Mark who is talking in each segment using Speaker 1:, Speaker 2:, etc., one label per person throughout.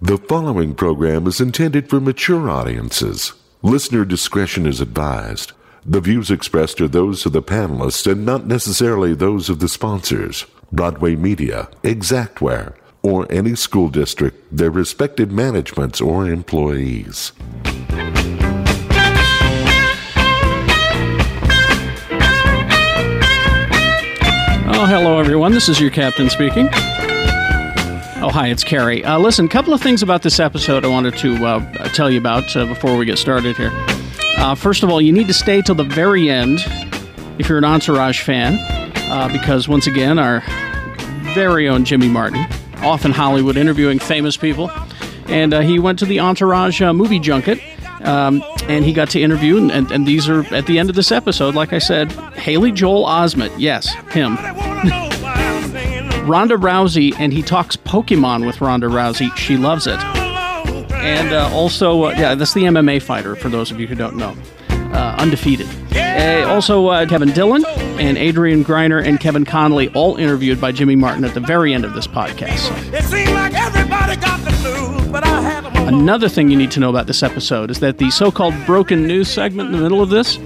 Speaker 1: The following program is intended for mature audiences. Listener discretion is advised. The views expressed are those of the panelists and not necessarily those of the sponsors, Broadway Media, Exactware, or any school district, their respective managements or employees.
Speaker 2: Oh, hello, everyone. This is your captain speaking. Oh, hi, it's Carrie. Uh, listen, a couple of things about this episode I wanted to uh, tell you about uh, before we get started here. Uh, first of all, you need to stay till the very end if you're an Entourage fan, uh, because once again, our very own Jimmy Martin, off in Hollywood interviewing famous people, and uh, he went to the Entourage uh, movie junket. Um, and he got to interview, and, and, and these are at the end of this episode, like I said, Haley Joel Osment. Yes, him. Ronda Rousey, and he talks Pokemon with Ronda Rousey. She loves it. And uh, also, uh, yeah, that's the MMA fighter, for those of you who don't know. Uh, undefeated. Uh, also, uh, Kevin Dillon and Adrian Griner and Kevin Connolly, all interviewed by Jimmy Martin at the very end of this podcast.
Speaker 3: It seemed like everybody got the blues, but I had them all.
Speaker 2: Another thing you need to know about this episode is that the so called broken news segment in the middle of this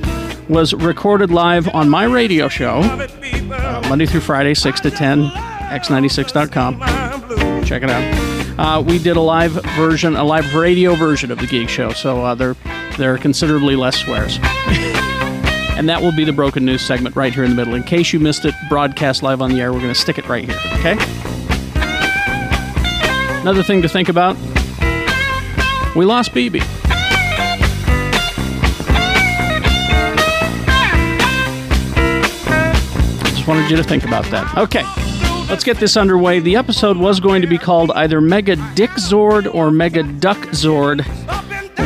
Speaker 2: was recorded live on my radio show, uh, Monday through Friday, 6 to 10, x96.com.
Speaker 3: I'm blue.
Speaker 2: Check it out. Uh, we did a live version, a live radio version of the Geek Show, so uh, there, there are considerably less swears. and that will be the broken news segment right here in the middle. In case you missed it, broadcast live on the air. We're going to stick it right here, okay? Another thing to think about we lost BB. Just wanted you to think about that. Okay, let's get this underway. The episode was going to be called either Mega Dick Zord or Mega Duck Zord.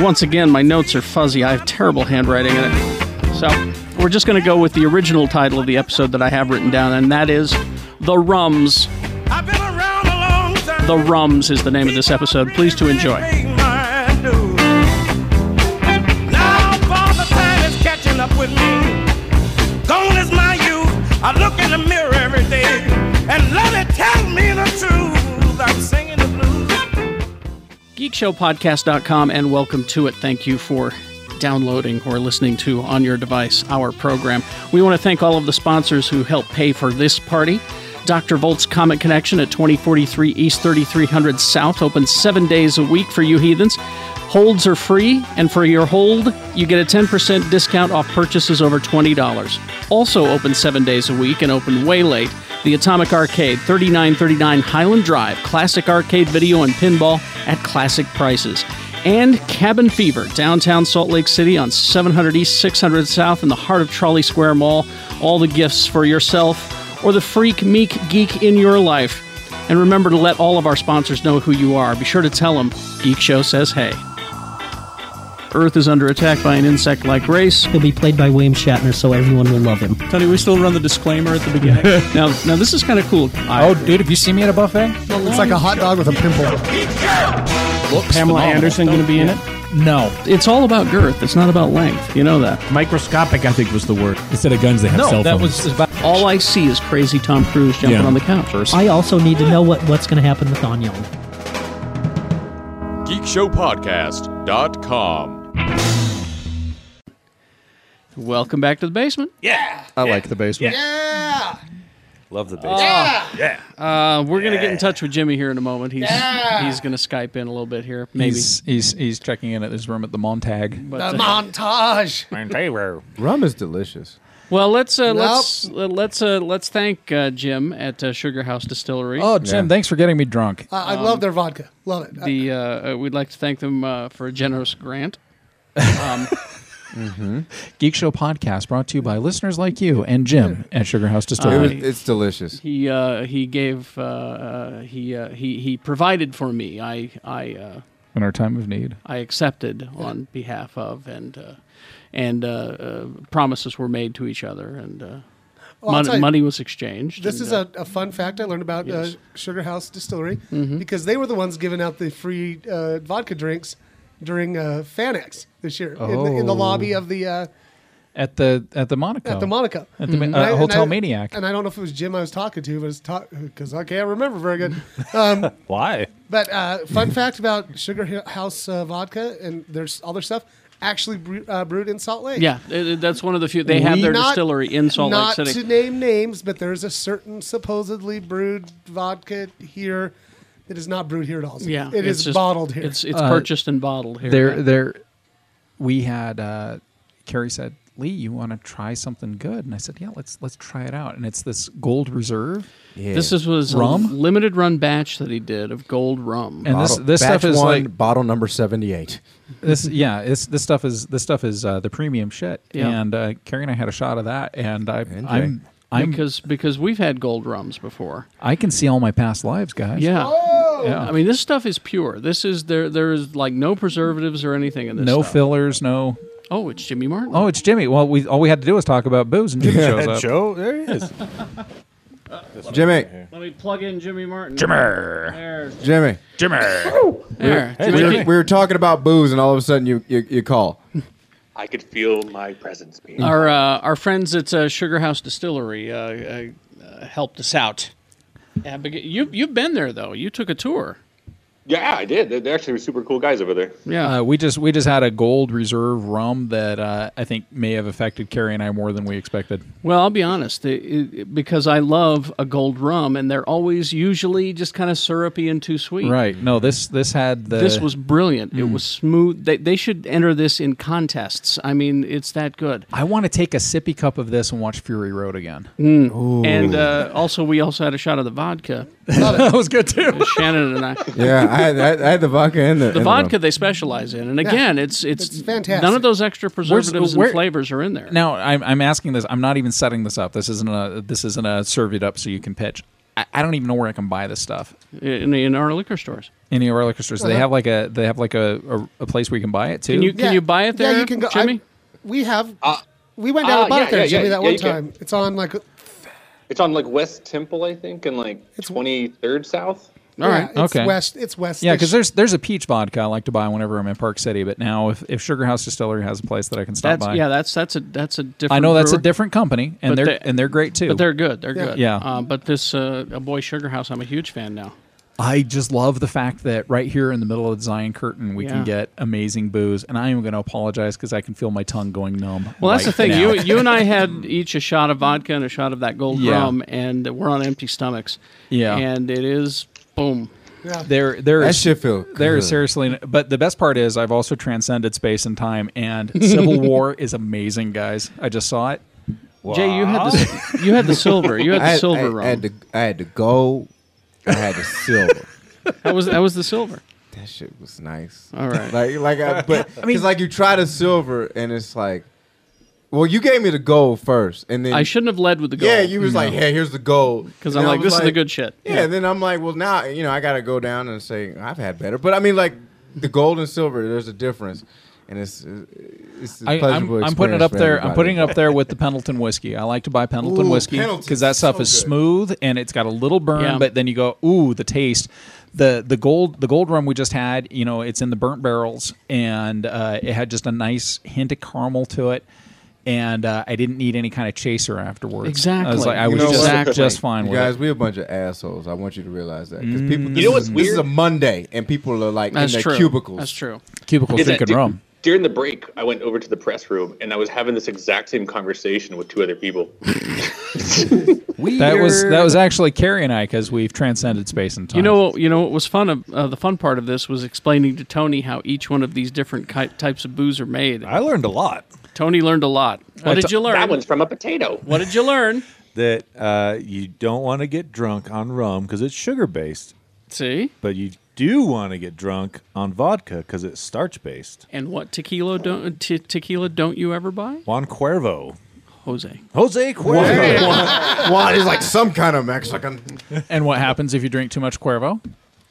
Speaker 2: Once again, my notes are fuzzy. I have terrible handwriting in it. So, we're just going to go with the original title of the episode that I have written down, and that is The Rums.
Speaker 3: I've been around a long time.
Speaker 2: The Rums is the name of this episode. Please to enjoy.
Speaker 3: Ain't mine, dude. Now father time is catching up with me. Gone is my youth. I look in the mirror every day and let it tell me the truth. I'm singing the blues.
Speaker 2: geekshowpodcast.com and welcome to it. Thank you for downloading or listening to on your device our program. We want to thank all of the sponsors who help pay for this party. Dr. Volt's Comet Connection at 2043 East 3300 South, open seven days a week for you heathens. Holds are free, and for your hold, you get a 10% discount off purchases over $20. Also open seven days a week and open way late. The Atomic Arcade, 3939 Highland Drive, classic arcade video and pinball at classic prices. And Cabin Fever, downtown Salt Lake City on 700 East, 600 South, in the heart of Trolley Square Mall. All the gifts for yourself or the freak, meek, geek in your life. And remember to let all of our sponsors know who you are. Be sure to tell them Geek Show says hey. Earth is under attack by an insect like race.
Speaker 4: He'll be played by William Shatner, so everyone will love him.
Speaker 5: Tony, we still run the disclaimer at the beginning.
Speaker 2: Now, now this is kind of cool.
Speaker 6: Oh, dude, have you seen me at a buffet? It's like a hot dog with a pimple. Looks
Speaker 5: Pamela
Speaker 6: phenomenal.
Speaker 5: Anderson going to be in it?
Speaker 6: No.
Speaker 2: It's all about girth. It's not about length. You know that.
Speaker 5: Microscopic, I think was the word.
Speaker 7: Instead of guns, they have
Speaker 6: No,
Speaker 7: cell
Speaker 6: that
Speaker 7: phones.
Speaker 6: was about.
Speaker 2: All I see is crazy Tom Cruise jumping
Speaker 7: Yeah.
Speaker 2: on the couch.
Speaker 4: I also need to know what, what's going to happen with Don Young.
Speaker 8: GeekShowPodcast.com.
Speaker 2: Welcome back to the basement.
Speaker 9: I like the basement.
Speaker 8: Love the bass.
Speaker 2: Uh, we're gonna get in touch with Jimmy here in a moment. He's he's gonna Skype in a little bit here, maybe.
Speaker 7: He's, he's he's checking in at his room at the Montag.
Speaker 2: But, uh,
Speaker 6: Montage.
Speaker 9: Rum is delicious.
Speaker 2: well, let's uh, let's uh, let's uh, let's thank uh, Jim at uh, Sugar House Distillery.
Speaker 7: Oh, Jim, thanks for getting me drunk.
Speaker 6: I, I love their vodka. Love it.
Speaker 2: The uh, uh, we'd like to thank them uh, for a generous grant. Um,
Speaker 9: Mm-hmm.
Speaker 7: Geek Show podcast brought to you by listeners like you and Jim at Sugar House
Speaker 9: It was,
Speaker 7: Distillery.
Speaker 9: it's delicious.
Speaker 2: He uh, he gave uh, uh, he uh, he he provided for me. I I. Uh,
Speaker 7: in our time of need.
Speaker 2: I accepted on behalf of, and uh, and uh, uh, promises were made to each other, and uh,
Speaker 6: I'll
Speaker 2: mon-
Speaker 6: tell you,
Speaker 2: money was exchanged.
Speaker 6: This
Speaker 2: and,
Speaker 6: is
Speaker 2: uh,
Speaker 6: a, a fun fact I learned about
Speaker 2: Yes. Mm-hmm.
Speaker 6: uh, Sugar House Distillery because they were the ones giving out the free uh, vodka drinks during uh, Fanex this year in, the, in the lobby of the uh,
Speaker 7: at the at the Monaco.
Speaker 6: At the Monaco. Mm-hmm.
Speaker 7: At the Ma-
Speaker 9: Mm-hmm.
Speaker 6: And
Speaker 7: uh,
Speaker 6: I- and
Speaker 7: Hotel
Speaker 6: I-
Speaker 7: Maniac.
Speaker 6: And I don't know if it was Jim I was talking to, but it's because I can't remember very good. Um,
Speaker 9: Why?
Speaker 6: but uh, fun fact about Sugar Hi- House uh, vodka and there's all their stuff actually bre- uh, brewed in Salt Lake.
Speaker 2: Yeah, uh, that's one of the few. They have
Speaker 6: We-
Speaker 2: their
Speaker 6: not-
Speaker 2: distillery in Salt Lake
Speaker 6: not
Speaker 2: City.
Speaker 6: to name names, but there is a certain supposedly brewed vodka here that is not brewed here at all.
Speaker 2: Yeah,
Speaker 6: it
Speaker 2: it's
Speaker 6: is
Speaker 2: just-
Speaker 6: bottled here.
Speaker 2: it's- it's
Speaker 7: Uh,
Speaker 2: purchased and bottled here.
Speaker 7: There,
Speaker 2: Yeah.
Speaker 7: there. We had uh, Carrie said, "Lee, you want to try something good?" And I said, "Yeah, let's let's try it out." And it's this Gold Reserve.
Speaker 2: This is was
Speaker 7: rum.
Speaker 2: a limited run batch that he did of gold rum.
Speaker 7: And this-
Speaker 3: Bottle-
Speaker 7: this stuff
Speaker 3: batch
Speaker 7: is
Speaker 3: one,
Speaker 7: like-
Speaker 3: bottle number seventy-eight.
Speaker 7: this yeah this this stuff is this stuff is uh, the premium shit
Speaker 2: Yeah.
Speaker 7: and uh, Carrie and I had a shot of that and I I'm,
Speaker 2: I'm,
Speaker 7: I'm
Speaker 2: because because we've had gold rums before.
Speaker 7: I can see all my past lives guys
Speaker 2: Yeah.
Speaker 3: Oh!
Speaker 7: Yeah.
Speaker 2: I mean, this stuff is pure. This is there. There is like no preservatives or anything in this.
Speaker 7: no
Speaker 2: stuff.
Speaker 7: fillers no
Speaker 2: Oh, it's Jimmy Martin.
Speaker 7: oh it's Jimmy well we all we had to do was talk about booze and Jimmy
Speaker 2: Yeah,
Speaker 7: shows up
Speaker 2: Joe, there he is.
Speaker 3: Jimmy.
Speaker 2: Let me plug in Jimmy Martin.
Speaker 3: Jimmy.
Speaker 2: There's
Speaker 3: Jimmy.
Speaker 7: Jimmy.
Speaker 2: There.
Speaker 3: We, were, we were talking about booze, and all of a sudden you you, you call.
Speaker 10: I could feel my presence being.
Speaker 7: Mm.
Speaker 2: Our uh, our friends at uh, Sugar House Distillery uh, uh, uh, helped us out. Abigail, you you've been there though. You took a tour.
Speaker 10: Yeah, I did. They, they actually were super cool guys over there.
Speaker 2: Yeah.
Speaker 7: uh, we just we just had a gold reserve rum that uh, I think may have affected Carrie and I more than we expected.
Speaker 2: Well, I'll be honest, it- it- because I love a gold rum, and they're always usually just kind of syrupy and too sweet.
Speaker 7: Right? No this this had the
Speaker 2: This was brilliant. It
Speaker 7: Mm.
Speaker 2: was smooth. They, they should enter this in contests. I mean, it's that good.
Speaker 7: I want to take a sippy cup of this and watch Fury Road again.
Speaker 2: Mm. And uh, also, we also had a shot of the vodka.
Speaker 7: that was good too.
Speaker 2: Shannon and I.
Speaker 3: Yeah, I had, I had the vodka in the,
Speaker 2: The
Speaker 3: in
Speaker 2: vodka they specialize in, and
Speaker 3: Yeah.
Speaker 2: again, it's, it's
Speaker 6: It's fantastic.
Speaker 2: None of those extra preservatives
Speaker 7: where-
Speaker 2: and flavors are in there.
Speaker 7: Now I'm, I'm asking this. I'm not even setting this up. This isn't a this isn't a serve it up so you can pitch. I, I don't even know where I can buy this stuff.
Speaker 2: in, in our liquor stores.
Speaker 7: Any of our liquor stores? They
Speaker 2: Uh-huh.
Speaker 7: have like a they have like a, a, a place where you can buy it too.
Speaker 2: Can you can you buy it there?
Speaker 6: Uh, Yeah, you can go. I-
Speaker 2: Jimmy.
Speaker 6: we have. we went down and
Speaker 10: uh,
Speaker 6: bought
Speaker 10: yeah,
Speaker 6: it there,
Speaker 10: yeah,
Speaker 6: Jimmy,
Speaker 10: yeah,
Speaker 6: that
Speaker 10: yeah,
Speaker 6: one
Speaker 10: you can.
Speaker 6: time. It's on like.
Speaker 10: It's on like West Temple, I think, and like Twenty Third South.
Speaker 7: All right.
Speaker 6: yeah, It's
Speaker 7: Okay.
Speaker 6: west. It's west.
Speaker 7: Yeah, because there's there's a peach vodka I like to buy whenever I'm in Park City. But now if, if Sugar House Distillery has a place that I can stop
Speaker 2: That's
Speaker 7: by,
Speaker 2: yeah. That's that's a that's a different.
Speaker 7: I know that's a
Speaker 2: brewer.
Speaker 7: different company, and
Speaker 2: But
Speaker 7: they're
Speaker 2: they-
Speaker 7: and they're great too.
Speaker 2: But they're good. They're
Speaker 7: Yeah.
Speaker 2: good.
Speaker 7: Yeah.
Speaker 2: Uh, but this uh, a boy Sugar House, I'm a huge fan now.
Speaker 7: I just love the fact that right here in the middle of the Zion Curtain, we
Speaker 2: Yeah.
Speaker 7: can get amazing booze, and I am going to apologize because I can feel my tongue going numb.
Speaker 2: Well, that's the
Speaker 7: right
Speaker 2: thing.
Speaker 7: now.
Speaker 2: You you and I had each a shot of vodka and a shot of that gold
Speaker 7: Yeah.
Speaker 2: rum, and we're on empty stomachs.
Speaker 7: Yeah.
Speaker 2: And it is boom. Yeah.
Speaker 7: There, there
Speaker 3: That
Speaker 7: is-
Speaker 3: shit feel
Speaker 7: there is
Speaker 3: good.
Speaker 7: seriously, but the best part is I've also transcended space and time, and Civil War is amazing, guys. I just saw it.
Speaker 2: Jay, you had the you had the silver. You had the
Speaker 3: I
Speaker 2: silver
Speaker 3: I,
Speaker 2: rum.
Speaker 3: I had, the, I had the gold. I had the silver.
Speaker 2: that was that was the silver.
Speaker 3: That shit was nice.
Speaker 2: All right.
Speaker 3: Like like I, but
Speaker 2: I
Speaker 3: I
Speaker 2: mean-
Speaker 3: mean, like you try the silver and it's like, well, you gave me the gold first, and then
Speaker 2: I shouldn't have led with the gold.
Speaker 3: Yeah, you was like,
Speaker 2: No.
Speaker 3: yeah, here's the gold.
Speaker 2: 'Cause
Speaker 3: And
Speaker 2: I'm
Speaker 3: I
Speaker 2: like,
Speaker 3: was
Speaker 2: this is the good shit.
Speaker 3: Yeah,
Speaker 2: Yeah.
Speaker 3: then I'm like, well, now you know I gotta go down and say I've had better, but I mean like the gold and silver, there's a difference, and it's uh, it's a
Speaker 7: I,
Speaker 3: pleasurable.
Speaker 7: am putting it
Speaker 3: experience
Speaker 7: up
Speaker 3: for
Speaker 7: there. I'm
Speaker 3: everybody.
Speaker 7: putting it up there with the Pendleton whiskey. I like to buy Pendleton
Speaker 3: Ooh,
Speaker 7: whiskey
Speaker 3: Pendleton's
Speaker 7: because that stuff
Speaker 3: so
Speaker 7: is
Speaker 3: good.
Speaker 7: smooth and it's got a little burn,
Speaker 3: Yeah.
Speaker 7: but then you go, ooh, the taste. The the gold the gold rum we just had, you know, it's in the burnt barrels and uh, it had just a nice hint of caramel to it. And uh, I didn't need any kind of chaser afterwards. I was like, I
Speaker 3: You
Speaker 7: was
Speaker 3: know
Speaker 7: just,
Speaker 3: what?
Speaker 7: just fine
Speaker 3: You
Speaker 7: with
Speaker 3: guys,
Speaker 7: it.
Speaker 3: we a bunch of assholes. I want you to realize that because people.
Speaker 7: Mm.
Speaker 3: This
Speaker 7: You know
Speaker 3: is,
Speaker 7: what's
Speaker 3: This is
Speaker 10: weird?
Speaker 3: a Monday, and people are like in their cubicles.
Speaker 7: Cubicles
Speaker 10: Is that
Speaker 7: drinking
Speaker 10: du-
Speaker 7: rum.
Speaker 10: During the break, I went over to the press room and I was having this exact same conversation with two other people.
Speaker 7: That was that
Speaker 2: Weird.
Speaker 7: was actually Carrie and I because we've transcended space and time.
Speaker 2: You know, you know what was fun of uh, the fun part of this was explaining to Tony how each one of these different ki- types of booze are made. I
Speaker 9: learned a lot.
Speaker 2: Tony learned a lot. What
Speaker 9: Uh,
Speaker 2: did
Speaker 9: t-
Speaker 2: you learn?
Speaker 9: that one's
Speaker 10: from a potato.
Speaker 2: What did you learn?
Speaker 9: That uh, you don't want to get drunk on rum because it's sugar based.
Speaker 2: See?
Speaker 9: But you do want to get drunk on vodka because it's starch based.
Speaker 2: And what tequila don't te- tequila don't you ever buy?
Speaker 9: Juan Cuervo.
Speaker 2: Jose.
Speaker 9: Jose
Speaker 3: Juan,
Speaker 9: Cuervo.
Speaker 3: Juan is like some kind of Mexican.
Speaker 7: and what happens if you drink too much Cuervo?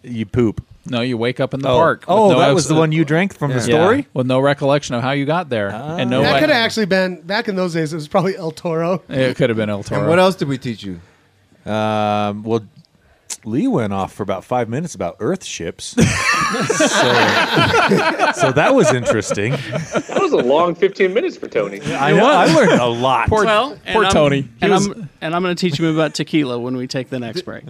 Speaker 9: You poop.
Speaker 7: No, you wake up in the
Speaker 9: Oh.
Speaker 7: park. with
Speaker 9: Oh,
Speaker 7: no
Speaker 9: that was
Speaker 7: abs-
Speaker 9: the one you drank from the story? Ah.
Speaker 7: Yeah, with no recollection of how you got there, and no.
Speaker 6: that
Speaker 7: way-
Speaker 6: could have actually been back in those days. It was probably El Toro.
Speaker 7: It could have been El Toro.
Speaker 3: And what else did we teach you?
Speaker 9: Um, well, Lee went off for about five minutes about Earth ships. so, so that was interesting.
Speaker 10: That was a long 15 minutes for Tony.
Speaker 9: I know. I learned a lot.
Speaker 7: Poor-
Speaker 2: well,
Speaker 7: poor Tony. He
Speaker 2: And,
Speaker 7: was-
Speaker 2: I'm, and I'm going to teach him about tequila when we take the next break.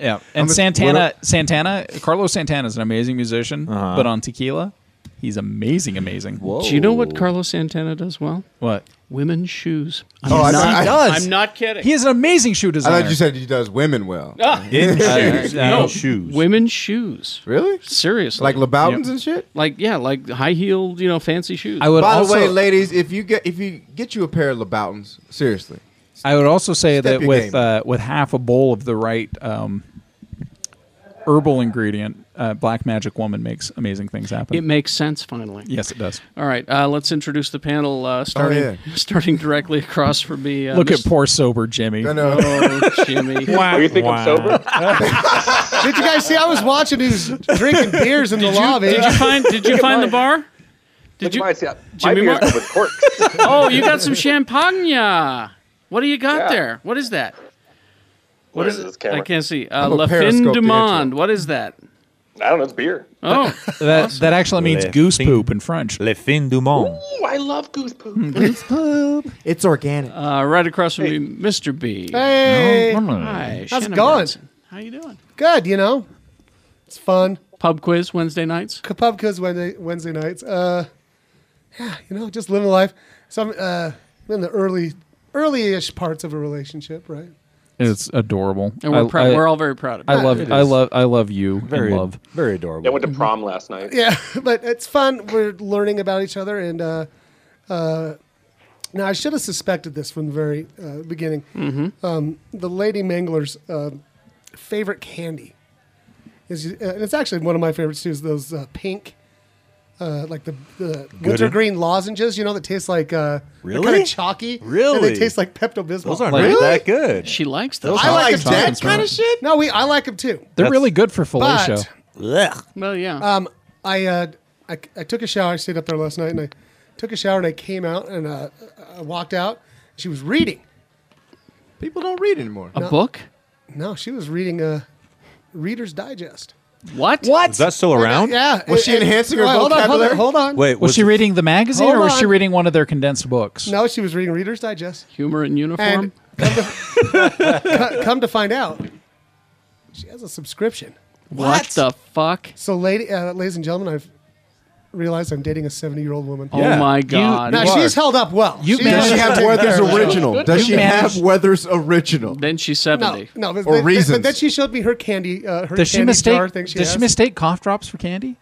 Speaker 7: Yeah, and Santana, Santana, Carlos Santana is an amazing musician,
Speaker 9: Uh-huh.
Speaker 7: but on Tequila, he's amazing, amazing.
Speaker 2: Do you know what Carlos Santana does well?
Speaker 7: Oh. What?
Speaker 2: Women's shoes. I'm
Speaker 7: Oh, I-
Speaker 2: not,
Speaker 7: I- does.
Speaker 2: I'm not kidding.
Speaker 7: He is an amazing shoe designer.
Speaker 3: I thought you said he does women well.
Speaker 2: Ah.
Speaker 3: In shoes.
Speaker 2: No,
Speaker 3: In shoes.
Speaker 2: Women's shoes.
Speaker 3: Really?
Speaker 2: Seriously.
Speaker 3: Like Laboutins and shit?
Speaker 2: Like yeah, like high heeled, you know, fancy shoes.
Speaker 3: By the way, ladies, if you get if you get you a pair of Laboutins, seriously,
Speaker 7: I would also say
Speaker 3: Step
Speaker 7: that
Speaker 3: your
Speaker 7: with
Speaker 3: game.
Speaker 7: uh, with half a bowl of the right um, herbal ingredient, uh, Black Magic Woman makes amazing things happen.
Speaker 2: It makes sense finally.
Speaker 7: yes, it does.
Speaker 2: All right, uh, let's introduce the panel uh, starting
Speaker 7: yeah.
Speaker 2: starting directly across from me. Uh,
Speaker 7: Look
Speaker 2: Mr.
Speaker 7: at poor sober Jimmy.
Speaker 2: Oh, Jimmy.
Speaker 7: Wah,
Speaker 10: you think I'm
Speaker 7: wah.
Speaker 10: sober?
Speaker 6: Did you guys see? I was watching who's drinking beers in the
Speaker 2: Did you-
Speaker 6: lobby.
Speaker 2: did you find- did you Look at find the mine. bar?
Speaker 10: Did you? My, see, my
Speaker 2: Jimmy
Speaker 10: beer's
Speaker 2: Mar-
Speaker 10: filled with corks.
Speaker 2: oh, you got some champagne. What do you got
Speaker 10: Yeah.
Speaker 2: there? What is that?
Speaker 10: What is this camera?
Speaker 2: I can't see. Uh,
Speaker 10: I'm a
Speaker 2: La Fin
Speaker 10: periscope
Speaker 2: du Monde. What is that?
Speaker 10: I don't know. It's beer.
Speaker 2: Oh,
Speaker 7: that that actually means
Speaker 9: Le
Speaker 7: goose
Speaker 9: fin-
Speaker 7: poop in French.
Speaker 9: Le fin du monde.
Speaker 10: Ooh, I love goose poop.
Speaker 3: poop. It's organic.
Speaker 2: Uh, right across from me, Mr. B.
Speaker 6: Hey.
Speaker 2: Hi,
Speaker 6: How's
Speaker 2: Shannon
Speaker 6: it going?
Speaker 2: Brunson. How you doing?
Speaker 6: Good, you know. It's fun.
Speaker 2: Pub quiz Wednesday nights.
Speaker 6: Pub quiz Wednesday, Wednesday nights. Uh, yeah, you know, just living life. So I'm uh, in the early, early-ish parts of a relationship, right?
Speaker 7: It's adorable,
Speaker 2: And we're
Speaker 7: I-
Speaker 2: proud-
Speaker 7: I-
Speaker 2: we're all very proud of
Speaker 7: I
Speaker 2: it.
Speaker 7: love,
Speaker 2: It
Speaker 7: I
Speaker 2: is.
Speaker 7: love, I love you.
Speaker 9: Very-
Speaker 7: and love,
Speaker 9: very adorable.
Speaker 10: I went to prom last night.
Speaker 6: Yeah, but it's fun. We're learning about each other, and uh, uh, now I should have suspected this from the very uh, beginning.
Speaker 9: Mm-hmm.
Speaker 2: Mhm.
Speaker 6: Um, the lady Mangler's uh, favorite candy is, uh, and it's actually one of my favorites too. Is those uh, pink. Uh, like the, the wintergreen lozenges, you know, that taste like uh, kind
Speaker 9: Really?
Speaker 6: of chalky. and they
Speaker 9: Really?
Speaker 6: taste like Pepto Bismol.
Speaker 9: Those aren't really? that good.
Speaker 2: She likes
Speaker 9: Those
Speaker 6: I
Speaker 9: are
Speaker 6: like
Speaker 9: awesome.
Speaker 6: that kind of shit. No, we I like them too.
Speaker 7: They're really good for
Speaker 6: But-
Speaker 7: fellatio.
Speaker 2: Well, yeah.
Speaker 6: Um, I, uh, I I took a shower. I stayed up there last night, and I took a shower, and I came out and uh, I walked out. She was reading
Speaker 3: people don't read anymore.
Speaker 6: No.
Speaker 2: book.
Speaker 6: No, she was reading uh, Reader's Digest.
Speaker 2: What?
Speaker 6: What?
Speaker 9: Is that still around?
Speaker 6: Yeah.
Speaker 3: Was she enhancing her
Speaker 6: Well, hold on, hold on,
Speaker 3: vocabulary?
Speaker 6: Hold on.
Speaker 9: Wait,
Speaker 7: was,
Speaker 9: was-
Speaker 7: she reading the magazine
Speaker 6: Hold
Speaker 7: or was she
Speaker 6: on.
Speaker 7: reading one of their condensed books?
Speaker 6: No, she was reading Reader's Digest.
Speaker 2: Humor in uniform.
Speaker 6: And co- come to find out, she has a subscription.
Speaker 2: What the fuck?
Speaker 6: So, lady, uh, ladies and gentlemen, I've realized I'm dating a 70 year old woman.
Speaker 2: Oh Yeah. my You- God.
Speaker 6: now
Speaker 2: you are.
Speaker 6: she's held up well.
Speaker 2: You
Speaker 6: She's
Speaker 3: Does she have
Speaker 6: taken
Speaker 3: Weathers
Speaker 6: care of herself.
Speaker 3: original? Does she have Weathers original?
Speaker 2: Then she's
Speaker 6: No,
Speaker 2: seventy.
Speaker 6: no. But,
Speaker 3: Or
Speaker 6: but- but-
Speaker 3: reasons.
Speaker 6: But then she showed me her candy, uh, her
Speaker 7: Does she
Speaker 6: candy
Speaker 7: mistake?
Speaker 6: jar thing. She
Speaker 7: does
Speaker 6: has.
Speaker 7: she mistake cough drops for candy?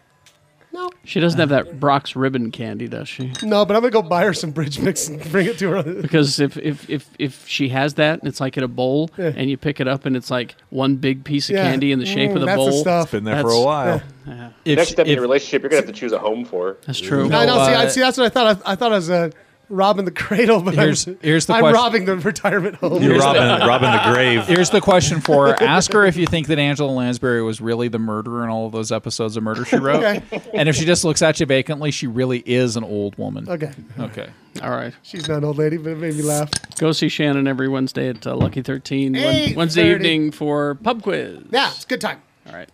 Speaker 6: No.
Speaker 2: She doesn't have that Brock's ribbon candy, does she?
Speaker 6: No, but I'm gonna go buy her some bridge mix and bring it to her.
Speaker 2: Because if if if, if she has that, and it's like in a bowl, and you pick it up, and it's like one big piece of
Speaker 6: Yeah.
Speaker 2: candy in the shape
Speaker 6: Mm,
Speaker 2: of the
Speaker 6: that's the
Speaker 2: bowl.
Speaker 6: stuff. It's been there for a
Speaker 2: That's-
Speaker 6: while.
Speaker 2: Yeah.
Speaker 10: Next step in your relationship, you're gonna have to choose a home for.
Speaker 2: That's true.
Speaker 6: I know. see, I,
Speaker 2: uh,
Speaker 6: see, that's what I thought. I, I thought I was uh, robbing the cradle, but
Speaker 7: Here's-
Speaker 6: I'm,
Speaker 7: here's the
Speaker 6: I'm
Speaker 7: question.
Speaker 6: robbing the retirement home.
Speaker 7: Here's
Speaker 9: robbing the grave.
Speaker 7: Here's the question for her. Ask her if you think that Angela Lansbury was really the murderer in all of those episodes of Murder She Wrote.
Speaker 6: Okay.
Speaker 7: And if she just looks at you vacantly, she really is an old woman.
Speaker 6: Okay.
Speaker 7: Okay.
Speaker 2: All right.
Speaker 6: She's not an old lady, but it made me laugh.
Speaker 2: Go see Shannon every Wednesday at uh, Lucky 13, Wed-
Speaker 6: 8:30.
Speaker 2: Wednesday evening for pub quiz.
Speaker 6: Yeah, it's a good time.
Speaker 2: All right.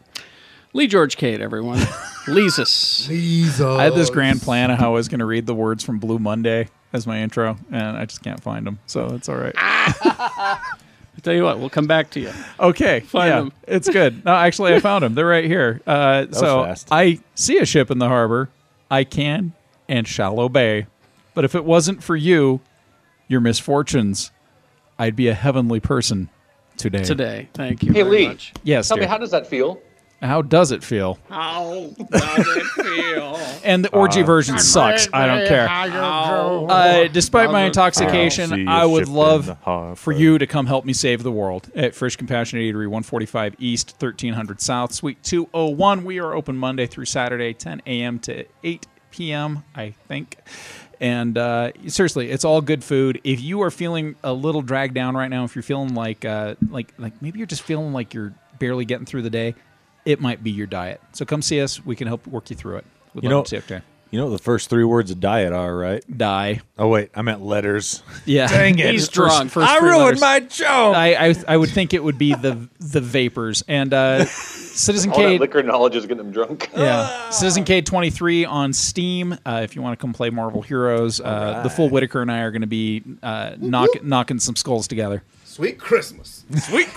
Speaker 2: Lee George Cade, everyone. Leesus.
Speaker 7: I had this grand plan of how I was going to read the words from Blue Monday as my intro, and I just can't find them. So it's all right.
Speaker 2: I tell you what, we'll come back to you.
Speaker 7: Okay,
Speaker 2: Find
Speaker 7: yeah,
Speaker 2: 'em.
Speaker 7: it's good. No, actually, I found them. They're right here. Uh,
Speaker 9: was
Speaker 7: so
Speaker 9: fast.
Speaker 7: I see a ship in the harbor. I can and shall obey. But if it wasn't for you, your misfortunes, I'd be a heavenly person today.
Speaker 2: Today. Thank you
Speaker 10: Hey
Speaker 2: very
Speaker 10: Lee.
Speaker 2: much.
Speaker 7: Yes,
Speaker 10: Tell me,
Speaker 7: dear.
Speaker 10: how does that feel?
Speaker 7: How does it feel?
Speaker 2: How does it feel?
Speaker 7: And the orgy
Speaker 9: Uh,
Speaker 7: version sucks. I don't care.
Speaker 2: Oh.
Speaker 9: Oh.
Speaker 7: Uh, despite my intoxication, I would love for you to come help me save the world at Fresh Compassionate Eatery, 145 East, 1300 South, Suite 201. We are open Monday through Saturday, 10 a.m. to 8 p.m., I think. And uh, seriously, it's all good food. If you are feeling a little dragged down right now, if you're feeling like uh, like like maybe you're just feeling like you're barely getting through the day, it might be your diet. So come see us. We can help work you through it. We'd
Speaker 9: You
Speaker 7: love
Speaker 9: know,
Speaker 7: to see you.
Speaker 9: You know what the first three words of diet are, right?
Speaker 7: Die.
Speaker 9: Oh wait, I meant letters.
Speaker 7: Yeah,
Speaker 9: Dang it.
Speaker 7: he's drunk.
Speaker 9: First, I ruined my joke.
Speaker 7: I, I I would think it would be the the vapors and uh, Citizen
Speaker 10: All that
Speaker 7: Kane.
Speaker 10: liquor knowledge is getting them drunk.
Speaker 7: Yeah, Citizen Kane 23 on Steam. Uh, if you want to come play Marvel Heroes, uh, the full Whitaker and I are going to be uh, knock, knocking some skulls together.
Speaker 3: Sweet Christmas. Sweet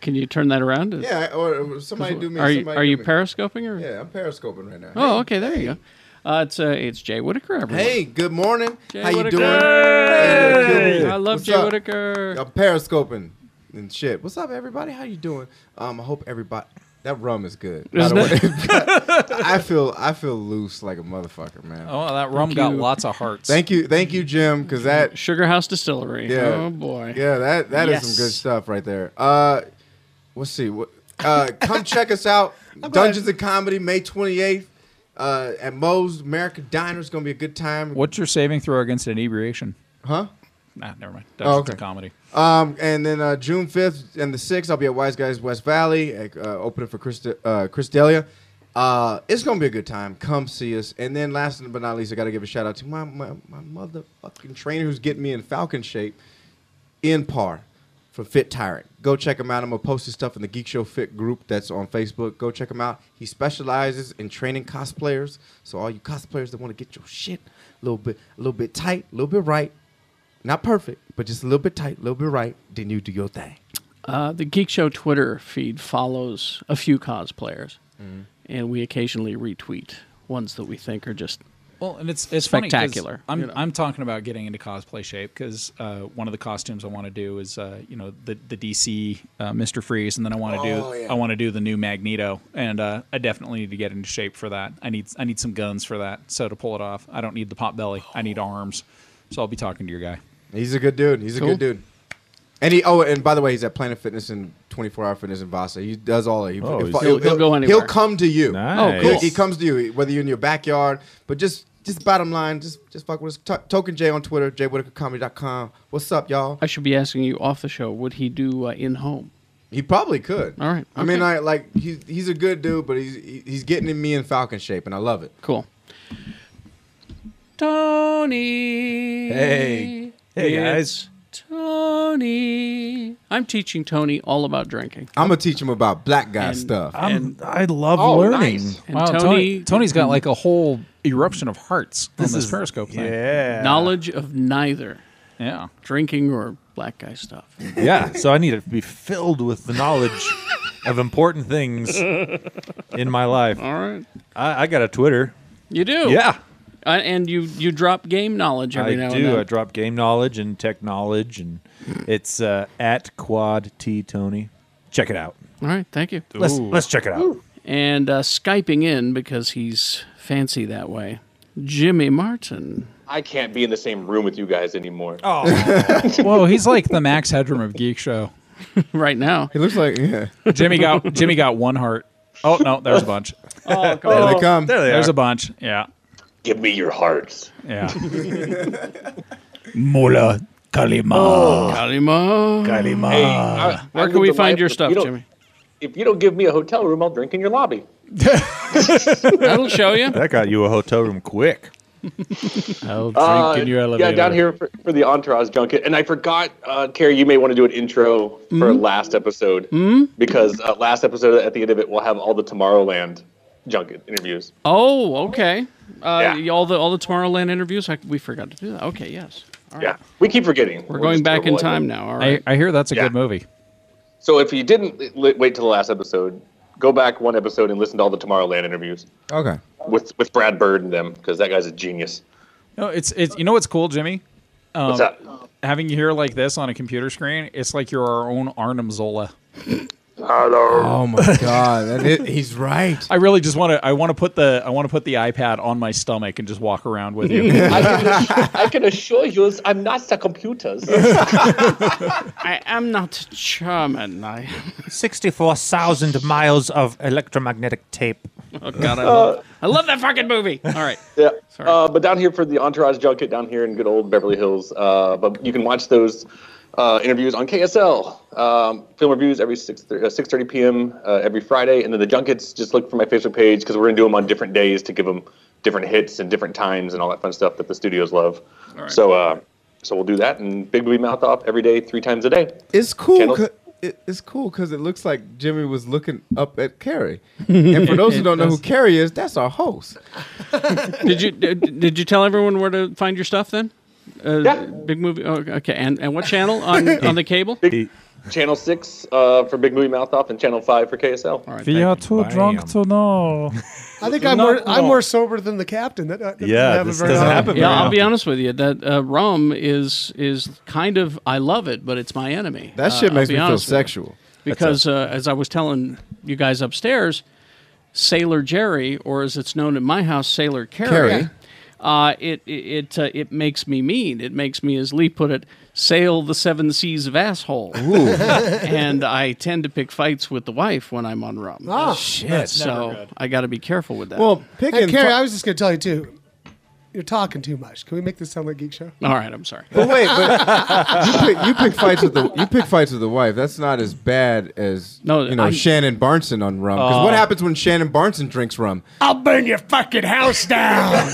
Speaker 2: Can you turn that around?
Speaker 3: yeah, or- or somebody do me.
Speaker 2: Are you-
Speaker 3: somebody
Speaker 2: are
Speaker 3: do
Speaker 2: you
Speaker 3: me.
Speaker 2: periscoping or-
Speaker 3: Yeah, I'm periscoping right now.
Speaker 2: Oh, okay. There you go. Uh, it's uh, it's Jay Whitaker. Everyone.
Speaker 3: Hey, good morning.
Speaker 2: Jay
Speaker 3: How you
Speaker 2: Whitaker.
Speaker 3: doing?
Speaker 2: Hey. I love
Speaker 3: What's
Speaker 2: Jay
Speaker 3: up?
Speaker 2: Whitaker.
Speaker 3: I'm periscoping and shit. What's up, everybody? How you doing? Um, I hope everybody. That rum is good. By
Speaker 7: Isn't
Speaker 3: the way, I feel I feel loose like a motherfucker, man.
Speaker 7: Oh, that rum
Speaker 3: Thank
Speaker 7: got
Speaker 3: you.
Speaker 7: lots of hearts.
Speaker 3: Thank you, thank you, Jim, because that
Speaker 2: Sugar House Distillery.
Speaker 3: Yeah.
Speaker 2: Oh boy.
Speaker 3: Yeah, that that is
Speaker 2: Yes.
Speaker 3: some good stuff right there. Uh, let's see. What? Uh, come check us out. Dungeons and Comedy, May twenty eighth. Uh, at Moe's America Diner. It's gonna be a good time.
Speaker 7: What's your saving throw against inebriation?
Speaker 3: Huh?
Speaker 7: Nah, never mind.
Speaker 3: Oh,
Speaker 7: That's
Speaker 3: okay.
Speaker 7: a comedy.
Speaker 3: Um, and then uh, June fifth and the sixth, I'll be at Wise Guys West Valley, uh, opening for Chris, uh, Chris Delia. Uh, it's gonna be a good time. Come see us. And then last but not least, I gotta give a shout out to my my, my motherfucking trainer who's getting me in Falcon shape, in par, from Fit Tyrant. Go check him out. I'm gonna post his stuff in the Geek Show Fit group that's on Facebook. Go check him out. He specializes in training cosplayers. So all you cosplayers that want to get your shit a little bit a little bit tight, a little bit right, not perfect, but just a little bit tight, a little bit right, then you do your thing.
Speaker 2: Uh, the Geek Show Twitter feed follows a few cosplayers,
Speaker 3: Mm-hmm.
Speaker 2: and we occasionally retweet ones that we think are just
Speaker 7: Well, and it's it's funny 'cause
Speaker 2: spectacular.
Speaker 7: I'm
Speaker 2: you know.
Speaker 7: I'm talking about getting into cosplay shape because uh, one of the costumes I want to do is uh, you know the the DC uh, Mister Freeze, and then I want to
Speaker 2: Oh,
Speaker 7: do
Speaker 2: yeah.
Speaker 7: I want to do the new Magneto, and uh, I definitely need to get into shape for that. I need I need some guns for that. So to pull it off, I don't need the pot belly. I need arms. So I'll be talking to your guy.
Speaker 3: He's a good dude. He's
Speaker 7: Cool.
Speaker 3: a good dude. And he oh, and by the way, he's at Planet Fitness and 24 Hour Fitness in Vasa. He does all that. He,
Speaker 9: Oh,
Speaker 3: if-
Speaker 9: he's-
Speaker 2: He'll- he'll go anywhere.
Speaker 3: He'll come to you.
Speaker 9: Nice. Oh, cool.
Speaker 3: He, he comes to you, whether you're in your backyard. But just just bottom line, just just fuck with us. To- Token J on Twitter, jwhitakercomedy.com. What's up, y'all?
Speaker 2: I should be asking you off the show. Would he do uh, in home?
Speaker 3: He probably could.
Speaker 2: All right.
Speaker 3: I mean,
Speaker 2: okay.
Speaker 3: I like he's he's a good dude, but he's he- he's getting in me in Falcon shape, and I love it.
Speaker 2: Cool. Tony.
Speaker 9: Hey. Hey,
Speaker 2: It's Tony. I'm teaching Tony all about drinking.
Speaker 3: I'm gonna teach him about black guy stuff.
Speaker 9: I'm, I love learning.
Speaker 2: And
Speaker 7: wow,
Speaker 2: Tony-
Speaker 7: Tony, Tony's got like a whole eruption of hearts
Speaker 2: This
Speaker 7: on this
Speaker 2: is-
Speaker 7: Periscope thing.
Speaker 9: yeah.
Speaker 2: Knowledge of neither.
Speaker 7: Yeah.
Speaker 2: Drinking or black guy stuff.
Speaker 9: yeah, so I need to be filled with the knowledge of important things in my life. All
Speaker 2: right.
Speaker 9: I, I got a Twitter.
Speaker 2: You do.
Speaker 9: Yeah.
Speaker 2: Uh, and you you drop game knowledge every
Speaker 9: I
Speaker 2: now and
Speaker 9: do.
Speaker 2: then.
Speaker 9: I drop game knowledge and tech knowledge, and it's uh, at Quad T Tony. Check it out.
Speaker 2: All right, thank you.
Speaker 9: Let's- Ooh. let's check it out.
Speaker 2: And uh, skyping in because he's fancy that way. Jimmy Martin.
Speaker 10: I can't be in the same room with you guys anymore.
Speaker 9: Oh.
Speaker 7: Whoa, he's like the Max Headroom of Geek Show.
Speaker 2: right now.
Speaker 3: He looks like yeah.
Speaker 7: Jimmy got Jimmy got one heart. Oh no, there's a bunch.
Speaker 2: Oh,
Speaker 3: come There they on. come. There they
Speaker 7: There's
Speaker 3: are.
Speaker 7: a bunch. Yeah.
Speaker 10: Give me your hearts.
Speaker 7: Yeah.
Speaker 9: Mola Kalima.
Speaker 2: Kalima.
Speaker 9: Kalima.
Speaker 10: Oh. Hey, I-
Speaker 2: Where
Speaker 10: I
Speaker 2: can we
Speaker 10: lived a
Speaker 2: find
Speaker 10: life
Speaker 2: your
Speaker 10: of-
Speaker 2: stuff,
Speaker 10: you don't-
Speaker 2: Jimmy?
Speaker 10: If you don't give me a hotel room, I'll drink in your lobby.
Speaker 2: That'll show you.
Speaker 9: That got you a hotel room quick.
Speaker 7: I'll
Speaker 10: Uh, Yeah, down here for, for the entourage junket. And I forgot, uh, Carrie, you may want to do an intro for
Speaker 2: Mhm.
Speaker 10: last episode
Speaker 2: Mhm.
Speaker 10: because uh, last episode at the end of it, we'll have all the Tomorrowland junket interviews.
Speaker 2: Oh, okay. Uh,
Speaker 10: Yeah.
Speaker 2: All the all the Tomorrowland interviews. I, we forgot to do that. Okay, yes. All right.
Speaker 10: Yeah, we keep forgetting.
Speaker 2: We're,
Speaker 10: We're
Speaker 2: going
Speaker 10: just
Speaker 2: back in
Speaker 10: terrible at
Speaker 2: time
Speaker 10: it.
Speaker 2: now. All right.
Speaker 7: I, I hear that's a good movie.
Speaker 10: So if you didn't li- wait till the last episode, go back one episode and listen to all the Tomorrowland interviews
Speaker 3: Okay.
Speaker 10: with with Brad Bird and them because that guy's a genius.
Speaker 7: No, it's it's you know what's cool, Jimmy? Um,
Speaker 10: What's that?
Speaker 7: Having you here like this on a computer screen, it's like you're our own Arnim Zola.
Speaker 10: Hello.
Speaker 3: Oh my god, that is, he's right.
Speaker 7: I really just want to. I want to put the. I want to put the iPad on my stomach and just walk around with you.
Speaker 10: I can, assure, I can assure you, I'm not the computers.
Speaker 2: I am not German. I.
Speaker 9: 64,000 miles of electromagnetic tape.
Speaker 2: Oh God,
Speaker 11: Uh,
Speaker 2: I love, I love that fucking movie. All right.
Speaker 10: Yeah. Uh, but down here for the Entourage Junket down here in good old Beverly Hills, uh, but you can watch those uh, interviews on KSL. Um, film reviews every 6, uh, 6.30 p.m. Uh, every Friday. And then the junkets, just look for my Facebook page because we're going to do them on different days to give them different hits and different times and all that fun stuff that the studios love.
Speaker 3: All right.
Speaker 10: So uh, so we'll do that. And Big Movie Mouth Off every day, three times a day.
Speaker 3: It's cool.
Speaker 10: Channel-
Speaker 3: 'cause- it- It's cool because it looks like Jimmy was looking up at Carrie. And for those who don't know who Carrie is, that's our host.
Speaker 2: did you did, did you tell everyone where to find your stuff then? Uh, yeah. Big movie. Oh, okay, and and what channel on on the cable?
Speaker 10: Channel 6 uh, for Big Movie Mouth Off and Channel 5 for KSL. All right,
Speaker 9: We are too drunk to know.
Speaker 6: I think I'm
Speaker 9: No,
Speaker 6: more, I'm
Speaker 9: no.
Speaker 6: more sober than the captain. That, that doesn't happen very often.
Speaker 2: Yeah, I'll be honest with you. That uh, rum is is kind of I love it, but it's my enemy.
Speaker 3: That
Speaker 2: Uh,
Speaker 3: shit
Speaker 2: I'll
Speaker 3: makes
Speaker 2: be
Speaker 3: me feel
Speaker 2: honest with you.
Speaker 3: sexual. That's
Speaker 2: Because uh, as I was telling you guys upstairs, Sailor Jerry, or as it's known at my house, Sailor Carrie.
Speaker 3: Carrie.
Speaker 2: Uh, it it it, uh, it makes me mean. It makes me, as Lee put it, sail the seven seas of asshole.
Speaker 3: Ooh.
Speaker 2: and I tend to pick fights with the wife when I'm on rum.
Speaker 3: Oh,
Speaker 6: Ah.
Speaker 2: shit!
Speaker 6: That's
Speaker 2: so
Speaker 6: never good.
Speaker 2: I got to be careful with that.
Speaker 6: hey, Carrie, I was just going to tell you too. You're talking too much. Can we make this sound like geek show?
Speaker 2: All right, I'm sorry.
Speaker 3: But wait, but you, pick, you pick fights with the you pick fights with the wife. That's not as bad as
Speaker 2: no,
Speaker 3: you know
Speaker 2: I'm-
Speaker 3: Shannon Barneson on rum. Because
Speaker 2: Oh.
Speaker 3: what happens when Shannon Barneson drinks rum?
Speaker 2: I'll burn your fucking house down.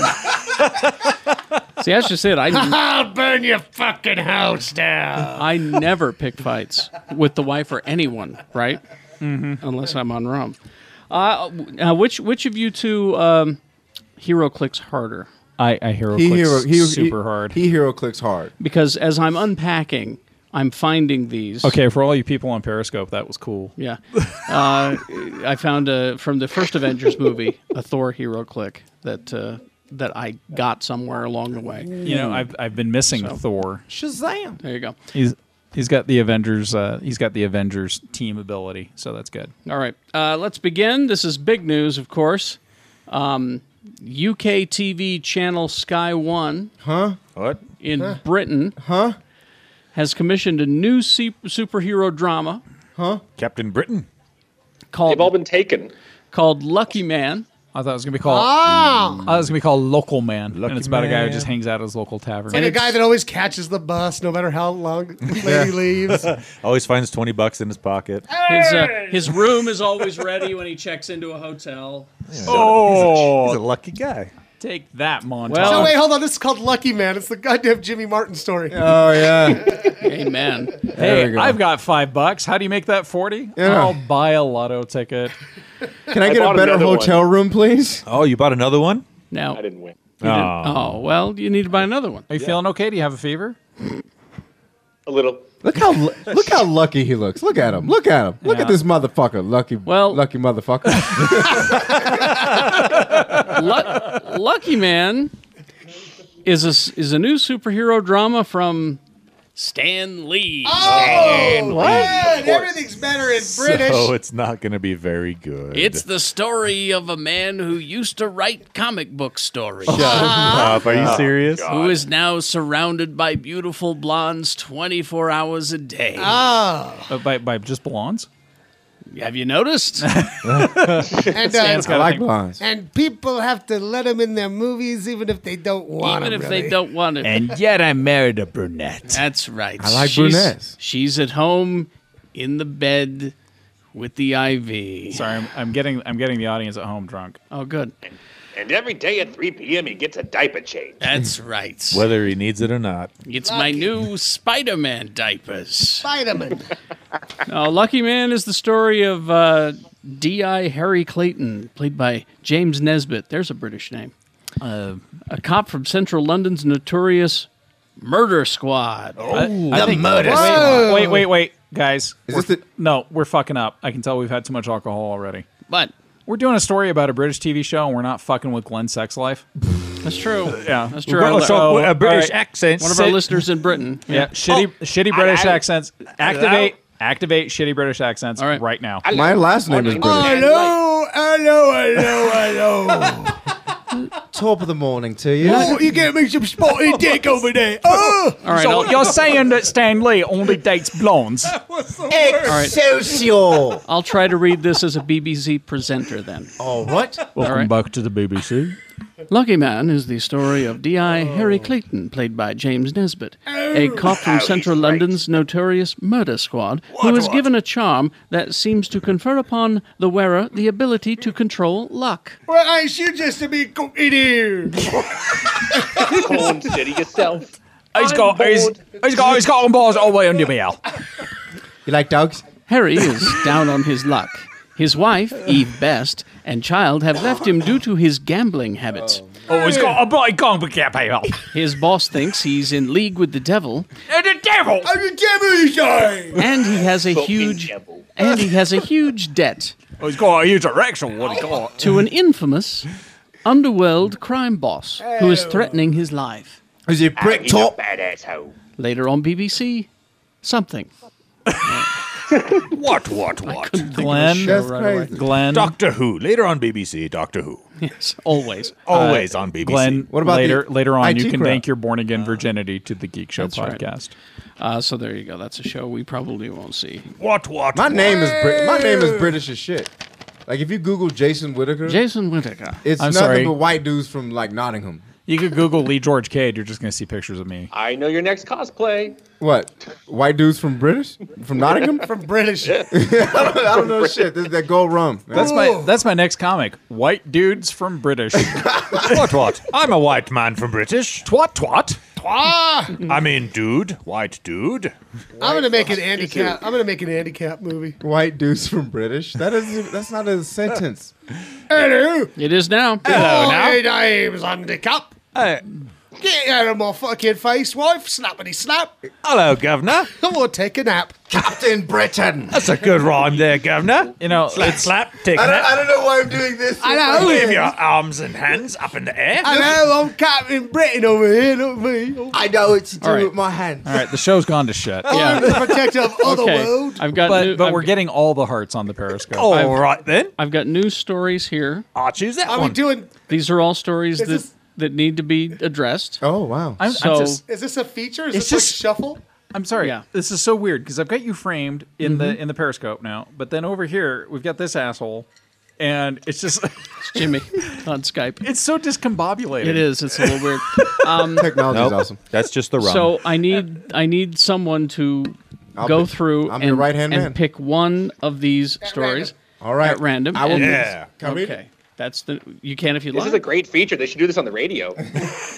Speaker 2: See, that's just it. I
Speaker 12: I'll burn your fucking house down.
Speaker 2: I never pick fights with the wife or anyone, right?
Speaker 7: Mm-hmm.
Speaker 2: Unless I'm on rum. Uh, now, which which of you two um, hero clicks harder?
Speaker 7: I, I hero
Speaker 3: He
Speaker 7: clicks
Speaker 3: hero he,
Speaker 7: super
Speaker 3: he-
Speaker 7: hard.
Speaker 3: He hero clicks hard.
Speaker 2: Because as I'm unpacking, I'm finding these.
Speaker 7: Okay, for all you people on Periscope, that was cool.
Speaker 2: Yeah. Uh, I found uh, from the first Avengers movie a Thor hero click that uh, that I got somewhere along the way.
Speaker 7: You know, I've I've been missing
Speaker 2: So-
Speaker 7: Thor.
Speaker 3: Shazam.
Speaker 2: There you go.
Speaker 7: He's he's got the Avengers. Uh, he's got the Avengers team ability, so that's good.
Speaker 2: All right, uh, let's begin. This is big news, of course. Um, UK TV channel Sky One,
Speaker 3: huh?
Speaker 9: What
Speaker 2: in
Speaker 3: Huh?
Speaker 2: Britain,
Speaker 3: huh?
Speaker 2: Has commissioned a new se- superhero drama,
Speaker 3: huh?
Speaker 9: Captain Britain.
Speaker 2: Called they've all
Speaker 10: been taken.
Speaker 2: Called Lucky Man.
Speaker 7: I thought it was gonna be called.
Speaker 6: Ah!
Speaker 7: I thought it was Uh, gonna be called Local Man,
Speaker 9: Lucky
Speaker 7: and it's about a guy who
Speaker 9: Man.
Speaker 7: just hangs out at his local tavern.
Speaker 6: And, a guy that always catches the bus, no matter how long the lady leaves.
Speaker 9: Always finds twenty bucks in his pocket.
Speaker 2: His uh, his room is always ready when he checks into a hotel.
Speaker 9: Oh, he's a lucky guy.
Speaker 7: Take that, Montage.
Speaker 6: so wait, hold on. This is called Lucky Man. It's the goddamn Jimmy Martin story.
Speaker 3: Oh yeah.
Speaker 2: Amen.
Speaker 6: There
Speaker 7: Hey,
Speaker 6: we go.
Speaker 7: I've got five bucks. How do you make that forty?
Speaker 6: Yeah.
Speaker 7: I'll buy a lotto ticket.
Speaker 3: Can I, get a better hotel room, please?
Speaker 9: Oh, you bought another one?
Speaker 2: No,
Speaker 7: I
Speaker 10: didn't win.
Speaker 2: You didn't- oh. well, you need to buy another one.
Speaker 7: Are you feeling okay? Do you have a fever?
Speaker 10: A little.
Speaker 3: Look how lu- look how lucky he looks. Look at him. Look at him. Look
Speaker 2: Yeah.
Speaker 3: at this motherfucker. Lucky well, lucky motherfucker.
Speaker 2: Lu- Lucky Man is a s- is a new superhero drama from Stan Lee.
Speaker 3: Oh!
Speaker 2: Stan Lee, of course.
Speaker 6: Everything's better in British.
Speaker 9: So it's not going to be very good.
Speaker 2: It's the story of a man who used to write comic book stories.
Speaker 9: Shut up.
Speaker 7: Oh,
Speaker 9: Are you serious?
Speaker 2: Who is now surrounded by beautiful blondes 24 hours a day.
Speaker 6: Ah.
Speaker 7: Uh, by by just blondes.
Speaker 2: Have you noticed?
Speaker 6: And,
Speaker 2: Stan's
Speaker 6: uh,
Speaker 2: got a thing.
Speaker 6: and people have to let them in their movies even if they don't want
Speaker 2: Even
Speaker 6: them,
Speaker 2: if
Speaker 6: really.
Speaker 2: they don't want it.
Speaker 7: yet I married a brunette.
Speaker 2: That's right.
Speaker 7: I like
Speaker 2: she's,
Speaker 7: brunettes.
Speaker 2: She's at home in the bed with the IV.
Speaker 7: Sorry, I'm, I'm getting I'm getting the audience at home drunk.
Speaker 2: Oh, good.
Speaker 10: And every day at 3 p.m., he gets a diaper change.
Speaker 2: That's right.
Speaker 9: Whether he needs it or not.
Speaker 2: It's my new Spider Man diapers.
Speaker 6: Vitamin.
Speaker 2: Now, Lucky Man is the story of uh, D.I. Harry Clayton, played by James Nesbitt. There's a British name. Uh, a cop from central London's notorious murder squad.
Speaker 10: Oh.
Speaker 7: I think- Wait, wait, wait, wait, guys. We're- no, we're fucking up. I can tell we've had too much alcohol already.
Speaker 2: But
Speaker 7: we're doing a story about a British TV show, and we're not fucking with Glenn's sex life.
Speaker 2: That's true.
Speaker 7: Yeah,
Speaker 2: That's true. Our-
Speaker 7: So,
Speaker 2: uh,
Speaker 7: all right.
Speaker 2: One of our listeners in Britain. Oh,
Speaker 7: Yeah, shitty, shitty British accents. Activate, activate shitty British accents right, now.
Speaker 3: My last name is British.
Speaker 13: Hello, hello, hello, hello.
Speaker 3: Top of the morning to you.
Speaker 13: Oh, you can't make some spotty dick over there. Oh,
Speaker 7: All right, so you're saying that Stan Lee only dates blondes?
Speaker 2: All right.
Speaker 7: Excelsior.
Speaker 2: I'll try to read this as a BBC presenter then.
Speaker 7: All right. Welcome back to the BBC.
Speaker 2: Lucky Man is the story of D.I. Harry Clayton, played by James Nesbitt, a cop
Speaker 14: Oh,
Speaker 2: from
Speaker 14: he's
Speaker 2: Central London's notorious murder squad, who is given a charm that seems to confer upon the wearer the ability to control luck.
Speaker 14: Well, I should just be go in here.
Speaker 10: Consider yourself.
Speaker 7: He's got, he's, he's got, he's got on balls all the way under me out.
Speaker 3: You like dogs?
Speaker 2: Harry is down on his luck. His wife, Eve Best, and child have left him due to his gambling habits.
Speaker 7: Oh, he's got a bloody gong, but can't pay up.
Speaker 2: His boss thinks he's in league with the devil,
Speaker 7: And the devil.
Speaker 14: I'm the devil, you say.
Speaker 2: and he has a huge and he has a huge debt
Speaker 7: Oh, he's got a huge erection. What he got?
Speaker 2: to an infamous underworld crime boss who is threatening his life.
Speaker 3: Is he
Speaker 14: prick top?
Speaker 10: Bad asshole.
Speaker 2: Later on BBC, something.
Speaker 9: What, what, what?
Speaker 7: Glenn, That's right crazy. away. Glenn.
Speaker 9: Doctor Who. Later on BBC, Doctor Who.
Speaker 2: Yes, always.
Speaker 9: Always
Speaker 7: Uh,
Speaker 9: on BBC.
Speaker 7: Glenn,
Speaker 9: What about
Speaker 7: later?
Speaker 9: the
Speaker 7: later on,
Speaker 9: IT
Speaker 7: you can
Speaker 9: crowd?
Speaker 7: thank your born again virginity to the Geek Show
Speaker 2: That's right.
Speaker 7: podcast.
Speaker 2: Uh, so there you go. That's a show we probably won't see.
Speaker 9: What, what?
Speaker 3: My name is Brit- my name is British as shit. Like if you Google Jason Whitaker,
Speaker 2: Jason Whitaker,
Speaker 3: it's
Speaker 7: I'm
Speaker 3: nothing
Speaker 7: sorry.
Speaker 3: but white dudes from like Nottingham.
Speaker 7: You could Google Lee George Cade. You're just going to see pictures of me.
Speaker 10: I know your next cosplay.
Speaker 3: What? White dudes from British? From Nottingham?
Speaker 6: From British.
Speaker 3: I don't, I don't know shit. This is that gold rum. man.
Speaker 7: That's my that's my next comic. White dudes from British.
Speaker 9: what, what? I'm a white man from British. Twat, twat. Twat. I mean, dude. White dude.
Speaker 6: I'm gonna make an Andy Cap. I'm gonna make an Andy Cap movie.
Speaker 3: White dudes from British. That is that's not a sentence.
Speaker 6: Hello.
Speaker 2: It is now.
Speaker 6: Oh,
Speaker 3: Oh,
Speaker 6: My name's Andy Cap.
Speaker 9: Hey.
Speaker 6: Get out of my fucking face, wife. Snappity snap.
Speaker 9: Hello, Governor.
Speaker 6: Come on, take a nap.
Speaker 3: Captain Britain.
Speaker 9: That's a good rhyme there, Governor. You know, slap, slap, take
Speaker 3: I don't,
Speaker 9: that.
Speaker 3: I don't know why I'm doing this.
Speaker 9: Wave your arms and hands up in the
Speaker 2: Eh?
Speaker 9: air.
Speaker 6: Hello, I'm Captain Britain over here. Look at me.
Speaker 3: I know what to do
Speaker 7: All right.
Speaker 3: with my hands.
Speaker 7: All right, the show's gone to shit.
Speaker 3: Oh,
Speaker 6: I'm the protector of
Speaker 2: Okay,
Speaker 6: Otherworld.
Speaker 2: I've got.
Speaker 7: But,
Speaker 2: new,
Speaker 7: but
Speaker 2: I've-
Speaker 7: we're getting all the hearts on the Periscope.
Speaker 9: All right
Speaker 2: I've-
Speaker 9: then.
Speaker 2: I've got news stories here.
Speaker 9: I'll choose that
Speaker 6: Are we
Speaker 9: one.
Speaker 6: doing?
Speaker 2: These are all stories
Speaker 6: Is
Speaker 2: that,
Speaker 6: this-
Speaker 2: that need to be addressed.
Speaker 3: Oh wow.
Speaker 7: I'm,
Speaker 2: So-
Speaker 7: I'm just,
Speaker 6: Is this a feature? Is
Speaker 7: It's
Speaker 6: this
Speaker 7: just-
Speaker 6: like shuffle?
Speaker 7: I'm sorry.
Speaker 2: Yeah.
Speaker 7: This is so weird because I've got you framed in the
Speaker 2: Mm-hmm.
Speaker 7: in the Periscope now, but then over here we've got this asshole, and it's just
Speaker 2: Jimmy on Skype.
Speaker 7: it's so discombobulated.
Speaker 2: It is. It's a little weird. Um,
Speaker 3: Technology's awesome.
Speaker 9: That's just the rhyme.
Speaker 2: so I need I need someone to
Speaker 3: I'll
Speaker 2: go
Speaker 3: be-
Speaker 2: through
Speaker 3: I'm
Speaker 2: and,
Speaker 3: your right-hand
Speaker 2: and
Speaker 3: man.
Speaker 2: pick one of these stories
Speaker 3: All right.
Speaker 2: at random.
Speaker 3: I will
Speaker 2: and-
Speaker 3: do this.
Speaker 9: yeah.
Speaker 3: Can I read
Speaker 2: Okay. That's the you can if you
Speaker 10: This
Speaker 2: like.
Speaker 10: is a great feature. They should do this on the radio.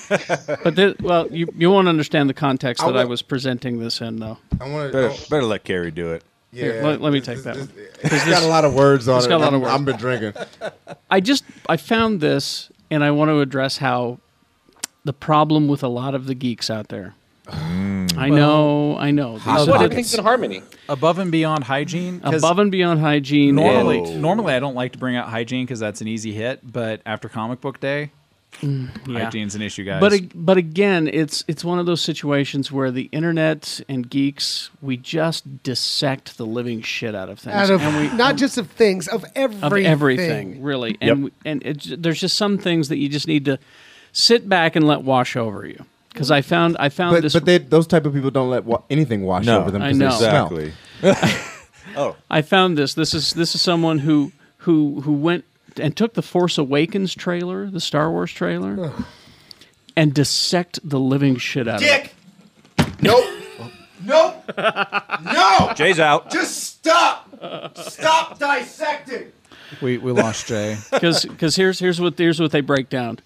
Speaker 2: but the, well, you you won't understand the context
Speaker 3: I
Speaker 2: that I
Speaker 3: will-
Speaker 2: was presenting this in though.
Speaker 3: I want
Speaker 9: Better,
Speaker 3: to.
Speaker 9: better let Carrie do it.
Speaker 3: Yeah.
Speaker 2: Here, let- let me take that one.
Speaker 3: It's got a lot of words on
Speaker 2: it's
Speaker 3: it.
Speaker 2: got a lot of
Speaker 3: I'm- I've been drinking.
Speaker 2: I just I found this and I want to address how the problem with a lot of the geeks out there.
Speaker 9: Mm.
Speaker 2: I know, I know. These are
Speaker 10: what
Speaker 2: the-
Speaker 10: everything's in harmony.
Speaker 7: above and beyond hygiene. 'cause
Speaker 2: above and beyond hygiene.
Speaker 7: normally,
Speaker 9: Oh.
Speaker 2: and-
Speaker 7: normally I don't like to bring out hygiene because that's an easy hit. But after Comic Book Day,
Speaker 2: Mm, yeah.
Speaker 7: hygiene's Mm. an issue, guys.
Speaker 2: but ag- but again, it's it's one of those situations where the internet and geeks we just dissect the living shit out of things.
Speaker 6: Out of
Speaker 2: and we,
Speaker 6: not just of things, of everything.
Speaker 2: of everything, really. And w- and it, j- there's just some things that you just need to sit back and let wash over you. Because I found I found
Speaker 3: But,
Speaker 2: this.
Speaker 3: but they, those type of people don't let wa- anything wash
Speaker 9: No,
Speaker 3: over them
Speaker 2: I
Speaker 3: because they
Speaker 2: know.
Speaker 3: smell.
Speaker 9: Exactly.
Speaker 2: I found this. This is this is someone who who who went and took the Force Awakens trailer, the Star Wars trailer, and dissect the living shit out of it.
Speaker 14: Dick. Nope. Nope.
Speaker 3: Oh.
Speaker 14: No.
Speaker 9: Jay's out.
Speaker 14: Just stop. Stop dissecting.
Speaker 7: we we lost Jay.
Speaker 2: Because here's here's what here's what they break down.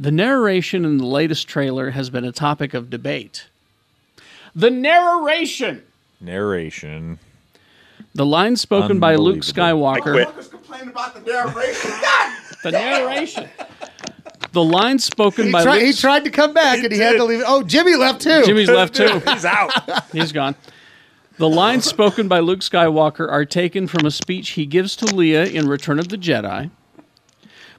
Speaker 2: The narration in the latest trailer has been a topic of debate. The narration,
Speaker 9: Narration.
Speaker 2: the lines spoken by Luke Skywalker,
Speaker 14: Motherfuckers complain about the narration. God.
Speaker 2: the narration, the lines spoken
Speaker 6: He,
Speaker 2: by
Speaker 6: tri-
Speaker 2: Luke.
Speaker 6: he tried to come back and he had to leave. Oh, Jimmy left too.
Speaker 2: Jimmy's left too.
Speaker 9: He's out.
Speaker 2: He's gone. The lines spoken by Luke Skywalker are taken from a speech he gives to Leia in Return of the Jedi,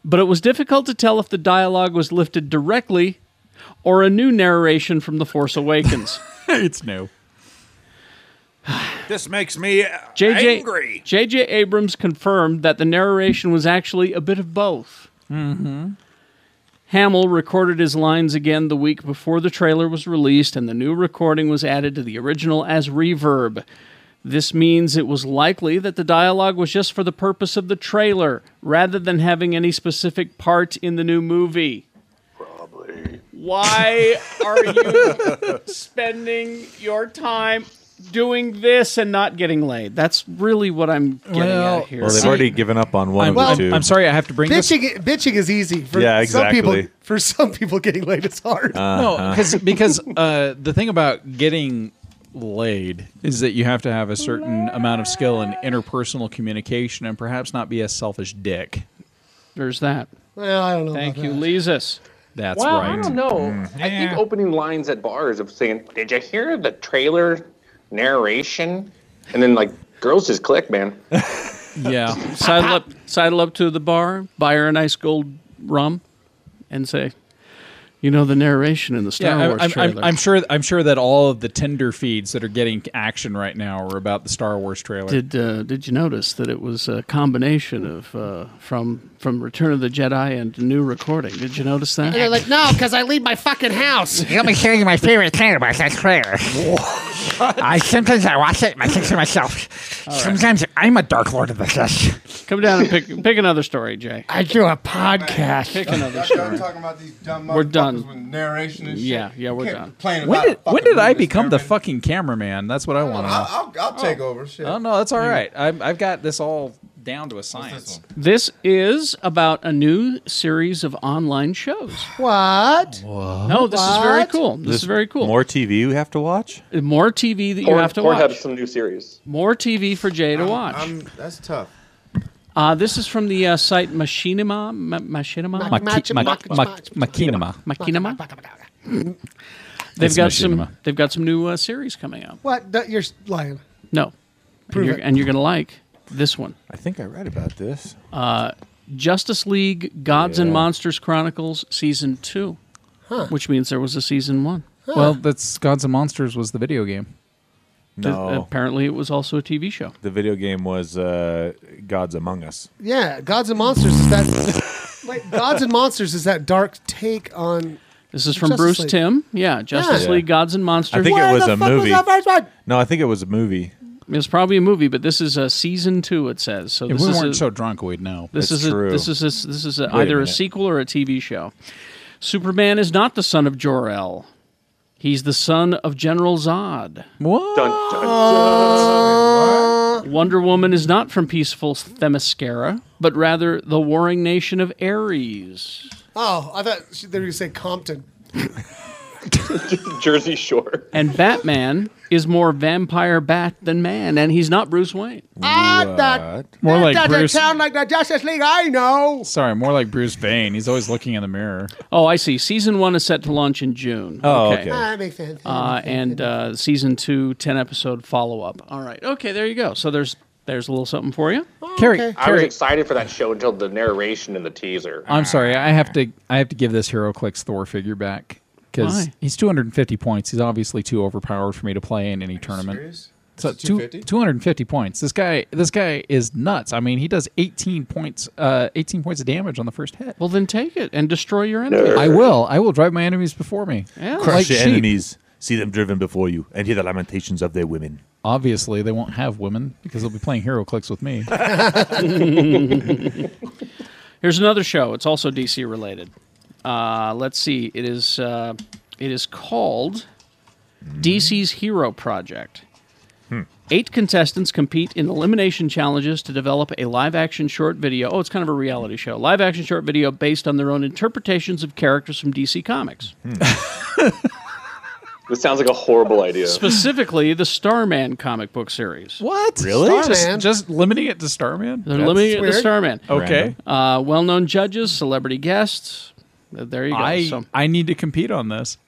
Speaker 2: but it was difficult to tell if the dialogue was lifted directly or a new narration from The Force Awakens.
Speaker 7: it's new.
Speaker 9: this makes me uh,
Speaker 2: JJ
Speaker 9: angry.
Speaker 2: JJ Abrams confirmed that the narration was actually a bit of both. Mm-hmm. Hamill recorded his lines again the week before the trailer was released, and the new recording was added to the original as reverb. This means it was likely that the dialogue was just for the purpose of the trailer, rather than having any specific part in the new movie. Why are you spending your time doing this and not getting laid? That's really what I'm getting
Speaker 9: Well-
Speaker 2: at here.
Speaker 9: Well, they've
Speaker 2: See,
Speaker 9: already given up on one
Speaker 2: I'm-
Speaker 9: of
Speaker 2: well,
Speaker 9: the two.
Speaker 2: I'm sorry, I have to bring this-
Speaker 6: bitching, bitching is easy. For
Speaker 9: Yeah,
Speaker 6: Some
Speaker 9: exactly. Uh-huh.
Speaker 6: people, for some people, getting laid is hard.
Speaker 2: Uh-huh.
Speaker 7: No, because because uh, the thing about getting laid is that you have to have a certain amount of skill in interpersonal communication and perhaps not be a selfish dick.
Speaker 2: There's that.
Speaker 6: Well, I don't know.
Speaker 2: Thank you, Lizus.
Speaker 7: That's
Speaker 10: well,
Speaker 7: right.
Speaker 10: I don't know.
Speaker 7: Mm,
Speaker 10: I think opening lines at bars of saying, "Did you hear the trailer narration?" and then like girls just click, man.
Speaker 2: Yeah. sidle up, sidle up to the bar, buy her a nice gold rum, and say, "You know the narration in the Star
Speaker 7: yeah, I-
Speaker 2: Wars
Speaker 7: I'm, I'm-
Speaker 2: trailer."
Speaker 7: I'm sure. I'm sure that all of the Tinder feeds that are getting action right now are about the Star Wars trailer.
Speaker 2: Did uh, did you notice that it was a combination of uh, from from Return of the Jedi and new recording? Did you notice that?
Speaker 1: And they're like, no, because I leave my fucking house. Let me show you my favorite thing about that trailer. I sometimes I watch it and I think to myself, sometimes I'm a Dark Lord of the Sith.
Speaker 2: Come down and pick pick another story, Jay.
Speaker 1: I do a podcast.
Speaker 2: Pick
Speaker 3: Y'all
Speaker 2: another
Speaker 3: done
Speaker 2: story.
Speaker 3: talking about these dumb
Speaker 2: We're
Speaker 3: motherfuckers
Speaker 2: done.
Speaker 3: with narration and shit.
Speaker 2: Yeah, yeah, we're
Speaker 3: Can't
Speaker 2: done.
Speaker 3: complain
Speaker 7: when
Speaker 3: about
Speaker 7: did,
Speaker 3: fucking
Speaker 7: when did I
Speaker 3: movies,
Speaker 7: become the fucking cameraman? That's what I want to know.
Speaker 3: I'll, I'll take over. Shit.
Speaker 7: Oh no, that's all
Speaker 2: Mm.
Speaker 7: right. I'm, I've got this all down to a science.
Speaker 2: This is about a new series of online shows.
Speaker 6: What?
Speaker 2: No, this is very
Speaker 6: What?
Speaker 2: cool. This, is very cool.
Speaker 9: More TV you have to watch?
Speaker 2: More TV that you
Speaker 10: Porn-
Speaker 2: have to
Speaker 10: Pornhub's
Speaker 2: watch.
Speaker 10: some new series.
Speaker 2: More TV for Jay to
Speaker 3: I'm-
Speaker 2: watch.
Speaker 3: I'm- that's tough.
Speaker 2: Uh, this is from the uh, site Machinima. Ma- Machinima?
Speaker 7: Maki- ma- ma- Machinima.
Speaker 2: Machinima?
Speaker 7: It's
Speaker 2: They've got some.
Speaker 7: Machinima.
Speaker 2: They've got some new uh, series coming out.
Speaker 6: What? No, You're lying.
Speaker 2: No, and
Speaker 6: Prove
Speaker 2: you're,
Speaker 6: it.
Speaker 2: and you're gonna like this one.
Speaker 9: I think I read about this.
Speaker 2: Uh, Justice League: Gods and
Speaker 9: Yeah.
Speaker 2: Monsters Chronicles Season Two,
Speaker 9: Huh.
Speaker 2: which means there was a Season One.
Speaker 7: Huh. Well, that's Gods and Monsters was the video game.
Speaker 9: No.
Speaker 2: apparently it was also a TV show.
Speaker 9: The video game was uh, Gods Among Us.
Speaker 6: Yeah, Gods and Monsters is that. like Gods and Monsters is that dark take on.
Speaker 2: This is from
Speaker 6: Justice
Speaker 2: Bruce
Speaker 6: League.
Speaker 2: Tim. Yeah, Justice
Speaker 9: Yeah.
Speaker 2: League: Gods and Monsters.
Speaker 9: I think it was a movie.
Speaker 6: that first one?
Speaker 9: No, I think it was a movie.
Speaker 2: It's probably a movie, but this is a season two. It says so.
Speaker 7: If
Speaker 2: This
Speaker 7: we
Speaker 2: is
Speaker 7: weren't
Speaker 2: a-
Speaker 7: so drunk, we'd know.
Speaker 2: This
Speaker 7: That's
Speaker 2: is
Speaker 7: true.
Speaker 2: A, this is a, this is a,
Speaker 7: Wait a
Speaker 2: either a,
Speaker 7: minute.
Speaker 2: sequel or a TV show. Superman is not the son of Jor El. He's the son of General Zod.
Speaker 7: What?
Speaker 2: Wonder Woman is not from peaceful Themyscira, but rather the warring nation of Ares.
Speaker 6: Oh, I thought she- they were going to say Compton.
Speaker 10: Jersey Shore.
Speaker 2: And Batman is more vampire bat than man, and he's not Bruce Wayne.
Speaker 6: Ah, that,
Speaker 7: More
Speaker 6: that
Speaker 7: like
Speaker 6: doesn't
Speaker 7: Bruce-
Speaker 6: sound like the Justice League I know.
Speaker 7: Sorry, more like Bruce Vane. He's always looking in the mirror.
Speaker 2: Oh, I see. Season one is set to launch in June.
Speaker 7: Oh, okay.
Speaker 6: Ah, that makes sense.
Speaker 2: Uh, and uh, season two, 10 episode follow up. All right. Okay, there you go. So there's there's a little something for you.
Speaker 6: Oh,
Speaker 7: Carrie,
Speaker 10: I was excited for that show until the narration and the teaser.
Speaker 7: I'm sorry. I have to. I have to give this HeroClix Thor figure back because
Speaker 10: Why?
Speaker 7: he's 250 points. He's obviously too overpowered for me to play in any tournament.
Speaker 3: serious?
Speaker 7: So
Speaker 3: It's a
Speaker 7: two,
Speaker 3: 250?
Speaker 7: 250 points. This guy. This guy is nuts. I mean, he does 18 points. Uh, 18 points of damage on the first hit.
Speaker 2: Well, then take it and destroy your enemy.
Speaker 7: I will. I will drive my enemies before me.
Speaker 2: Yeah.
Speaker 9: Crush
Speaker 7: Like
Speaker 9: your
Speaker 7: sheep.
Speaker 9: enemies, see them driven before you, and hear the lamentations of their women.
Speaker 7: Obviously, they won't have women because they'll be playing HeroClix with me.
Speaker 2: Here's another show. It's also DC related. Uh, let's see. It is uh, it is called DC's Hero Project. Eight contestants compete in elimination challenges to develop a live action short video. Oh, it's kind of a reality show. Live action short video based on their own interpretations of characters from DC Comics.
Speaker 7: Hmm.
Speaker 10: This sounds like a horrible idea.
Speaker 2: Specifically, the Starman comic book series.
Speaker 7: What? Just, just limiting it to Starman?
Speaker 2: They're limiting it to Starman.
Speaker 7: Okay.
Speaker 2: Uh, well known judges, celebrity guests. Uh, There you go.
Speaker 7: I,
Speaker 2: so
Speaker 7: I need to compete on this.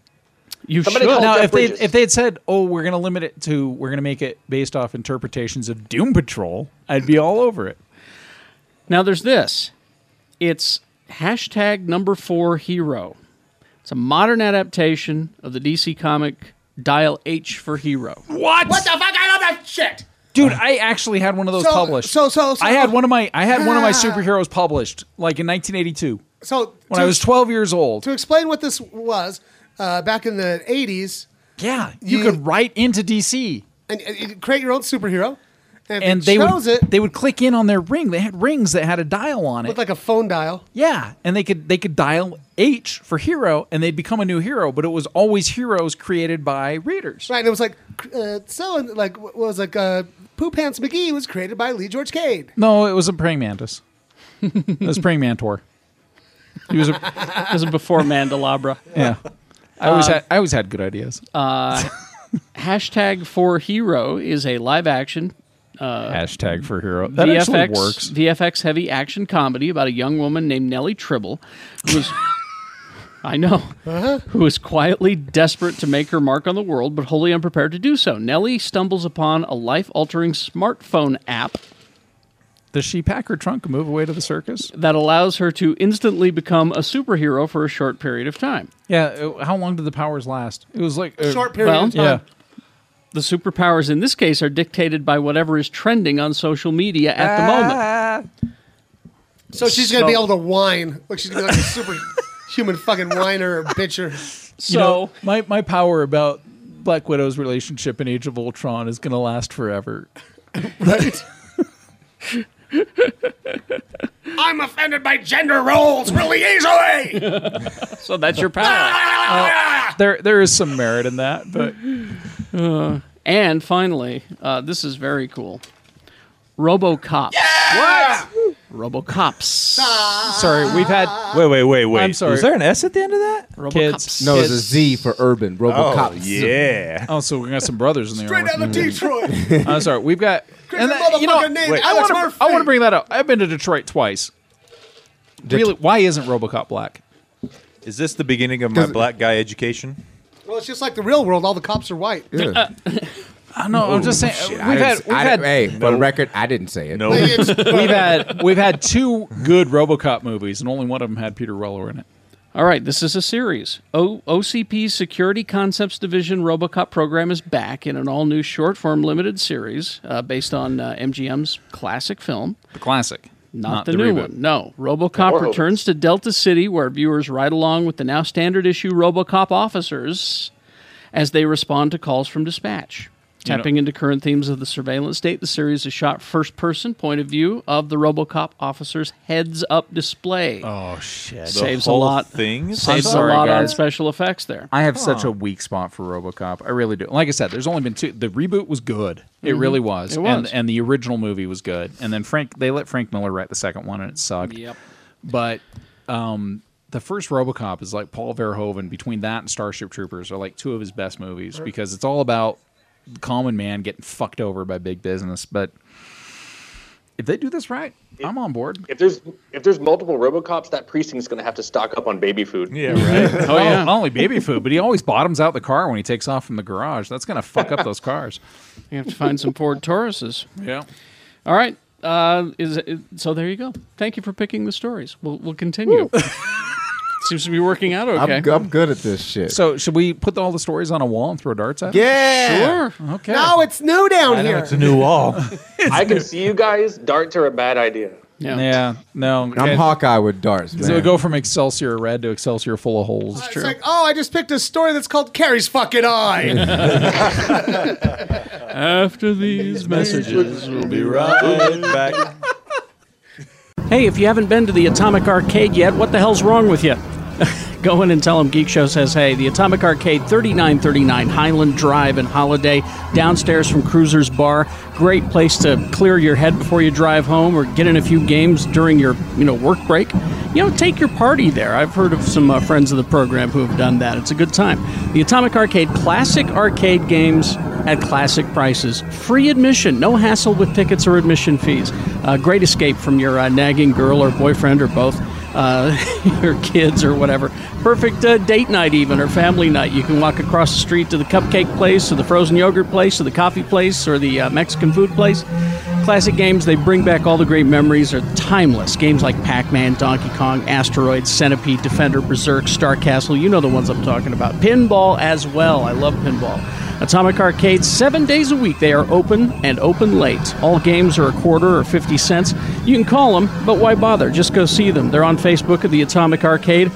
Speaker 2: you should.
Speaker 10: Somebody call
Speaker 7: now,
Speaker 10: Jeff
Speaker 7: if they
Speaker 10: Bridges.
Speaker 7: if they had said, "Oh, we're going to limit it to we're going to make it based off interpretations of Doom Patrol," I'd be all over it.
Speaker 2: Now there's this. It's hashtag number four hero. It's a modern adaptation of the DC comic Dial H for Hero.
Speaker 7: What?
Speaker 1: What the fuck? I love that shit.
Speaker 7: Dude, I actually had one of those
Speaker 6: So-
Speaker 7: published.
Speaker 6: so- so- so-
Speaker 7: I had one of my I had one of my
Speaker 6: Ah.
Speaker 7: superheroes published like in 1982
Speaker 6: So
Speaker 7: when
Speaker 6: to-
Speaker 7: I was 12 years old.
Speaker 6: to explain what this was uh, back in the 80s
Speaker 7: yeah you could write into dc
Speaker 6: and, and you could create your own superhero And if
Speaker 7: and
Speaker 6: it
Speaker 7: they
Speaker 6: shows
Speaker 7: would
Speaker 6: it-
Speaker 7: they would click in on their ring. They had rings that had a dial on it,
Speaker 6: Looked like a phone dial.
Speaker 7: Yeah, and they could they could dial H for hero, and they'd become a new hero. But it was always heroes created by readers.
Speaker 6: Right, and it was like uh, so like what was like uh, Pooh Pants McGee was created by Lee George Cade.
Speaker 7: No, it was a praying mantis. it was praying mantor. He was a
Speaker 2: It was before Mandalabra.
Speaker 7: yeah. I always
Speaker 2: Uh,
Speaker 7: had I always had good ideas.
Speaker 2: Uh, hashtag for hero is a live action uh,
Speaker 7: Hashtag for hero that actually
Speaker 2: VFX
Speaker 7: works.
Speaker 2: VFX heavy action comedy about a young woman named Nellie Tribble, who was I know who is quietly desperate to make her mark on the world, but wholly unprepared to do so. Nellie stumbles upon a life-altering smartphone app.
Speaker 7: Does she pack her trunk and move away to the circus?
Speaker 2: That allows her to instantly become a superhero for a short period of time.
Speaker 7: Yeah. uh, How long did the powers last? It was like uh,
Speaker 2: well, The superpowers in this case are dictated by whatever is trending on social media at
Speaker 6: Ah,
Speaker 2: the moment.
Speaker 6: So she's gonna be
Speaker 2: So-
Speaker 6: able to whine like she's gonna be like a super human fucking whiner or bitcher.
Speaker 7: You know, my my power about Black Widow's relationship in Age of Ultron is going to last forever.
Speaker 14: I'm offended by gender roles really easily.
Speaker 2: so that's your
Speaker 15: Ah!
Speaker 2: power.
Speaker 7: there there is some merit in that, but
Speaker 2: Uh, and finally, uh, this is very cool. RoboCop. What? RoboCops.
Speaker 7: Sorry, we've had.
Speaker 9: Wait, wait, wait, wait.
Speaker 7: I'm sorry.
Speaker 9: Was there an S at the end of that?
Speaker 7: Kids.
Speaker 3: No, it's a Z for urban. Robocop.
Speaker 7: Oh, so we got some brothers in the
Speaker 3: Oh, Straight
Speaker 7: army.
Speaker 3: out of Detroit.
Speaker 7: I'm sorry. We've got.
Speaker 3: Crazy
Speaker 7: you know,
Speaker 3: motherfucker named
Speaker 7: wait, I
Speaker 3: Alex
Speaker 7: wanna-
Speaker 3: Murphy.
Speaker 7: I want to bring that up. I've been to Detroit twice. Really, why isn't RoboCop black?
Speaker 9: Is this the beginning of my black guy education?
Speaker 6: Well, it's just like the real world. All the cops are white.
Speaker 9: Yeah.
Speaker 7: Uh, I know. I'm just saying.
Speaker 3: Shit,
Speaker 7: we've
Speaker 3: I didn't
Speaker 7: had.
Speaker 3: s-
Speaker 7: We've
Speaker 3: I
Speaker 7: had.
Speaker 3: didn't- Hey, for the record, I didn't say it.
Speaker 9: No.
Speaker 7: we've had. We've had two good RoboCop movies, and only one of them had Peter Weller in it.
Speaker 2: All right, this is a series. O- OCP's Security Concepts Division RoboCop program is back in an all new short form limited series uh, based on uh, MGM's classic film.
Speaker 7: The classic,
Speaker 2: Not,
Speaker 7: not
Speaker 2: the,
Speaker 7: the
Speaker 2: new
Speaker 7: reboot.
Speaker 2: one. No. RoboCop
Speaker 7: Or-
Speaker 2: returns to Delta City, where viewers ride along with the now standard issue RoboCop officers as they respond to calls from dispatch.
Speaker 7: You know-
Speaker 2: Tapping into current themes of the surveillance state, the series is shot first person point of view of the RoboCop officer's heads up display.
Speaker 7: Oh, shit.
Speaker 2: Saves
Speaker 7: The
Speaker 2: a
Speaker 7: whole
Speaker 2: lot.
Speaker 7: thing?
Speaker 2: Saves
Speaker 7: I'm sorry,
Speaker 2: a lot on
Speaker 7: guys.
Speaker 2: special effects there.
Speaker 7: I have such a weak spot for RoboCop. I really do. Like I said, there's only been two. The reboot was good. Mm-hmm. It
Speaker 2: Mhm.
Speaker 7: really was.
Speaker 2: It
Speaker 7: And,
Speaker 2: was.
Speaker 7: and the original movie was good. And then Frank, they let Frank Miller write the second one, and it sucked.
Speaker 2: Yep.
Speaker 7: But um, the first RoboCop is like Paul Verhoeven. Between that and Starship Troopers are like two of his best movies
Speaker 2: Sure.
Speaker 7: because it's all about the common man getting fucked over by big business. But if they do this right, I'm on board.
Speaker 10: If there's if there's multiple RoboCops, that precinct's going to have to stock up on baby food.
Speaker 7: Yeah, right. oh, yeah. Not only baby food, but he always bottoms out the car when he takes off from the garage. That's going to fuck up those cars.
Speaker 2: You have to find some Ford Tauruses.
Speaker 7: Yeah.
Speaker 2: All right. Uh, is it, so there you go. Thank you for picking the stories. We'll we'll continue. Seems to be working out okay.
Speaker 3: I'm, I'm good at this shit.
Speaker 7: So should we put all the stories on a wall and throw darts at?
Speaker 3: Yeah!
Speaker 7: Sure. Okay.
Speaker 6: No, it's new down here.
Speaker 7: new wall.
Speaker 10: I can see you guys. Darts are a bad idea.
Speaker 2: Yeah.
Speaker 7: No.
Speaker 3: I'm
Speaker 7: okay.
Speaker 3: Hawkeye with darts, man.
Speaker 7: So we go from Excelsior red to Excelsior full of holes.
Speaker 6: It's like, oh, I just picked a story that's called Carrie's fucking eye.
Speaker 2: After these messages, we'll be right
Speaker 9: back.
Speaker 2: Hey, if you haven't been to the Atomic Arcade yet, what the hell's wrong with you? Go in and tell them Geek Show says hey. The Atomic Arcade, 3939 Highland Drive in Holiday, downstairs from Cruiser's Bar. Great place to clear your head before you drive home or get in a few games during your you know work break. You know, take your party there. I've heard of some uh, friends of the program who have done that. It's a good time. The Atomic Arcade, classic arcade games at classic prices. Free admission, no hassle with tickets or admission fees. Uh, great escape from your uh, nagging girl or boyfriend or both uh, your kids or whatever. Perfect uh, date night, even, or family night. You can walk across the street to the cupcake place, to the frozen yogurt place, to the coffee place, or the uh, Mexican food place. Classic games, they bring back all the great memories, are timeless. Games like Pac Man, Donkey Kong, Asteroid, Centipede, Defender, Berserk, Star Castle. You know the ones I'm talking about. Pinball as well. I love pinball. Atomic Arcade, seven days a week. They are open and open late. All games are a quarter or 50 cents. You can call them, but why bother? Just go see them. They're on Facebook at the Atomic Arcade,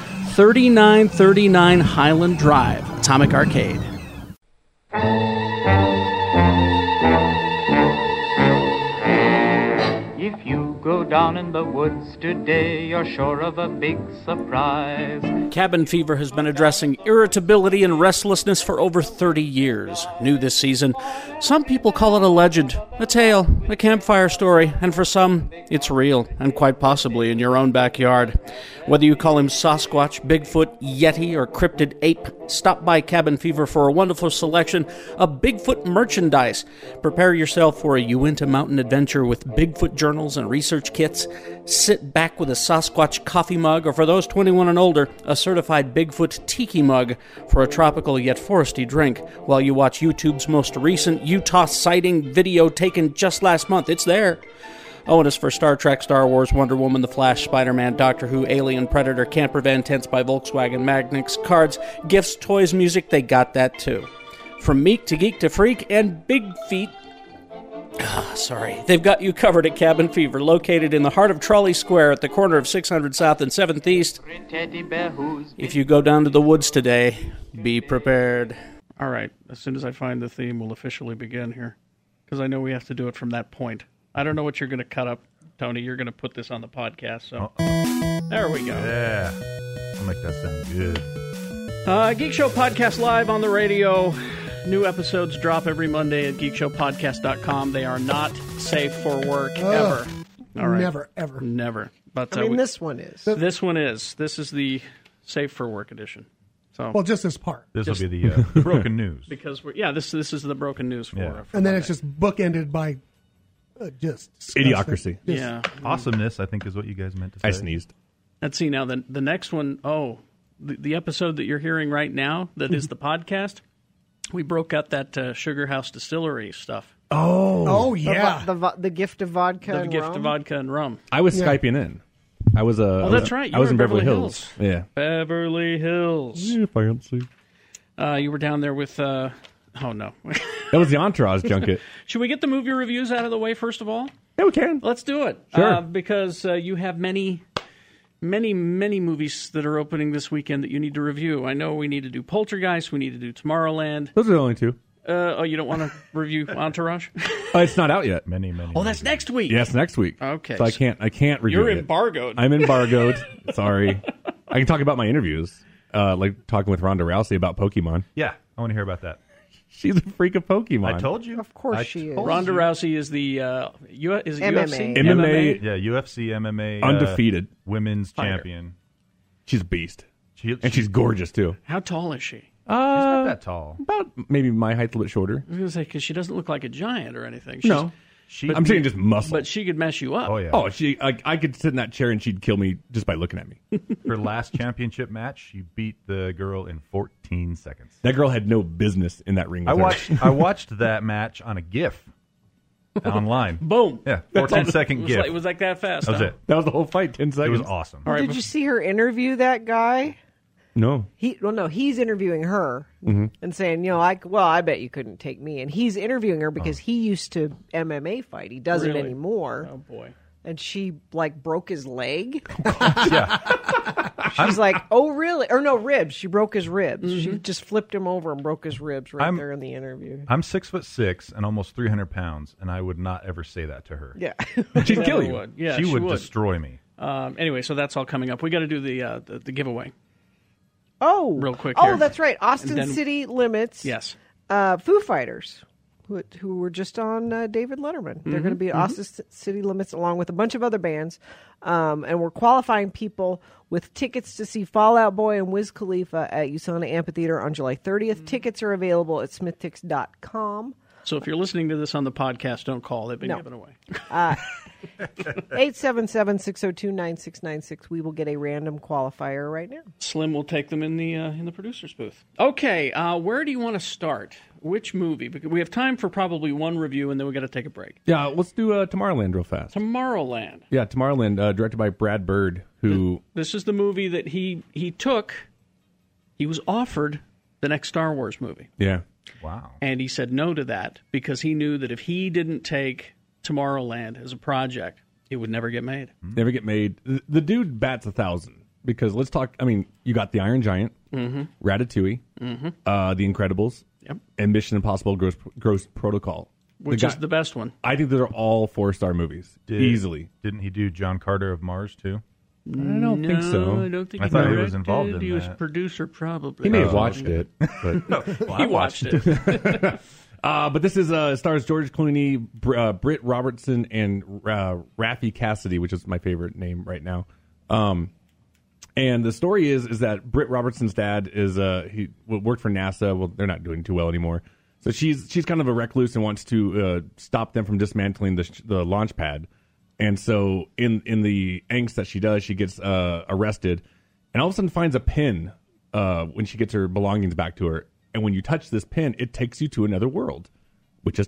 Speaker 2: 3939 Highland Drive, Atomic Arcade.
Speaker 16: grow down in the woods today, you're sure of a big surprise.
Speaker 2: Cabin fever has been addressing irritability and restlessness for over 30 years. New this season, some people call it a legend, a tale, a campfire story, and for some, it's real, and quite possibly in your own backyard. Whether you call him Sasquatch, Bigfoot, Yeti, or Cryptid Ape, stop by Cabin Fever for a wonderful selection of Bigfoot merchandise. Prepare yourself for a Uinta Mountain adventure with Bigfoot journals and research kits. Sit back with a Sasquatch coffee mug, or for those 21 and older, a certified Bigfoot tiki mug for a tropical yet foresty drink while you watch YouTube's most recent Utah sighting video taken just last month. It's there. Oh, and it's for Star Trek, Star Wars, Wonder Woman, The Flash, Spider Man, Doctor Who, Alien, Predator, Camper Van, Tents by Volkswagen, Magnix, cards, gifts, toys, music, they got that too. From meek to geek to freak and big feet Ah, sorry. They've got you covered at Cabin Fever, located in the heart of Trolley Square at the corner of 600 South and 7th East.
Speaker 16: Teddy bear who's
Speaker 2: If you go down to the woods today, be prepared. All right. As soon as I find the theme, we'll officially begin here. Because I know we have to do it from that point. I don't know what you're going to cut up, Tony. You're going to put this on the podcast. So there we go.
Speaker 9: Yeah. I'll make that sound good.
Speaker 2: Uh, Geek Show Podcast Live on the radio. New episodes drop every Monday at geekshowpodcast.com. They are not safe for work
Speaker 6: Ugh.
Speaker 2: ever. All right.
Speaker 6: Never, ever.
Speaker 2: Never. But
Speaker 6: I
Speaker 2: uh,
Speaker 6: mean,
Speaker 2: we-
Speaker 6: this one is.
Speaker 2: This one is. This is the safe for work edition. So
Speaker 6: Well, just this part.
Speaker 9: This will
Speaker 2: Just-
Speaker 9: be the uh, the broken news.
Speaker 2: because we're yeah this this is the broken news for.
Speaker 9: Yeah.
Speaker 6: And then it's just bookended by uh, just
Speaker 9: Idiocracy.
Speaker 6: Just-
Speaker 2: Yeah.
Speaker 9: Awesomeness, I think, is what you guys meant to say.
Speaker 2: I sneezed. Let's see now the the next one oh the, the episode that you're hearing right now that is the podcast. We broke out that uh, Sugar House Distillery stuff.
Speaker 11: Oh.
Speaker 6: Oh,
Speaker 11: yeah.
Speaker 17: The, vo- the, gift of vodka.
Speaker 2: the
Speaker 17: and
Speaker 2: gift
Speaker 17: rum.
Speaker 2: of vodka and rum.
Speaker 11: I was
Speaker 2: Yeah.
Speaker 11: Skyping in. I was, uh, I
Speaker 2: Oh,
Speaker 11: was-
Speaker 2: that's right. You
Speaker 11: I was
Speaker 2: were
Speaker 11: in
Speaker 2: in
Speaker 11: Beverly,
Speaker 2: Beverly
Speaker 11: Hills.
Speaker 2: Hills. Beverly Hills.
Speaker 11: Yeah. Fancy.
Speaker 2: Uh, you were down there with. Uh, oh no.
Speaker 11: That was the Entourage junket.
Speaker 2: Should we get the movie reviews out of the way first of all?
Speaker 11: Yeah, we can.
Speaker 2: Let's do it.
Speaker 11: Sure.
Speaker 2: Uh, because uh, you have many, many, many movies that are opening this weekend that you need to review. I know we need to do Poltergeist. We need to do Tomorrowland.
Speaker 11: Those are the only two.
Speaker 2: Uh, oh, you don't want to review Entourage?
Speaker 11: Uh, it's not out yet. Many, many.
Speaker 2: Oh, that's next week.
Speaker 11: Yes, next week.
Speaker 2: Okay.
Speaker 11: So I can't. I can't review.
Speaker 2: You're
Speaker 11: it.
Speaker 2: embargoed.
Speaker 11: I'm embargoed. Sorry. I can talk about my interviews, uh, like talking with Ronda Rousey about Pokemon.
Speaker 9: Yeah, I want to hear about that.
Speaker 11: She's a freak of Pokemon.
Speaker 9: I told you. Of course
Speaker 17: she
Speaker 9: is.
Speaker 2: Ronda Rousey is the uh, U- is it UFC?
Speaker 11: MMA.
Speaker 9: Yeah, UFC, MMA. uh,
Speaker 11: Undefeated.
Speaker 9: women's
Speaker 11: Fighter.
Speaker 9: champion.
Speaker 11: She's a beast,
Speaker 9: She,
Speaker 11: and she's gorgeous too.
Speaker 2: How tall is she?
Speaker 11: Uh,
Speaker 9: She's not that tall.
Speaker 11: About maybe my height's a little bit shorter.
Speaker 2: I was going to say because she doesn't look like a giant or anything. She's,
Speaker 11: No. I'm saying just muscle.
Speaker 2: But she could mess you up.
Speaker 11: Oh, she. I, I could sit in that chair and she'd kill me just by looking at me.
Speaker 9: Her last championship match, she beat the girl in 14 seconds.
Speaker 11: That girl had no business in that ring. With
Speaker 9: I
Speaker 11: her.
Speaker 9: watched. I watched that match on a GIF online.
Speaker 2: Boom.
Speaker 9: Yeah,
Speaker 11: That's all-
Speaker 9: 14 second
Speaker 11: it was
Speaker 9: GIF.
Speaker 11: like- it was like that fast, That was huh? it. That was the whole fight. 10 seconds.
Speaker 9: It was awesome.
Speaker 17: Did you see her interview that guy?
Speaker 11: No.
Speaker 17: He well, no, he's interviewing her
Speaker 11: Mhm.
Speaker 17: and saying, you know, I well, I bet you couldn't take me, and he's interviewing her because he used to MMA fight. He doesn't
Speaker 2: Really?
Speaker 17: anymore.
Speaker 2: Oh boy.
Speaker 17: And she like broke his leg.
Speaker 9: I'm-
Speaker 17: She's like, oh really? Or no, ribs. She broke his ribs.
Speaker 2: Mm-hmm.
Speaker 17: She just flipped him over and broke his ribs right
Speaker 9: I'm-
Speaker 17: there in the interview.
Speaker 9: I'm six foot six and almost 300 pounds, and I would not ever say that to her.
Speaker 17: Yeah.
Speaker 11: She'd
Speaker 2: kill you. Would. Yeah,
Speaker 9: she,
Speaker 2: she
Speaker 9: would,
Speaker 2: would.
Speaker 9: destroy me.
Speaker 2: Um, anyway, so that's all coming up. We got to do the, uh, the the giveaway
Speaker 17: Oh,
Speaker 2: real quick.
Speaker 17: oh,
Speaker 2: here.
Speaker 17: that's right. Austin
Speaker 2: And then-
Speaker 17: City Limits.
Speaker 2: Yes.
Speaker 17: uh, Foo Fighters, who, who were just on uh, David Letterman. They're
Speaker 18: Mhm,
Speaker 2: Mm-hmm.
Speaker 17: going to be at
Speaker 18: mhm.
Speaker 17: Austin C- City Limits along with a bunch of other bands. Um, and we're qualifying people with tickets to see Fallout Boy and Wiz Khalifa at USANA Amphitheater on July 30th.
Speaker 2: Mm.
Speaker 17: Tickets are available at smithtix.com.
Speaker 2: So if you're listening to this on the podcast, don't call. They've been
Speaker 17: No.
Speaker 2: given away.
Speaker 17: Uh, 877-602-9696. We will get a random qualifier right now.
Speaker 2: Slim will take them in the uh, in the producer's booth. Okay, uh, where do you want to start? Which movie? Because we have time for probably one review, and then we got to take a break.
Speaker 11: Yeah, let's do uh, Tomorrowland real fast.
Speaker 2: Tomorrowland.
Speaker 11: Yeah, Tomorrowland, uh, directed by Brad Bird, who
Speaker 2: This is the movie that he he took. He was offered the next Star Wars movie.
Speaker 11: yeah,
Speaker 9: Wow.
Speaker 2: And he said no to that because he knew that if he didn't take Tomorrowland as a project, it would never get made.
Speaker 11: Mm-hmm. never get made. The, the dude bats a thousand because let's talk. I mean, you got the Iron Giant,
Speaker 2: Mhm.
Speaker 11: Ratatouille,
Speaker 2: Mhm.
Speaker 11: uh, The Incredibles,
Speaker 2: Yep.
Speaker 11: and Mission Impossible: Gross, Gross Protocol.
Speaker 2: Which is the best one?
Speaker 11: I think those are all four star movies
Speaker 9: Did-
Speaker 11: easily.
Speaker 9: Didn't he do John Carter of Mars too?
Speaker 11: I don't think
Speaker 2: No,
Speaker 11: so.
Speaker 2: I don't think
Speaker 9: I thought he was
Speaker 2: directed.
Speaker 9: involved in
Speaker 2: He was
Speaker 9: that.
Speaker 2: producer, probably.
Speaker 11: He may have
Speaker 9: Oh,
Speaker 11: watched
Speaker 9: okay.
Speaker 11: it, but
Speaker 2: No, well, I He watched watched
Speaker 11: it. uh, but this is uh, stars George Clooney, Br- uh, Britt Robertson, and uh, Rafi Cassidy, which is my favorite name right now. Um, and the story is is that Britt Robertson's dad is uh, he w- worked for NASA. Well, they're not doing too well anymore. So she's she's kind of a recluse and wants to uh, stop them from dismantling the sh- the launch pad. And so in in the angst that she does, she gets uh, arrested, and all of a sudden finds a pin uh, when she gets her belongings back to her. And when you touch this pin, it takes you to another world, which is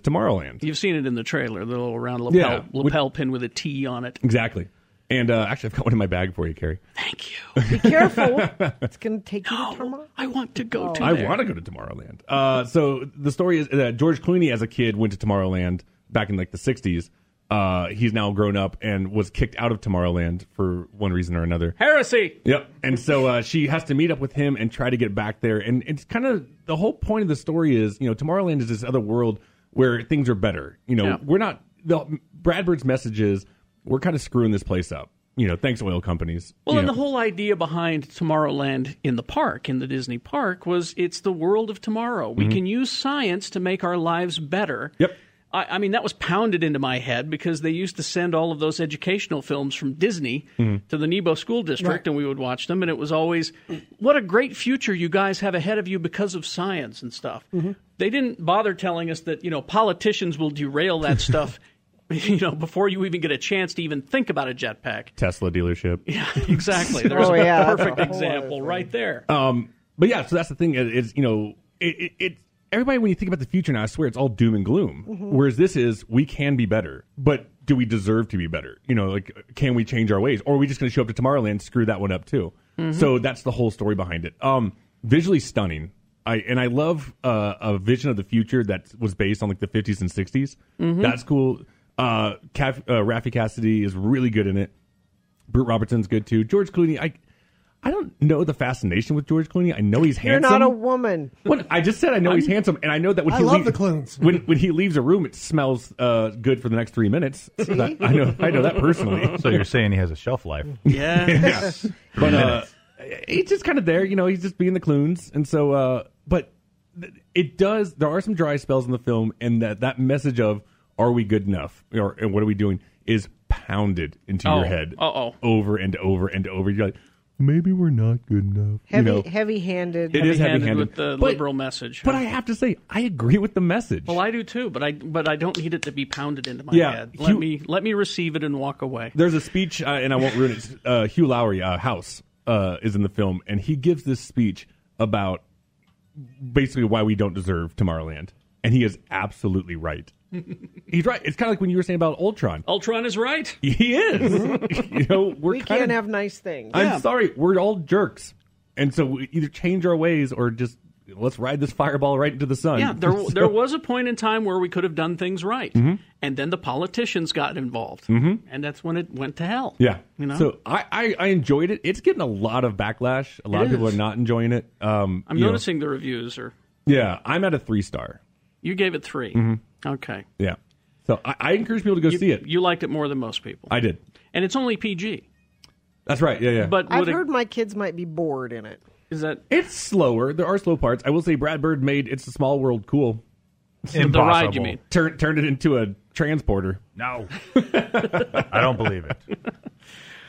Speaker 11: Tomorrowland.
Speaker 2: You've seen it in the trailer, the little round lapel,
Speaker 11: Yeah.
Speaker 2: lapel pin with a T on it.
Speaker 11: Exactly. And uh, actually, I've got one in my bag for you, Carrie. Thank you.
Speaker 17: Be careful. it's going to take you to Oh. Tomorrow.
Speaker 2: I want to go
Speaker 11: I want to go to Tomorrowland. Uh, so the story is that George Clooney, as a kid, went to Tomorrowland back in like the '60s. Uh, he's now grown up and was kicked out of Tomorrowland for one reason or another.
Speaker 2: Heresy.
Speaker 11: Yep. And so uh, she has to meet up with him and try to get back there. And it's kind of the whole point of the story is, you know, Tomorrowland is this other world where things are better. You know,
Speaker 2: Yeah.
Speaker 11: we're not the Bradbird's message is we're kind of screwing this place up. You know, thanks oil companies.
Speaker 2: Well,
Speaker 11: you
Speaker 2: and
Speaker 11: know.
Speaker 2: the whole idea behind Tomorrowland in the park, in the Disney park, was it's the world of tomorrow. We
Speaker 11: Mhm.
Speaker 2: can use science to make our lives better. Yep. I, I mean, that was pounded into my head because they used to send all of those educational films from Disney
Speaker 18: Mhm.
Speaker 2: to the Nebo School District,
Speaker 18: Right.
Speaker 2: and we would watch them, and it was always, what a great future you guys have ahead of you because of science and stuff. They didn't bother telling us that, you know, politicians will derail that stuff. You know, before you even get a chance to even think about a jetpack.
Speaker 11: Tesla dealership.
Speaker 2: Yeah, exactly. There's
Speaker 11: Oh,
Speaker 2: a
Speaker 11: yeah, that's
Speaker 2: perfect
Speaker 11: a whole other
Speaker 2: example right there.
Speaker 11: Um, but yeah, so that's the thing. It, it's you know, it, it, it everybody when you think about the future now, I swear it's all doom and gloom.
Speaker 9: Mhm.
Speaker 11: Whereas this is we can be better, but do we deserve to be better? You know, like can we change our ways, or are we just going to show up to Tomorrowland and screw that one up too?
Speaker 9: Mhm.
Speaker 11: So that's the whole story behind it. Um, visually stunning. I, and I love uh, a vision of the future that was based on like the 50s and 60s.
Speaker 9: Mhm.
Speaker 11: That's cool. Uh, Caf- uh, Rafi Cassidy is really good in it. Brute Robertson's good too. George Clooney, I I don't know the fascination with George Clooney. I know he's
Speaker 17: You're
Speaker 11: handsome.
Speaker 17: not a woman.
Speaker 11: What? I just said I know he's handsome, and I know that when
Speaker 17: I
Speaker 11: he
Speaker 17: love
Speaker 11: lea-
Speaker 17: the Clunes.
Speaker 11: When when he leaves a room, it smells uh, good for the next three minutes.
Speaker 9: See?
Speaker 11: That- I know I know that personally.
Speaker 9: So you're saying he has a shelf life?
Speaker 11: Yes.
Speaker 9: Yeah.
Speaker 11: But uh,
Speaker 9: minutes.
Speaker 11: he's just kind of there, you know. He's just being the Clunes, and so. Uh, but th- it does. There are some dry spells in the film, and that that message of "Are we good enough?" or and "What are we doing?" is pounded into
Speaker 2: Oh.
Speaker 11: your head
Speaker 2: Uh-oh.
Speaker 11: over and over and over. You're like, maybe we're not good enough.
Speaker 17: Heavy,
Speaker 11: you know,
Speaker 17: heavy-handed.
Speaker 11: It is
Speaker 2: Heavy-handed
Speaker 11: heavy-handed.
Speaker 2: with the
Speaker 11: But-
Speaker 2: liberal message.
Speaker 11: But I have to say, I agree with the message.
Speaker 2: well, I do too, but I but I don't need it to be pounded into my
Speaker 11: Yeah,
Speaker 2: head. Let
Speaker 11: you-
Speaker 2: me let me receive it and walk away.
Speaker 11: There's a speech, uh, and I won't ruin it. Uh, Hugh Lowry, uh, House, uh, is in the film, and he gives this speech about basically why we don't deserve Tomorrowland, and he is absolutely right. He's right. It's kind of like when you were saying about Ultron.
Speaker 2: Ultron is right.
Speaker 11: He is. you know, we're
Speaker 17: We
Speaker 11: kind of.
Speaker 17: can't have nice things.
Speaker 11: I'm sorry, we're all jerks, and so we either change our ways or just let's ride this fireball right into the sun.
Speaker 2: Yeah, there
Speaker 11: So-
Speaker 2: there was a point in time where we could have done things right,
Speaker 11: Mhm.
Speaker 2: and then the politicians got involved,
Speaker 11: Mhm.
Speaker 2: and that's when it went to hell.
Speaker 11: Yeah.
Speaker 2: you know.
Speaker 11: So I, I, I enjoyed it. It's getting a lot of backlash. A lot
Speaker 2: It
Speaker 11: of people
Speaker 2: is.
Speaker 11: are not enjoying it. Um,
Speaker 2: I'm
Speaker 11: you know,
Speaker 2: noticing the reviews are.
Speaker 11: yeah, I'm at a three star.
Speaker 2: You gave it 3
Speaker 11: Mhm.
Speaker 2: Okay,
Speaker 11: Yeah. So I, I encourage people to go see it.
Speaker 2: you liked it more than most people,
Speaker 11: I did.
Speaker 2: and it's only PG.
Speaker 11: That's right. Yeah, yeah.
Speaker 2: But
Speaker 17: I've
Speaker 2: would it-
Speaker 17: heard my kids might be bored in it.
Speaker 2: Is that
Speaker 11: it's slower? There are slow parts. I will say, Brad Bird made "It's a Small World" cool.
Speaker 9: The Impossible. ride, you mean.
Speaker 11: Turn, turned it into a transporter.
Speaker 9: No, I don't believe it.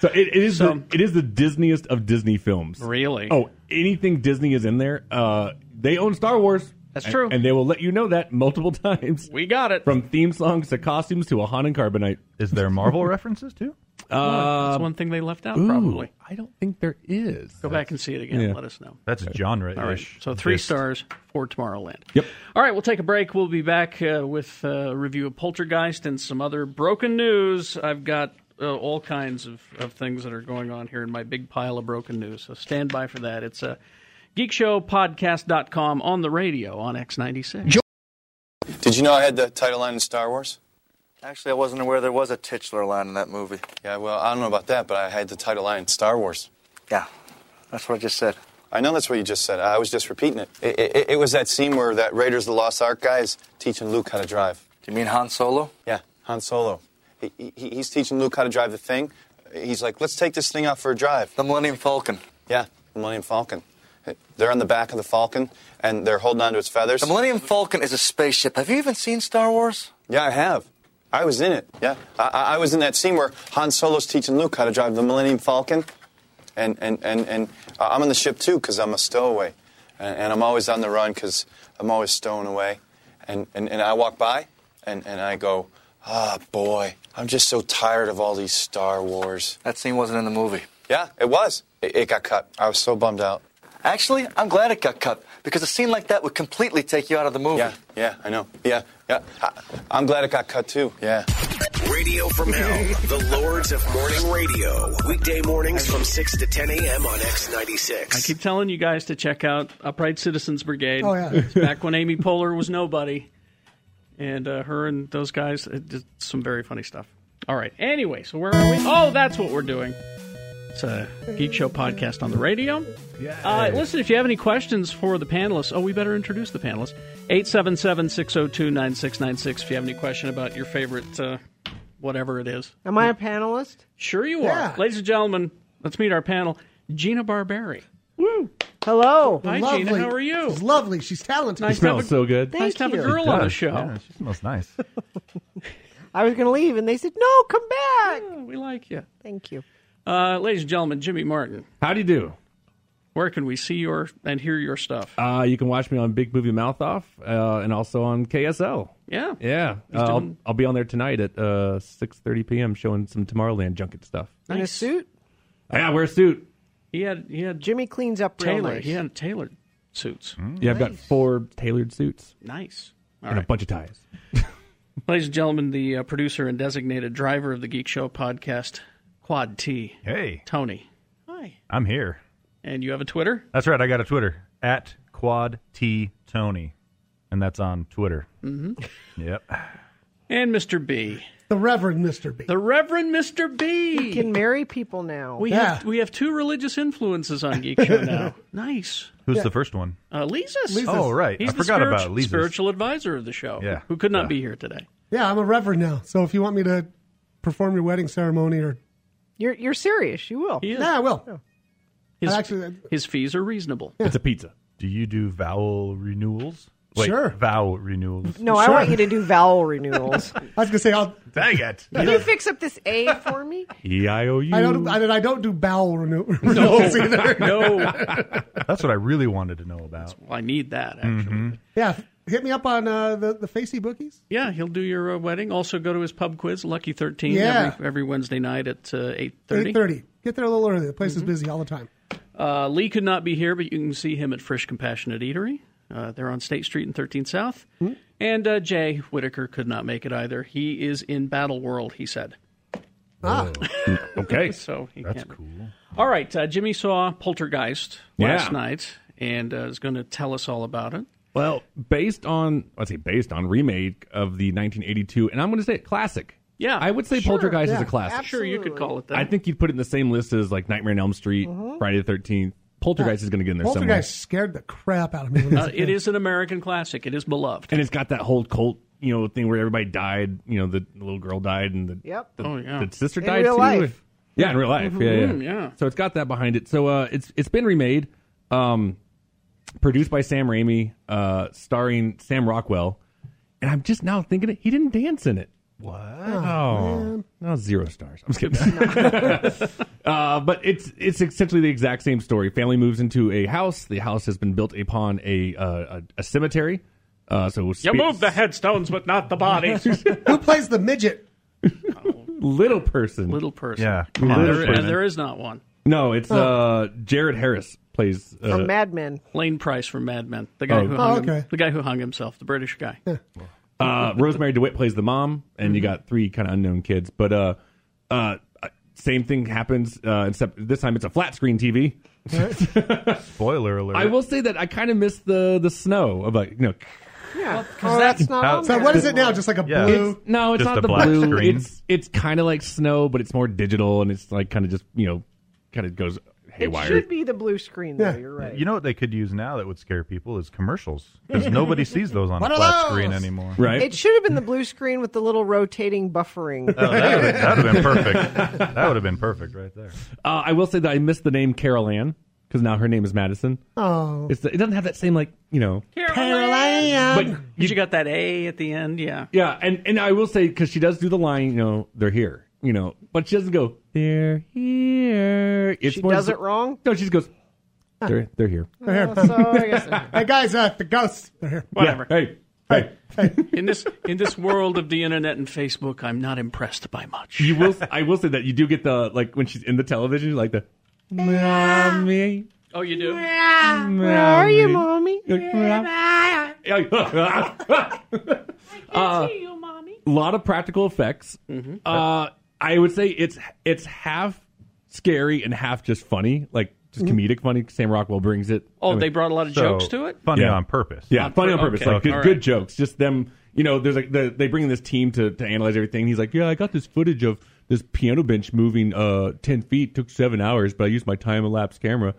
Speaker 11: So it, it is
Speaker 9: So-
Speaker 11: the, it is the Disneyest of Disney films.
Speaker 2: Really?
Speaker 11: Oh, anything Disney is in there. Uh, they own Star Wars.
Speaker 2: That's
Speaker 11: And-
Speaker 2: true.
Speaker 11: and they will let you know that multiple times.
Speaker 2: We got it.
Speaker 11: From theme songs to costumes to a Han and Carbonite. Is there
Speaker 9: Marvel references too?
Speaker 11: Uh,
Speaker 2: that's one thing they left out.
Speaker 11: ooh,
Speaker 2: probably.
Speaker 11: I don't think there is.
Speaker 2: Go back and see it again.
Speaker 9: Yeah.
Speaker 2: Let us know.
Speaker 9: That's
Speaker 2: Okay.
Speaker 9: genre-ish.
Speaker 2: All right. So three
Speaker 9: Best.
Speaker 2: stars for Tomorrowland.
Speaker 11: Yep.
Speaker 2: All right, we'll take a break. We'll be back uh, with a review of Poltergeist and some other broken news. I've got uh, all kinds of, of things that are going on here in my big pile of broken news. So stand by for that. It's uh, a geekshowpodcast.com on the radio on X96.
Speaker 19: Did you know I had the title line in Star Wars? Actually, I wasn't aware there was a titular line in that movie. Yeah, well, I don't know about that, but I had the title line in Star Wars. Yeah, that's what I just said. I know that's what you just said. I was just repeating it. It, it, it was that scene where that Raiders of the Lost Ark guy is teaching Luke how to drive. You mean Han Solo? Yeah, Han Solo. He, he, he's teaching Luke how to drive the thing. He's like, let's take this thing out for a drive. The Millennium Falcon. Yeah, the Millennium Falcon. They're on the back of the Falcon, and they're holding onto its feathers.
Speaker 18: The Millennium Falcon is a spaceship. Have you even seen Star Wars?
Speaker 19: Yeah, I have. I was in it. Yeah, I, I I was in that scene where Han Solo's teaching Luke how to drive the Millennium Falcon, and and and and uh, I'm on the ship too because I'm a stowaway, and, and I'm always on the run because I'm always stowing away, and and, and I walk by, and and I go, ah boy, I'm just so tired of all these Star Wars.
Speaker 18: That scene wasn't in the movie.
Speaker 19: Yeah, it was. It, it got cut. I was so bummed out.
Speaker 18: Actually, I'm glad it got cut because a scene like that would completely take you out of the movie.
Speaker 19: Yeah, yeah, I know. Yeah, yeah. I, I'm glad it got cut too. Yeah.
Speaker 20: Radio from Hell, the Lords of Morning Radio. Weekday mornings from 6 to 10 a.m. on X96.
Speaker 2: I keep telling you guys to check out Upright Citizens Brigade.
Speaker 6: Oh, yeah.
Speaker 2: It's back when Amy Poehler was nobody, and uh, her and those guys it did some very funny stuff. All right. Anyway, so where are we? Oh, that's what we're doing. It's a Geek Show podcast on the radio.
Speaker 11: Yeah.
Speaker 2: Uh, listen, if you have any questions for the panelists, oh, we better introduce the panelists. 877 602 9696. If you have any question about your favorite, uh, whatever it is.
Speaker 17: Am I a panelist?
Speaker 2: Sure, you
Speaker 17: Yeah.
Speaker 2: are. Ladies and gentlemen, let's meet our panel. Gina Barberi. Woo!
Speaker 17: Hello.
Speaker 2: Hi, Gina. How are you? She's
Speaker 6: lovely. She's talented.
Speaker 2: Nice to have a- nice to have a girl on the
Speaker 21: does,
Speaker 2: show.
Speaker 21: yeah, she smells nice.
Speaker 17: I was going to leave, and they said, "No, come back.
Speaker 2: we like you.
Speaker 17: Thank you."
Speaker 2: Uh, ladies and gentlemen, Jimmy Martin.
Speaker 11: How do you do?
Speaker 2: Where can we see your and hear your stuff?
Speaker 11: Uh, you can watch me on Big Movie Mouth Off uh, and also on KSL.
Speaker 2: Yeah.
Speaker 11: Yeah.
Speaker 2: He's
Speaker 11: Uh, I'll,
Speaker 2: doing-
Speaker 11: I'll be on there tonight at uh, 6.30 p.m. showing some Tomorrowland junket stuff.
Speaker 17: In a suit.
Speaker 21: oh,
Speaker 11: I gotta wear a suit.
Speaker 2: He had he had
Speaker 17: Jimmy cleans up real
Speaker 2: Tailored.
Speaker 17: nice.
Speaker 2: He had tailored suits.
Speaker 21: Hmm.
Speaker 11: Yeah, I've got four tailored suits
Speaker 2: Nice. Oh, All
Speaker 11: and a
Speaker 2: right.
Speaker 11: bunch of ties.
Speaker 2: Ladies and gentlemen, the uh, producer and designated driver of the Geek Show podcast, Quad T.
Speaker 21: Hey.
Speaker 2: Tony. Hi.
Speaker 21: I'm here.
Speaker 2: And you have a Twitter?
Speaker 21: That's right. I got a Twitter at Quad T Tony, and that's on Twitter.
Speaker 2: Mm-hmm.
Speaker 21: Yep.
Speaker 2: And Mr. B.
Speaker 6: The Reverend Mr. B.
Speaker 2: The Reverend Mr. B.
Speaker 17: You can marry people now.
Speaker 2: We have we have two religious influences on Geek Show now. nice.
Speaker 21: Who's
Speaker 2: Yeah.
Speaker 21: the first one?
Speaker 2: Uh, Lisa's.
Speaker 21: Lisa's. Oh, right.
Speaker 2: He's
Speaker 21: I
Speaker 2: the
Speaker 21: forgot about
Speaker 2: spiritu-
Speaker 21: Lisa's.
Speaker 2: spiritual advisor of the show.
Speaker 21: Yeah.
Speaker 2: Who could not be here today.
Speaker 6: Yeah, I'm a reverend now. So if you want me to perform your wedding ceremony or
Speaker 17: You're you're serious. You will.
Speaker 6: yeah, I will.
Speaker 2: His,
Speaker 6: Actually,
Speaker 2: his fees are reasonable.
Speaker 21: It's a pizza. Do you do vowel renewals?
Speaker 6: Sure.
Speaker 21: Vowel renewals.
Speaker 17: No, I want you to do vowel renewals.
Speaker 6: I was gonna say I'll.
Speaker 21: Dang it.
Speaker 17: Can you fix up this A for me?
Speaker 21: E I O U.
Speaker 6: I don't. I, mean, I don't do bowel renew- renewals either.
Speaker 21: That's what I really wanted to know about. Mm-hmm.
Speaker 2: Well, I need that, actually.
Speaker 6: Yeah, hit me up on uh, the the Facey bookies.
Speaker 2: Yeah, he'll do your uh, wedding. Also, go to his pub quiz, Lucky Thirteen,
Speaker 6: Yeah.
Speaker 2: every, every Wednesday night at uh, eight
Speaker 6: Eight thirty. Get there a little early. The place
Speaker 13: Mm-hmm.
Speaker 6: is busy all the time.
Speaker 2: Uh, Lee could not be here, but you can see him at Frisch Compassionate Eatery. Uh, they're on State Street in 13 South. And uh, Jay Whitaker could not make it either. He is in Battle World, he said.
Speaker 6: Ah.
Speaker 11: Hmm. okay.
Speaker 2: so he
Speaker 21: That's
Speaker 2: can't.
Speaker 21: cool.
Speaker 2: All right, uh, Jimmy saw Poltergeist last
Speaker 11: Yeah.
Speaker 2: night and uh, is going to tell us all about it.
Speaker 11: Well, based on, let's say, based on remake of the 1982, and I'm going to say it, classic.
Speaker 2: Yeah.
Speaker 11: I would say Poltergeist is a classic.
Speaker 2: Sure, you could call it that.
Speaker 11: I think you'd put it in the same list as like Nightmare on Elm Street, Friday the 13th. Poltergeist is going to get in there somewhere.
Speaker 6: Poltergeist scared the crap out of me. When I
Speaker 2: uh,
Speaker 6: was a
Speaker 2: it
Speaker 6: kid.
Speaker 2: is an American classic. It is beloved.
Speaker 11: And it's got that whole cult, you know, thing where everybody died. You know, the little girl died, and the
Speaker 17: Yep.
Speaker 11: the,
Speaker 2: Oh, yeah.
Speaker 11: the sister
Speaker 2: In
Speaker 11: died
Speaker 2: real
Speaker 11: too.
Speaker 2: life.
Speaker 11: Yeah, in real life. Yeah, yeah.
Speaker 2: Mhm, yeah.
Speaker 11: So it's got that behind it. So uh, it's it's been remade, um, produced by Sam Raimi, uh, starring Sam Rockwell, and I'm just now thinking it, he didn't dance in it. What? Oh, no, zero stars. I'm just kidding. uh, but it's it's essentially the exact same story. Family moves into a house. The house has been built upon a uh, a, a cemetery. Uh, so spe-
Speaker 2: the headstones, but not the bodies.
Speaker 6: Who plays the midget?
Speaker 11: little person,
Speaker 2: little person.
Speaker 11: Yeah,
Speaker 2: And
Speaker 11: Little
Speaker 2: there-
Speaker 11: person.
Speaker 2: and there is not one.
Speaker 11: No, it's
Speaker 2: Oh.
Speaker 11: uh, Jared Harris plays uh,
Speaker 17: From Mad Men.
Speaker 2: Lane Price from Mad Men. The guy
Speaker 11: Oh.
Speaker 2: who hung
Speaker 11: Oh,
Speaker 2: him-
Speaker 11: okay.
Speaker 2: the guy who hung himself, the British guy.
Speaker 11: uh, Rosemary DeWitt plays the mom, and
Speaker 17: Mm-hmm.
Speaker 11: you got three kind of unknown kids. But uh, uh, same thing happens, uh, except this time it's a flat screen TV.
Speaker 21: Spoiler alert.
Speaker 11: I will say that I kind of miss the the snow of like you know.
Speaker 17: Yeah.
Speaker 6: 'cause
Speaker 17: oh,
Speaker 6: that's-
Speaker 17: that's not. on
Speaker 6: So
Speaker 17: there
Speaker 6: what is it
Speaker 17: anymore.
Speaker 6: now? Just like a
Speaker 11: Yeah.
Speaker 6: blue.
Speaker 11: It's- no, it's
Speaker 21: Just
Speaker 11: not
Speaker 21: a
Speaker 11: the
Speaker 21: black
Speaker 11: blue.
Speaker 21: screen?
Speaker 11: It's it's kind of like snow, but it's more digital, and it's like kind of just you know, kind of goes
Speaker 17: It
Speaker 21: haywire.
Speaker 17: should be the blue screen, though. You're right.
Speaker 21: You know what they could use now that would scare people is commercials because nobody sees those on
Speaker 17: One
Speaker 21: a
Speaker 17: of
Speaker 21: flat
Speaker 17: those!
Speaker 21: screen anymore.
Speaker 17: It should have been the blue screen with the little rotating buffering.
Speaker 21: Oh, that would have been perfect. That would have been perfect right there.
Speaker 11: Uh, I will say that I missed the name Carol Ann because now her name is Madison.
Speaker 17: Oh.
Speaker 11: It's the, it doesn't have that same like you know. But
Speaker 2: But you got that A at the end, yeah.
Speaker 11: Yeah, and and I will say because she does do the line, you know, they're here, you know, but she doesn't go they're here. It's
Speaker 17: She
Speaker 11: more
Speaker 17: does
Speaker 11: so-
Speaker 17: it wrong?
Speaker 11: No, she just goes they're they're here.
Speaker 13: hey guys, uh, the ghosts. They're here.
Speaker 2: Whatever.
Speaker 11: Hey, hey.
Speaker 2: in this in this world of the internet and Facebook, I'm not impressed by much.
Speaker 11: You will. I will say that you do get the like when she's in the television, like the mommy.
Speaker 2: Oh, you do. Mm,
Speaker 17: Where are you, mommy?
Speaker 11: I can see you, mommy. Uh, A lot of practical effects.
Speaker 2: Mm-hmm.
Speaker 11: Uh, I would say it's it's half scary and half just funny, like just comedic funny. Sam Rockwell brings it.
Speaker 2: Mm-hmm. Oh, they brought a lot of jokes to it? Funny
Speaker 11: Yeah.
Speaker 2: on purpose.
Speaker 11: Yeah,
Speaker 2: On
Speaker 11: funny on
Speaker 2: pur-
Speaker 11: purpose.
Speaker 2: okay.
Speaker 11: Like good,
Speaker 2: All right.
Speaker 11: good jokes. Just them. You know, there's like the, they bring in this team to to analyze everything. He's like, yeah, I got this footage of this piano bench moving uh ten feet. Took seven hours, but I used my time elapsed camera.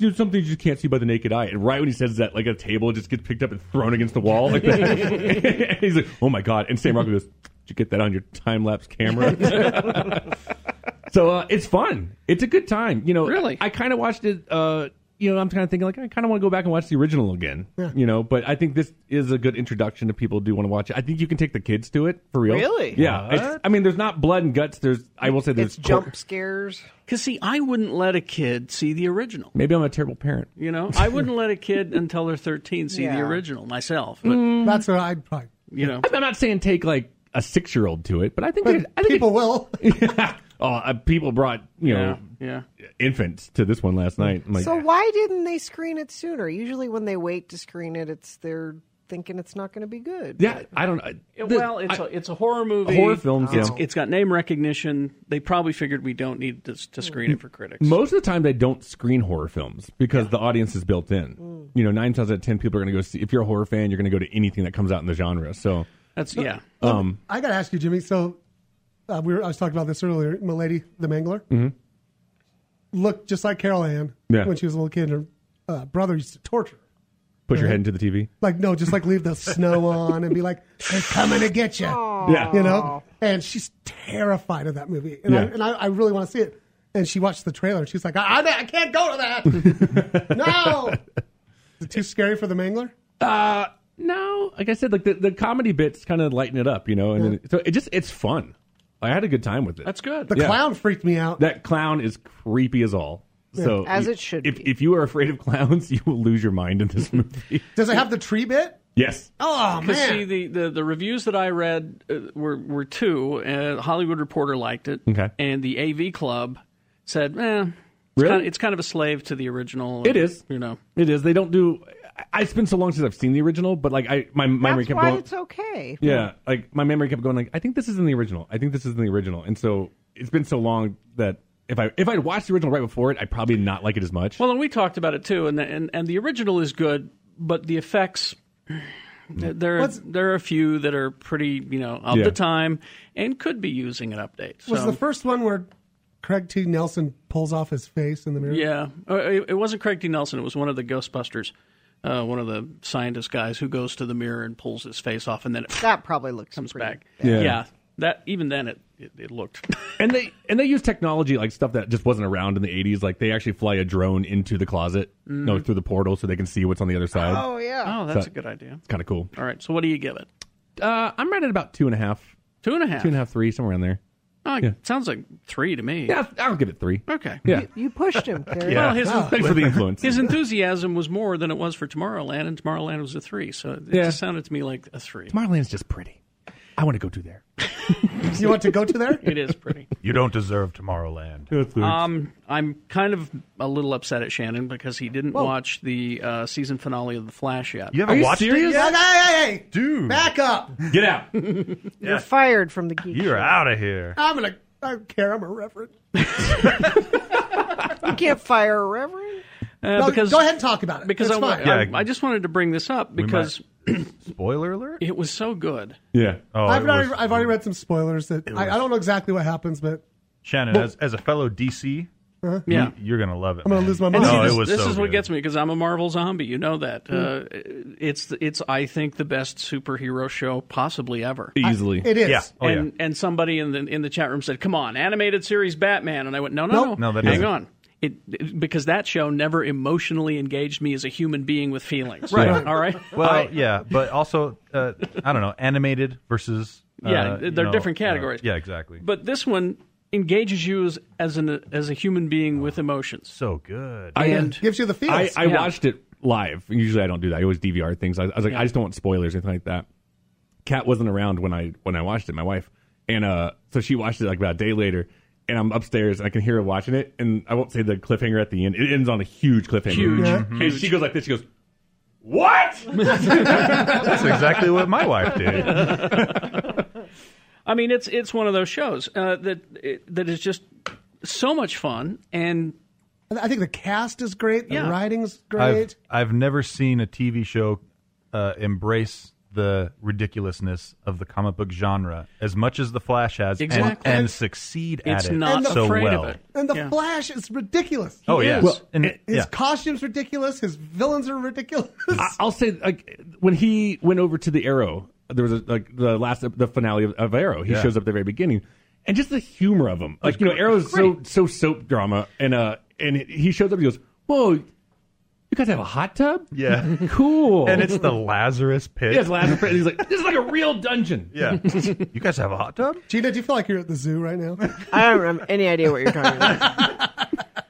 Speaker 11: Dude, something you just can't see by the naked eye. And right when he says that, like a table just gets picked up and thrown against the wall. Like that. he's like, "Oh my god!" And Sam Rockwell goes, "Did you get that on your time lapse camera?" so uh, it's fun. It's a good time. You know, really. I, kind of watched it. Uh, you know, I'm kind of thinking like I kind of want to go back and watch the original again. You know, but I think this is a good introduction to people who do want to watch it. I think you can take the kids to it for real.
Speaker 17: Really?
Speaker 11: Yeah.
Speaker 17: What?
Speaker 11: It's- I mean, there's not blood and guts. There's I will say there's
Speaker 17: It's jump scares.
Speaker 2: Because see, I wouldn't let a kid see the original.
Speaker 11: Maybe I'm a terrible parent.
Speaker 2: You know, I wouldn't let a kid until they're 13 see
Speaker 13: Yeah.
Speaker 2: the original myself. But
Speaker 13: That's what I'd probably.
Speaker 2: you know,
Speaker 11: I'm not saying take like a six year old to it, but I think it- I think
Speaker 13: people will.
Speaker 11: oh, uh, people brought you know
Speaker 2: yeah.
Speaker 11: infants to this one last night. I'm like,
Speaker 17: so why didn't they screen it sooner? Usually, when they wait to screen it, it's they're thinking it's not going to be good.
Speaker 11: yeah, I don't. I,
Speaker 2: It- well, it's a it's a horror movie. Um,
Speaker 11: Horror films,
Speaker 2: It's,
Speaker 11: yeah.
Speaker 2: it's got name recognition. They probably figured we don't need to, to screen it for critics.
Speaker 11: Most of the time, they don't screen horror films because the audience is built in. You know, nine times out of ten, people are going to go see. If you're a horror fan, you're going to go to anything that comes out in the genre. So
Speaker 2: that's yeah.
Speaker 11: Um,
Speaker 13: I gotta ask you, Jimmy. So uh, we were. I was talking about this earlier. Milady the Mangler
Speaker 11: mhm.
Speaker 13: looked just like Carol Ann
Speaker 11: Yeah.
Speaker 13: when she was a little kid. and Her uh, brother used to torture. her.
Speaker 11: push your head into the TV.
Speaker 13: Like no, just like leave the snow on and be like, "They're coming to get you."
Speaker 11: Yeah.
Speaker 13: you know. And she's terrified of that movie, and, I,
Speaker 11: Yeah.
Speaker 13: and I, I really want to see it. And she watched the trailer, and she's like, "I, I, I can't go to that. no, is it too scary for the Mangler?"
Speaker 11: Uh no, like I said, like the, the comedy bits kind of lighten it up, you know, and then, so it just it's fun. I had a good time with it.
Speaker 2: That's good.
Speaker 13: The
Speaker 11: Yeah.
Speaker 13: clown freaked me out.
Speaker 11: That clown is creepy as all.
Speaker 13: Yeah.
Speaker 11: So
Speaker 13: As
Speaker 11: you-
Speaker 13: it should
Speaker 11: If if you are afraid of clowns, you will lose your mind in this movie.
Speaker 13: Does it have the tree bit?
Speaker 11: yes.
Speaker 13: Oh
Speaker 2: Because
Speaker 13: man,
Speaker 2: see, the, the, the reviews that I read uh, were were two. Uh, Hollywood Reporter liked it,
Speaker 11: Okay.
Speaker 2: and the AV Club said, "Eh, it's,
Speaker 11: Really?
Speaker 2: kind of, it's kind of a slave to the original."
Speaker 11: It is.
Speaker 2: you know.
Speaker 11: It is. They don't do I- I it's been so long since I've seen the original, but like I my memory
Speaker 17: that's
Speaker 11: kept
Speaker 17: why
Speaker 11: going
Speaker 17: it's okay.
Speaker 11: Yeah, like my memory kept going like I think this is in the original. I think this is in the original. And so it's been so long that if I if I'd watched the original right before it, I'd probably not like it as much.
Speaker 2: Well, and we talked about it too, and the, and and the original is good, but the effects. There, are, there are a few that are pretty, you know, of
Speaker 13: Yeah.
Speaker 2: the time, and could be using an update. So.
Speaker 13: was the first one where Craig T. Nelson pulls off his face in the mirror?
Speaker 2: Yeah, Uh, it, it wasn't Craig D. Nelson. It was one of the Ghostbusters, uh, one of the scientist guys who goes to the mirror and pulls his face off, and then it
Speaker 17: that probably looks
Speaker 2: comes back.
Speaker 11: bad. Yeah.
Speaker 2: that even then it it, it looked.
Speaker 11: and they and they use technology like stuff that just wasn't around in the 80s like they actually fly a drone into the closet no
Speaker 2: Mhm.
Speaker 11: through the portal so they can see what's on the other side
Speaker 2: Oh, yeah. Oh, that's a good idea.
Speaker 11: it's kind of cool
Speaker 2: All right, so what do you give it?
Speaker 11: uh, i'm right at about two and a half
Speaker 2: Two and a half.
Speaker 11: two and a half three somewhere in there
Speaker 2: Oh, it
Speaker 11: Yeah.
Speaker 2: sounds like three to me.
Speaker 11: yeah i'll give it three
Speaker 2: Okay.
Speaker 11: yeah Ah,
Speaker 17: You pushed him. Carrie.
Speaker 2: Well, his,
Speaker 11: thanks for the influence
Speaker 2: His enthusiasm was more than it was for Tomorrowland, and Tomorrowland was a three, so it
Speaker 11: Yeah.
Speaker 2: just sounded to me like a three.
Speaker 11: tomorrowland's just pretty i want to go do there
Speaker 13: you want to go to there?
Speaker 2: It is pretty.
Speaker 21: You don't deserve Tomorrowland.
Speaker 2: Um, I'm kind of a little upset at Shannon because he didn't watch the uh, season finale of The Flash yet.
Speaker 21: You haven't Are you watched it serious? yet?
Speaker 13: Hey, hey, hey,
Speaker 21: dude,
Speaker 13: back up!
Speaker 11: get out.
Speaker 17: You're fired from the geek.
Speaker 21: You're out of here.
Speaker 13: I'm gonna. I don't care. I'm a reverend.
Speaker 17: You can't fire a reverend.
Speaker 2: Uh,
Speaker 13: No,
Speaker 2: because
Speaker 13: go ahead and talk about it.
Speaker 2: Because
Speaker 13: It's
Speaker 2: I,
Speaker 13: fine.
Speaker 2: I-
Speaker 13: Yeah.
Speaker 2: I just wanted to bring this up
Speaker 13: We might-
Speaker 2: because
Speaker 21: spoiler alert.
Speaker 2: It was so good.
Speaker 11: yeah
Speaker 21: oh
Speaker 13: I've,
Speaker 21: it
Speaker 13: already,
Speaker 21: was-
Speaker 13: I've already read some spoilers that I, I don't know exactly what happens, but
Speaker 21: Shannon, as, as a fellow DC
Speaker 13: Uh-huh.
Speaker 2: Yeah.
Speaker 9: You, are gonna love it.
Speaker 13: I'm gonna
Speaker 9: man.
Speaker 13: lose my mind.
Speaker 21: Oh,
Speaker 9: No,
Speaker 13: And
Speaker 9: it
Speaker 13: see,
Speaker 9: was
Speaker 2: this
Speaker 9: so
Speaker 2: is
Speaker 9: good.
Speaker 2: what gets me because I'm a Marvel zombie. You know that.
Speaker 13: Hmm.
Speaker 2: Uh, it's it's I think the best superhero show possibly ever.
Speaker 11: Easily.
Speaker 13: It is. Yeah.
Speaker 11: Oh, yeah.
Speaker 2: and and somebody in the in the chat room said, "Come on, animated series Batman," and I went, "No, no,
Speaker 13: Nope.
Speaker 2: no,
Speaker 13: No, that
Speaker 2: hang
Speaker 13: doesn't-
Speaker 2: on." It, it- because that show never emotionally engaged me as a human being with feelings.
Speaker 9: Right.
Speaker 2: All right.
Speaker 9: Well,
Speaker 2: I-
Speaker 9: yeah, but also uh, I don't know, animated versus uh,
Speaker 2: yeah,
Speaker 9: you
Speaker 2: they're
Speaker 9: know,
Speaker 2: different
Speaker 9: uh,
Speaker 2: categories.
Speaker 9: yeah, exactly.
Speaker 2: But this one engages you as, as an as a human being with emotions.
Speaker 9: So good.
Speaker 11: I- uh,
Speaker 2: and
Speaker 13: gives you the
Speaker 11: I,
Speaker 13: feels.
Speaker 11: I watched it live. Usually I don't do that. I always DVR things. I, I was like, I just don't want spoilers or anything like that. Kat wasn't around when I when I watched it, my wife, and uh, so she watched it like about a day later. And I'm upstairs and I can hear her watching it. And I won't say the cliffhanger at the end. It ends on a huge cliffhanger.
Speaker 2: Huge. Mm-hmm. Yeah.
Speaker 11: And she goes like this. She goes, "What?" That's
Speaker 9: exactly what my wife did.
Speaker 2: I mean, it's it's one of those shows uh, that it, that is just so much fun and
Speaker 13: I think the cast is great. The
Speaker 2: Yeah.
Speaker 13: writing's
Speaker 9: I've,
Speaker 13: great.
Speaker 9: I've never seen a TV show uh, embrace the ridiculousness of the comic book genre as much as the Flash has, and-
Speaker 13: Exactly.
Speaker 9: and, succeed
Speaker 13: It's
Speaker 9: at it
Speaker 13: not
Speaker 9: so
Speaker 13: afraid of
Speaker 9: well.
Speaker 2: it.
Speaker 13: And the
Speaker 2: Yeah.
Speaker 13: Flash is ridiculous.
Speaker 9: Oh,
Speaker 13: He
Speaker 9: yes.
Speaker 13: is.
Speaker 9: Well, and-
Speaker 13: his
Speaker 9: yeah.
Speaker 13: costume's ridiculous. His villains are ridiculous.
Speaker 11: I- I'll say like when he went over to the Arrow, there was a, like the last the finale of, of Arrow. He
Speaker 9: Yeah.
Speaker 11: shows up at the very beginning, and just the humor of him, like you know, Arrow's so so soap drama, and uh, and he shows up, and he goes, "Whoa, you guys have a hot tub?
Speaker 9: Yeah.
Speaker 11: cool."
Speaker 9: And it's the Lazarus pit.
Speaker 11: Yes, Lazarus Pit. He's like, this is like a real dungeon.
Speaker 9: Yeah. you guys have a hot tub?
Speaker 13: Gina, do you feel like you're at the zoo right now?
Speaker 17: I don't have any idea what you're talking about.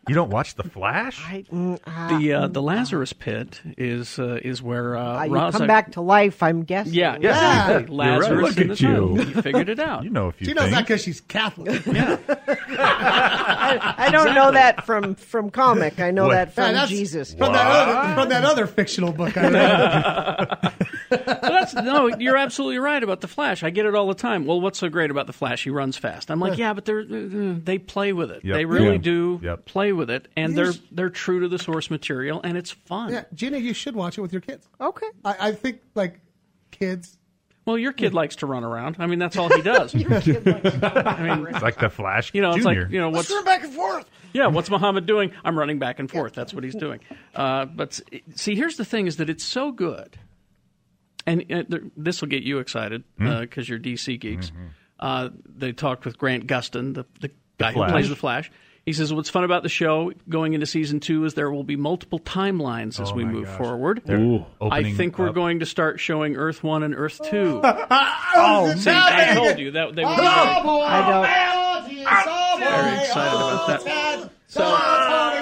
Speaker 9: You don't watch The Flash?
Speaker 17: I, mm, ah,
Speaker 2: the uh, the Lazarus Pit is uh, is where uh,
Speaker 17: ah, you
Speaker 2: Raza-
Speaker 17: come back to life, I'm guessing.
Speaker 2: Yeah,
Speaker 9: Yeah.
Speaker 2: exactly. Lazarus
Speaker 9: You're right. Look
Speaker 2: in
Speaker 9: at
Speaker 2: the
Speaker 9: you.
Speaker 2: Tub. You figured it out.
Speaker 9: You know if you
Speaker 13: Gina's
Speaker 9: think.
Speaker 13: not because she's Catholic.
Speaker 17: I don't know that from from comic. I know
Speaker 9: What?
Speaker 17: that
Speaker 13: Yeah,
Speaker 17: from
Speaker 13: that's-
Speaker 17: Jesus.
Speaker 13: From that, other, from that other fictional book I read.
Speaker 2: So that's no, you're absolutely right about the Flash. I get it all the time. Well, what's so great about the Flash? He runs fast. I'm like, yeah, but they're uh, they play with it.
Speaker 9: Yep.
Speaker 2: They really
Speaker 9: Yeah.
Speaker 2: do
Speaker 9: Yep.
Speaker 2: play with it, and
Speaker 13: You
Speaker 2: they're
Speaker 13: just-
Speaker 2: they're true to the source material, and it's fun.
Speaker 13: yeah, Gina, you should watch it with your kids.
Speaker 17: Okay.
Speaker 13: I, I think, like, kids.
Speaker 2: Well, your kid likes to run around. I mean, that's all he does. I mean,
Speaker 9: It's like The Flash
Speaker 2: you know, it's
Speaker 9: Junior.
Speaker 2: like you know what's
Speaker 14: back and forth.
Speaker 2: yeah, what's Muhammad doing? I'm running back and forth. That's what he's doing. Uh, but s- see, here's the thing: is that it's so good, and uh, this will get you excited
Speaker 9: Hmm?
Speaker 2: because you're DC geeks.
Speaker 9: Mm-hmm.
Speaker 2: Uh, they talked with Grant Gustin, the, the guy who
Speaker 9: Flash.
Speaker 2: plays the Flash. He says what's fun about the show going into season two is there will be multiple timelines as
Speaker 9: Oh
Speaker 2: we
Speaker 9: my
Speaker 2: move
Speaker 9: gosh.
Speaker 2: forward.
Speaker 9: They're Ooh.
Speaker 2: I
Speaker 9: opening
Speaker 2: think we're
Speaker 9: up-
Speaker 2: going to start showing Earth One and Earth Two.
Speaker 13: Oh,
Speaker 2: See, I told you that they were
Speaker 6: Oh,
Speaker 2: very,
Speaker 13: boy.
Speaker 17: I don't-
Speaker 2: very excited about that.
Speaker 13: Tony,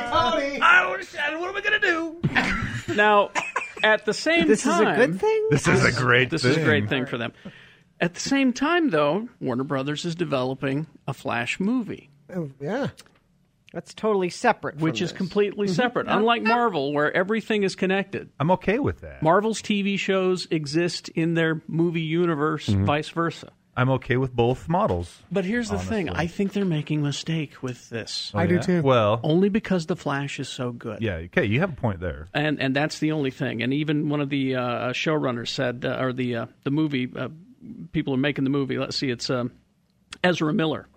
Speaker 13: Tony.
Speaker 14: I don't understand. What am I gonna do?
Speaker 2: Now, at the same
Speaker 17: This is
Speaker 2: time,
Speaker 17: a good thing.
Speaker 9: This is a great
Speaker 2: this
Speaker 9: thing.
Speaker 2: is a great thing for them. At the same time, though, Warner Brothers is developing a Flash movie,
Speaker 13: Oh, yeah.
Speaker 17: That's totally separate. from
Speaker 2: which is
Speaker 17: this. Mm-hmm.
Speaker 2: completely separate. Unlike Marvel, where everything is connected,
Speaker 9: I'm okay with that.
Speaker 2: Marvel's TV shows exist in their movie universe,
Speaker 9: Mm-hmm.
Speaker 2: vice versa.
Speaker 9: I'm okay with both models.
Speaker 2: But here's the thing I think they're making a mistake with this.
Speaker 13: I do too.
Speaker 9: Well,
Speaker 2: Only because The Flash is so good.
Speaker 9: yeah, okay, you have a point there.
Speaker 2: and and that's the only thing. And even one of the uh, showrunners said, uh, or the uh, the movie uh, people are making the movie. Let's see, it's um, Ezra Miller.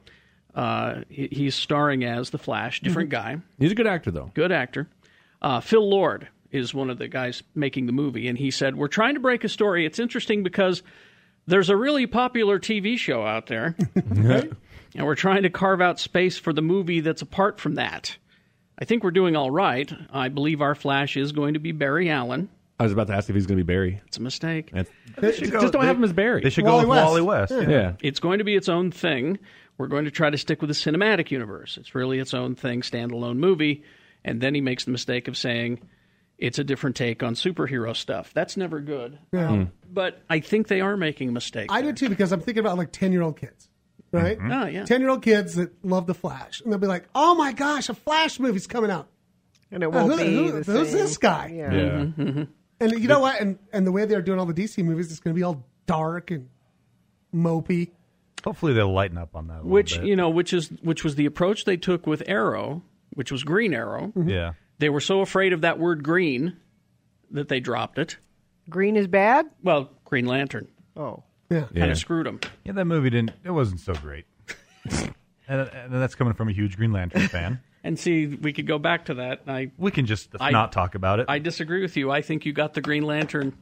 Speaker 2: Uh, he, he's starring as the Flash, different guy,
Speaker 11: He's a good actor though.
Speaker 2: good actor. Uh, Phil Lord is one of the guys making the movie, and he said, "We're trying to break a story. It's interesting because." There's a really popular TV show out there, and we're trying to carve out space for the movie that's apart from that. I think we're doing all right. I believe our Flash is going to be Barry Allen.
Speaker 11: I was about to ask if he's going to be Barry.
Speaker 2: It's a mistake.
Speaker 11: That's-
Speaker 9: should
Speaker 11: just don't
Speaker 9: they-
Speaker 11: have him as Barry.
Speaker 9: They should
Speaker 13: Wally
Speaker 9: go with
Speaker 13: West.
Speaker 9: Wally West. Yeah.
Speaker 11: yeah.
Speaker 2: It's going to be its own thing. We're going to try to stick with the cinematic universe. It's really its own thing, standalone movie. And then he makes the mistake of saying it's a different take on superhero stuff. That's never good.
Speaker 13: Yeah.
Speaker 2: But I think they are making a mistake.
Speaker 13: I do too because I'm thinking about like 10 year old kids, right?
Speaker 2: Oh, yeah.
Speaker 13: 10 year old kids that love The Flash. And they'll be like, oh my gosh, a Flash movie's coming out.
Speaker 17: and it
Speaker 13: Uh,
Speaker 17: won't
Speaker 13: who-
Speaker 17: be.
Speaker 13: who-
Speaker 17: the
Speaker 13: who's
Speaker 17: same.
Speaker 13: this guy? Mm-hmm.
Speaker 17: Yeah.
Speaker 13: And you know what? And, and the way they're doing all the DC movies, it's going to be all dark and mopey.
Speaker 9: Hopefully they'll lighten up on that. A little
Speaker 2: which,
Speaker 9: bit.
Speaker 2: you know, which is which was the approach they took with Arrow, which was Green Arrow.
Speaker 9: yeah,
Speaker 2: They were so afraid of that word green that they dropped it.
Speaker 17: Green is bad.
Speaker 2: Well, Green Lantern
Speaker 17: Oh,
Speaker 13: Yeah.
Speaker 2: kind of screwed them.
Speaker 9: yeah, that movie didn't. It wasn't so great. and, and that's coming from a huge Green Lantern fan.
Speaker 2: And see, we could go back to that. I
Speaker 21: we can just not talk about it.
Speaker 2: I disagree with you. I think you got the Green Lantern.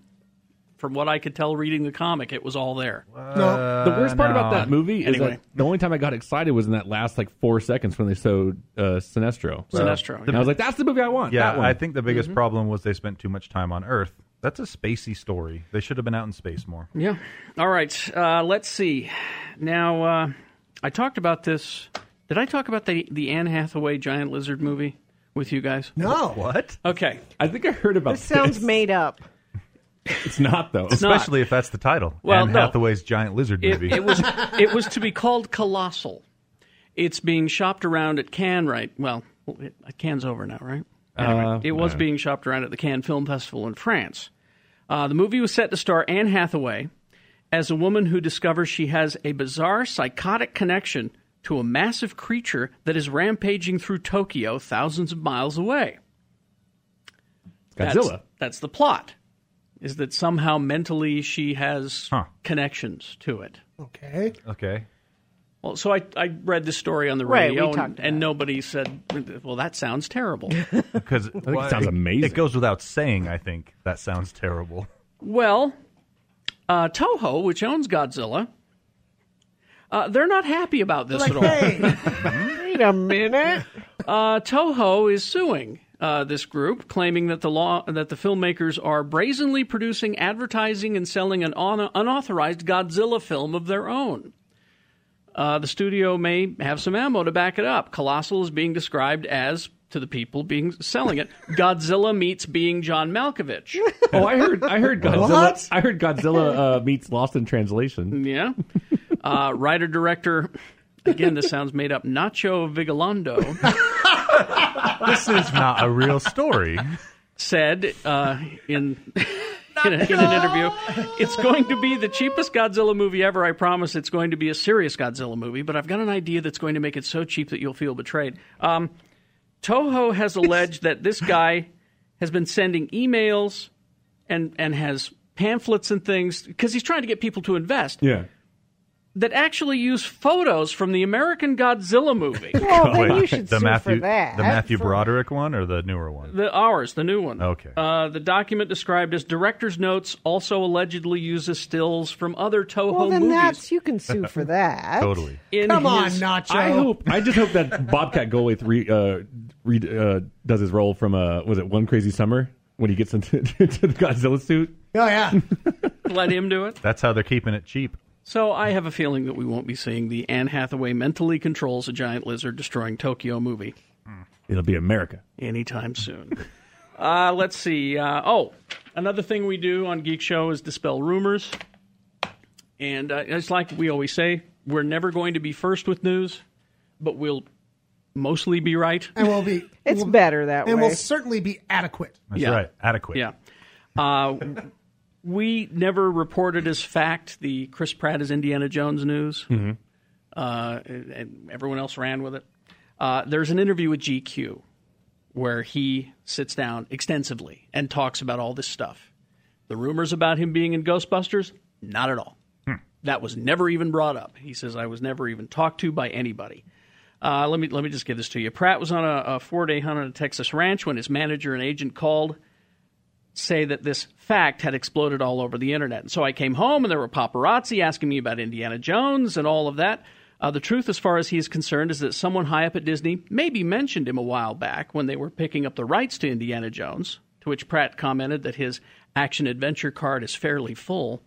Speaker 2: From what I could tell, reading the comic, it was all there.
Speaker 21: Uh,
Speaker 11: No. The worst part about that movie is
Speaker 2: Uh, Anyway.
Speaker 11: that the only time I got excited was in that last like four seconds when they showed uh, Sinestro.
Speaker 2: Sinestro,
Speaker 11: And I was like, that's the movie I want.
Speaker 21: Yeah,
Speaker 11: that one.
Speaker 21: I think the biggest
Speaker 11: Mhm.
Speaker 21: problem was they spent too much time on Earth. That's a spacey story. They should have been out in space more.
Speaker 2: Yeah. All right. Uh, let's see. Now, uh, I talked about this. Did I talk about the the Anne Hathaway giant lizard movie with you guys?
Speaker 13: No.
Speaker 21: What?
Speaker 2: Okay.
Speaker 11: I think I heard about
Speaker 17: This sounds made up.
Speaker 11: It's not though,
Speaker 2: It's not.
Speaker 21: especially if that's the title.
Speaker 2: Well,
Speaker 21: Anne
Speaker 2: no.
Speaker 21: Hathaway's giant lizard
Speaker 2: It,
Speaker 21: movie.
Speaker 2: it was it was to be called Colossal. It's being shopped around at Cannes right. Well, it, Cannes over now, right? Anyway,
Speaker 11: Uh,
Speaker 2: it was
Speaker 11: yeah.
Speaker 2: being shopped around at the Cannes Film Festival in France. Uh, the movie was set to star Anne Hathaway as a woman who discovers she has a bizarre psychotic connection to a massive creature that is rampaging through Tokyo thousands of miles away.
Speaker 11: Godzilla.
Speaker 2: That's, that's the plot. Is that somehow mentally she has connections to it?
Speaker 13: Okay.
Speaker 21: Okay.
Speaker 2: Well, so I, I read the story on the
Speaker 13: Right, we
Speaker 2: radio,
Speaker 13: talked
Speaker 2: and, and nobody said, "Well, that sounds terrible."
Speaker 21: Because I
Speaker 2: it sounds
Speaker 21: amazing. It goes without saying. I think that sounds terrible.
Speaker 2: well, uh, Toho, which owns Godzilla, uh, they're not happy about this at all.
Speaker 17: Wait a minute.
Speaker 2: Uh, Toho is suing uh, this group, claiming that the law that the filmmakers are brazenly producing, advertising, and selling an un- unauthorized Godzilla film of their own. Uh, the studio may have some ammo to back it up. Colossal is being described as to the people being selling it. Godzilla meets being John Malkovich.
Speaker 11: Oh, I heard I heard Godzilla.
Speaker 2: What?
Speaker 11: I heard Godzilla uh, meets Lost in Translation.
Speaker 2: Yeah. Uh, Writer director, again, this sounds made up, Nacho Vigalondo.
Speaker 21: this is not a real story.
Speaker 2: Said uh, in. In, a, in an interview, it's going to be the cheapest Godzilla movie ever. I promise it's going to be a serious Godzilla movie, but I've got an idea that's going to make it so cheap that you'll feel betrayed. Um, Toho has alleged that this guy has been sending emails and, and has pamphlets and things because he's trying to get people to invest.
Speaker 11: Yeah.
Speaker 2: that actually use photos from the American Godzilla movie.
Speaker 21: Wait, the Matthew, The Matthew Broderick one or the newer one?
Speaker 2: The ours, the new one.
Speaker 21: Okay.
Speaker 2: Uh, the document described as director's notes also allegedly uses stills from other Toho
Speaker 17: Well, then
Speaker 2: movies.
Speaker 17: that's you can sue for that.
Speaker 2: In
Speaker 17: Come on,
Speaker 2: his-
Speaker 17: Nacho.
Speaker 11: I hope. I just hope that Bobcat Goldthwait re, uh, re, uh, does his role from uh, was it One Crazy Summer when he gets into to the Godzilla suit.
Speaker 13: Oh yeah.
Speaker 2: Let him do it.
Speaker 21: That's how they're keeping it cheap.
Speaker 2: So I have a feeling that we won't be seeing the Anne Hathaway mentally controls a giant lizard destroying Tokyo movie
Speaker 11: It'll be America.
Speaker 2: anytime soon. uh, let's see. Uh, oh, another thing we do on Geek Show is dispel rumors. And uh, it's like we always say, we're never going to be first with news, but we'll mostly be right.
Speaker 13: And we'll be.
Speaker 17: It's better that
Speaker 13: and
Speaker 17: way.
Speaker 13: will certainly be adequate.
Speaker 21: That's right. Adequate.
Speaker 2: Yeah. Uh, we never reported as fact the Chris Pratt is Indiana Jones news.
Speaker 10: Mm-hmm.
Speaker 21: Mhm.
Speaker 2: Uh, and- and everyone else ran with it. Uh, there's an interview with GQ where he sits down extensively and talks about all this stuff. The rumors about him being in Ghostbusters, not at all. That was never even brought up. He says, I was never even talked to by anybody. Uh, let me let me just give this to you. Pratt was on a, a four day hunt on a Texas ranch when his manager and agent called say that this fact had exploded all over the internet. And so I came home and there were paparazzi asking me about Indiana Jones and all of that. Uh, the truth, as far as he is concerned, is that someone high up at Disney maybe mentioned him a while back when they were picking up the rights to Indiana Jones, to which Pratt commented that his action adventure card is fairly full.